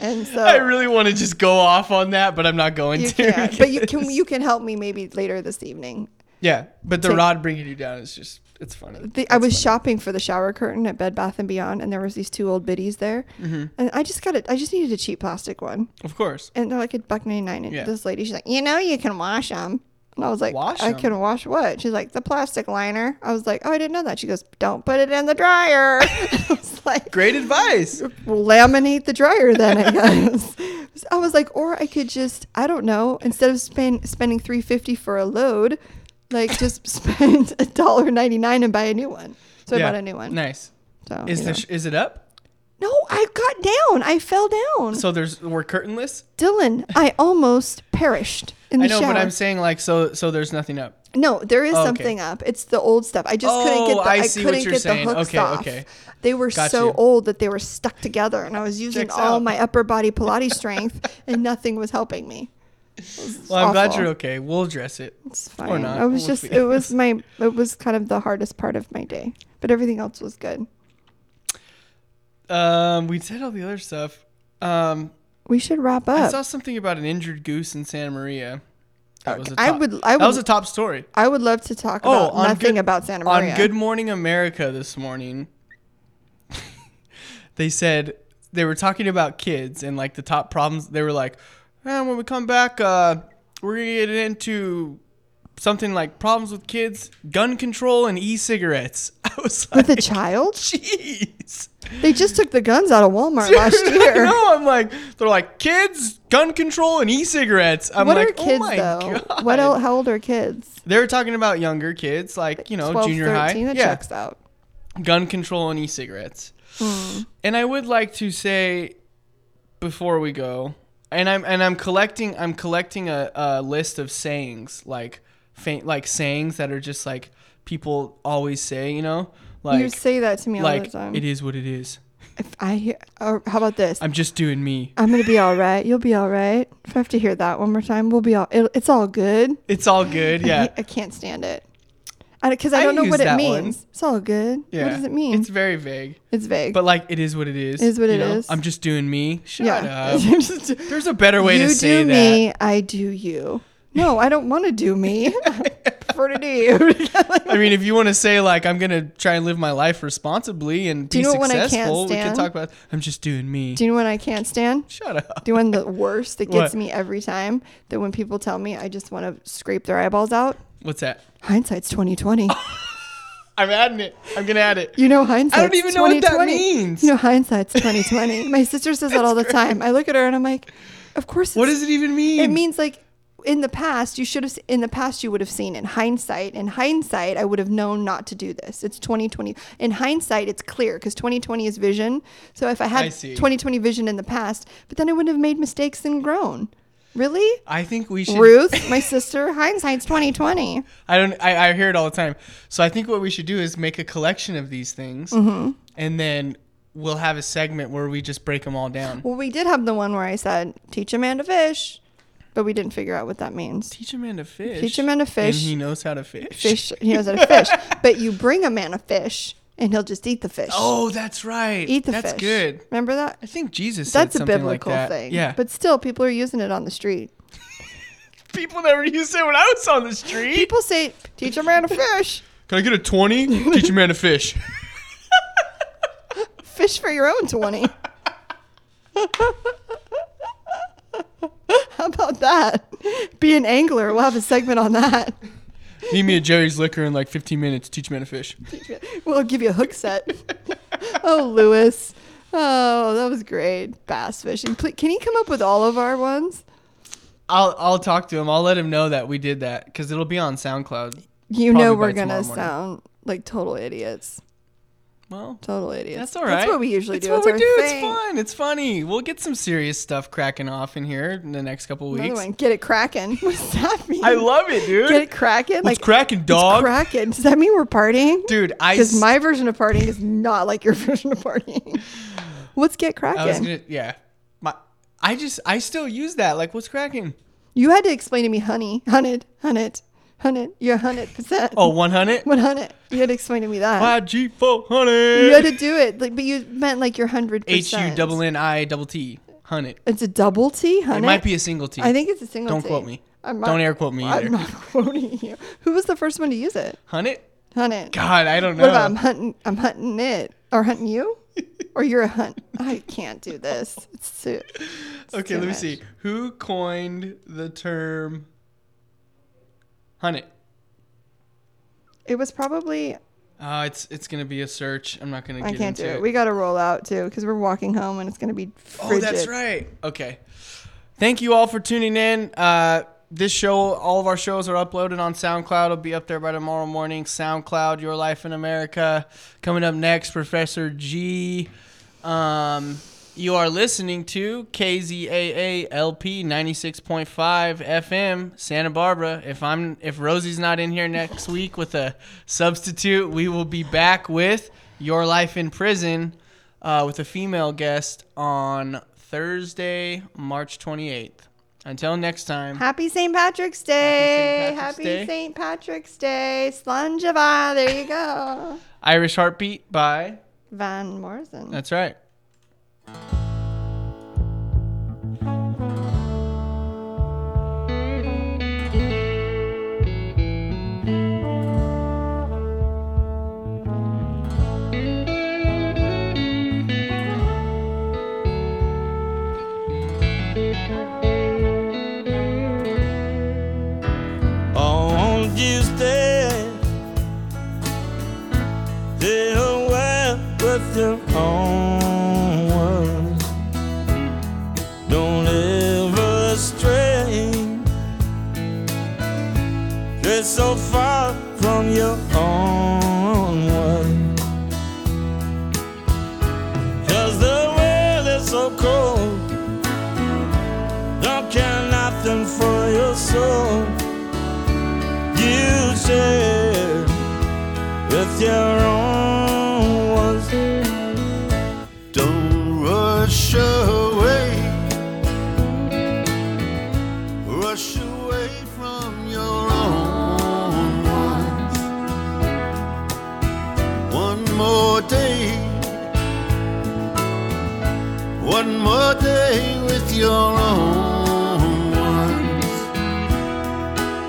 B: And so
A: I really want to just go off on that, but I'm not going
B: you
A: to.
B: can, but you can
A: because-
B: you can help me maybe later this evening.
A: Yeah, but the
B: Take-
A: rod bringing you down is just it's funny.
B: The, I was shopping for the shower curtain at Bed Bath and Beyond, and there was these two old biddies there,
A: Mm-hmm.
B: and I just got it. I just needed a cheap plastic one,
A: Of course.
B: and they're like a buck ninety nine. And
A: Yeah.
B: this lady, she's like, you know, you can wash them. And I was like,
A: Wash
B: I
A: 'em?
B: can wash what? She's like, the plastic liner. I was like, oh, I didn't know that. She goes, don't put it in the dryer. I was like,
A: Great advice.
B: laminate the dryer then I guess. So I was like, or I could just I don't know, instead of spend spending three fifty for a load, like just spend a dollar ninety nine and buy a new one. So I bought a new one.
A: Nice.
B: So
A: Is
B: you
A: the
B: know.
A: sh- is it up?
B: No, I got down. I fell down.
A: So there's we're curtainless.
B: Dylan, I almost perished in the
A: I know,
B: shower.
A: but I'm saying like so so there's nothing up.
B: No, there is
A: Oh, okay.
B: something up. It's the old stuff. I just couldn't get
A: Oh,
B: the
A: I
B: I,
A: see what
B: couldn't
A: you're
B: get
A: saying.
B: the hooks
A: Okay,
B: off.
A: okay.
B: They were
A: Got
B: so
A: you.
B: old that they were stuck together and I was using
A: Checks
B: all
A: out.
B: my upper body Pilates strength and nothing was helping me.
A: Well, I'm glad
B: awful.
A: you're okay. We'll dress it.
B: It's fine.
A: not.
B: I was
A: We'll
B: just
A: see.
B: it was my it was kind of the hardest part of my day. But everything else was good.
A: Um, we said all the other stuff. Um,
B: We should wrap
A: I
B: up.
A: saw something about an injured goose in Santa Maria. That was a
B: I
A: top-
B: would- I
A: That was
B: would-
A: a top story.
B: I would love to talk about
A: Oh, on
B: nothing
A: Good-
B: about Santa Maria.
A: On Good Morning America this morning, they said they were talking about kids and like the top problems. They were like, "Man, when we come back, uh, we're gonna get into something like problems with kids, gun control, and e-cigarettes." I was like,
B: With a child?
A: "Jeez."
B: They just took the guns out of Walmart last year.
A: no, I'm like, they're like kids, gun control, and e-cigarettes. I'm
B: what
A: like,
B: are kids
A: oh my
B: though?
A: god.
B: What el- how old are kids?
A: They were talking about younger kids, like you know,
B: 12,
A: junior
B: 13,
A: high.
B: That
A: Yeah,
B: checks out.
A: gun control and e-cigarettes.
B: Hmm.
A: And I would like to say before we go, and I'm and I'm collecting I'm collecting a, a list of sayings like fa- like sayings that are just like people always say, you know, like
B: you say that to me all
A: like
B: the time.
A: it is what it is.
B: If I hear, or how about this? I'm,
A: I'm just doing me.
B: gonna be all right. You'll be all right. If I have to hear that one more time, we'll be all. It, it's all good.
A: It's all good.
B: I,
A: Yeah.
B: I can't stand it. Because I, don't know
A: use
B: what it
A: that one.
B: means. It's all good.
A: Yeah.
B: What does it mean?
A: It's very vague.
B: It's vague.
A: But like it is what it is.
B: It is what
A: it
B: it
A: is.
B: is.
A: I'm just doing me. Shut
B: yeah.
A: up. There's a better way
B: you
A: to say
B: do
A: that.
B: me. I do you. No, I don't want to do me. I prefer to do you.
A: I mean, if you want to say like I'm gonna try and live my life responsibly and
B: Do
A: be
B: you know what I can't
A: successful, we can
B: stand?
A: talk about. I'm just doing me.
B: do you know what I can't stand?
A: Shut up.
B: Doing the worst that gets
A: What?
B: me every time. That when people tell me, I just want to scrape their eyeballs out.
A: What's that?
B: Hindsight's twenty twenty.
A: I'm adding it. I'm gonna add it.
B: You know hindsight.
A: even know what that means.
B: You know hindsight's twenty twenty. My sister says that all the time. I look at her and I'm like, of course. It's,
A: What does it even mean?
B: It means like in the past you should have. s- In the past you would have seen. In hindsight, in hindsight, I would have known not to do this. It's twenty twenty. In hindsight, it's clear because twenty twenty is vision. So if I
A: I
B: had
A: see.
B: twenty twenty vision in the past, but then I wouldn't have made mistakes and grown. Really.
A: I think we should.
B: Ruth, my sister, hindsight's twenty twenty.
A: I don't. I, I hear it all the time. So I think what we should do is make a collection of these things,
B: Mm-hmm.
A: and then we'll have a segment where we just break them all down.
B: Well, we did have the one where I said, teach a man to fish, but we didn't figure out what that means.
A: Teach a man to fish.
B: Teach a man to
A: And
B: fish.
A: he knows how to fish.
B: Fish, he knows how to fish. But you bring a man a fish and he'll just eat the fish.
A: Oh, that's right.
B: eat the
A: that's
B: fish.
A: good.
B: Remember that?
A: I think Jesus said
B: That's a
A: something
B: biblical
A: like that.
B: thing.
A: Yeah.
B: But still, people are using it on the street.
A: people never used it when I was on the street.
B: People say, teach a man to fish,
A: Can I get a 20? Teach a man to fish.
B: fish for your own 20. How about that? Be an angler. We'll have a segment on that.
A: Need me a Jerry's Liquor in like 15 minutes. Teach a man to fish.
B: We'll give you a hook set. oh, Lewis. Oh, that was great. Bass fishing. Pl- Can you come up with all of our ones?
A: I'll, I'll talk to him. I'll let him know that we did that because it'll be on SoundCloud.
B: You
A: Probably
B: know
A: by tomorrow
B: we're gonna
A: morning.
B: sound like total idiots.
A: Well,
B: Total idiots.
A: that's all right.
B: That's what we usually
A: That's
B: do.
A: What
B: it's
A: we
B: our
A: do. It's
B: thing.
A: fun. It's funny. We'll get some serious stuff cracking off in here in the next couple
B: Another
A: weeks.
B: one. Get it cracking. What does that mean?
A: I love it, dude.
B: Get it cracking.
A: What's
B: Like
A: cracking,
B: it's
A: dog?
B: cracking. Does that mean we're partying?
A: dude, I
B: Because
A: s-
B: my version of partying is not like your version of partying. What's get
A: I was
B: cracking?
A: gonna, yeah. My, I just, I still use that. Like, what's cracking?
B: You had to explain to me, honey, hunted, hunted, hunted. You're hundred percent.
A: Oh, 100?
B: one hundred. You had to explain to me that.
A: YG
B: You had
A: 400.
B: to do it, like, but you meant like your hundred
A: H
B: percent.
A: U double N I double T. 100.
B: It's a double T,
A: It
B: honey.
A: might be a single T.
B: I think it's a single.
A: Don't
B: T.
A: quote me.
B: I'm
A: Don't air quote me either.
B: I'm not quoting you. Who was the first one to use it?
A: Hunted?
B: Hunting.
A: God, I don't know.
B: What about I'm hunting? I'm hunting it or hunting you, or you're a hunt. I can't do this. It's too.
A: okay,
B: too
A: let me
B: much.
A: see. Who coined the term hunted?
B: It was probably.
A: Uh, it's it's gonna be a search. I'm not gonna.
B: I
A: Get
B: can't do
A: into
B: it. We got to roll out too because we're walking home and it's gonna be
A: Oh,
B: frigid.
A: that's right. Okay. Thank you all for tuning in. Uh, this show, all of our shows are uploaded on SoundCloud. It'll be up there by tomorrow morning. SoundCloud, Your Life in America. Coming up next, Professor G. Um, you are listening to KZAA LP 96.5 FM, Santa Barbara. If I'm if Rosie's not in here next week with a substitute, we will be back with Your Life in Prison uh, with a female guest on Thursday, March 28th. Until next time.
B: Happy St. Patrick's Day.
A: Patrick's Day.
B: Happy St. Patrick's Day. Slangeva. There you go.
A: Irish Heartbeat by
B: Van Morrison.
A: That's right.
C: on Tuesday. They are well with their own words. Don't ever stray. They're so far from your own world. Cause the world is so cold. Don't care nothing for your soul you share with your own ones. Don't rush away, rush away from your own ones. One more day, one more day with your own.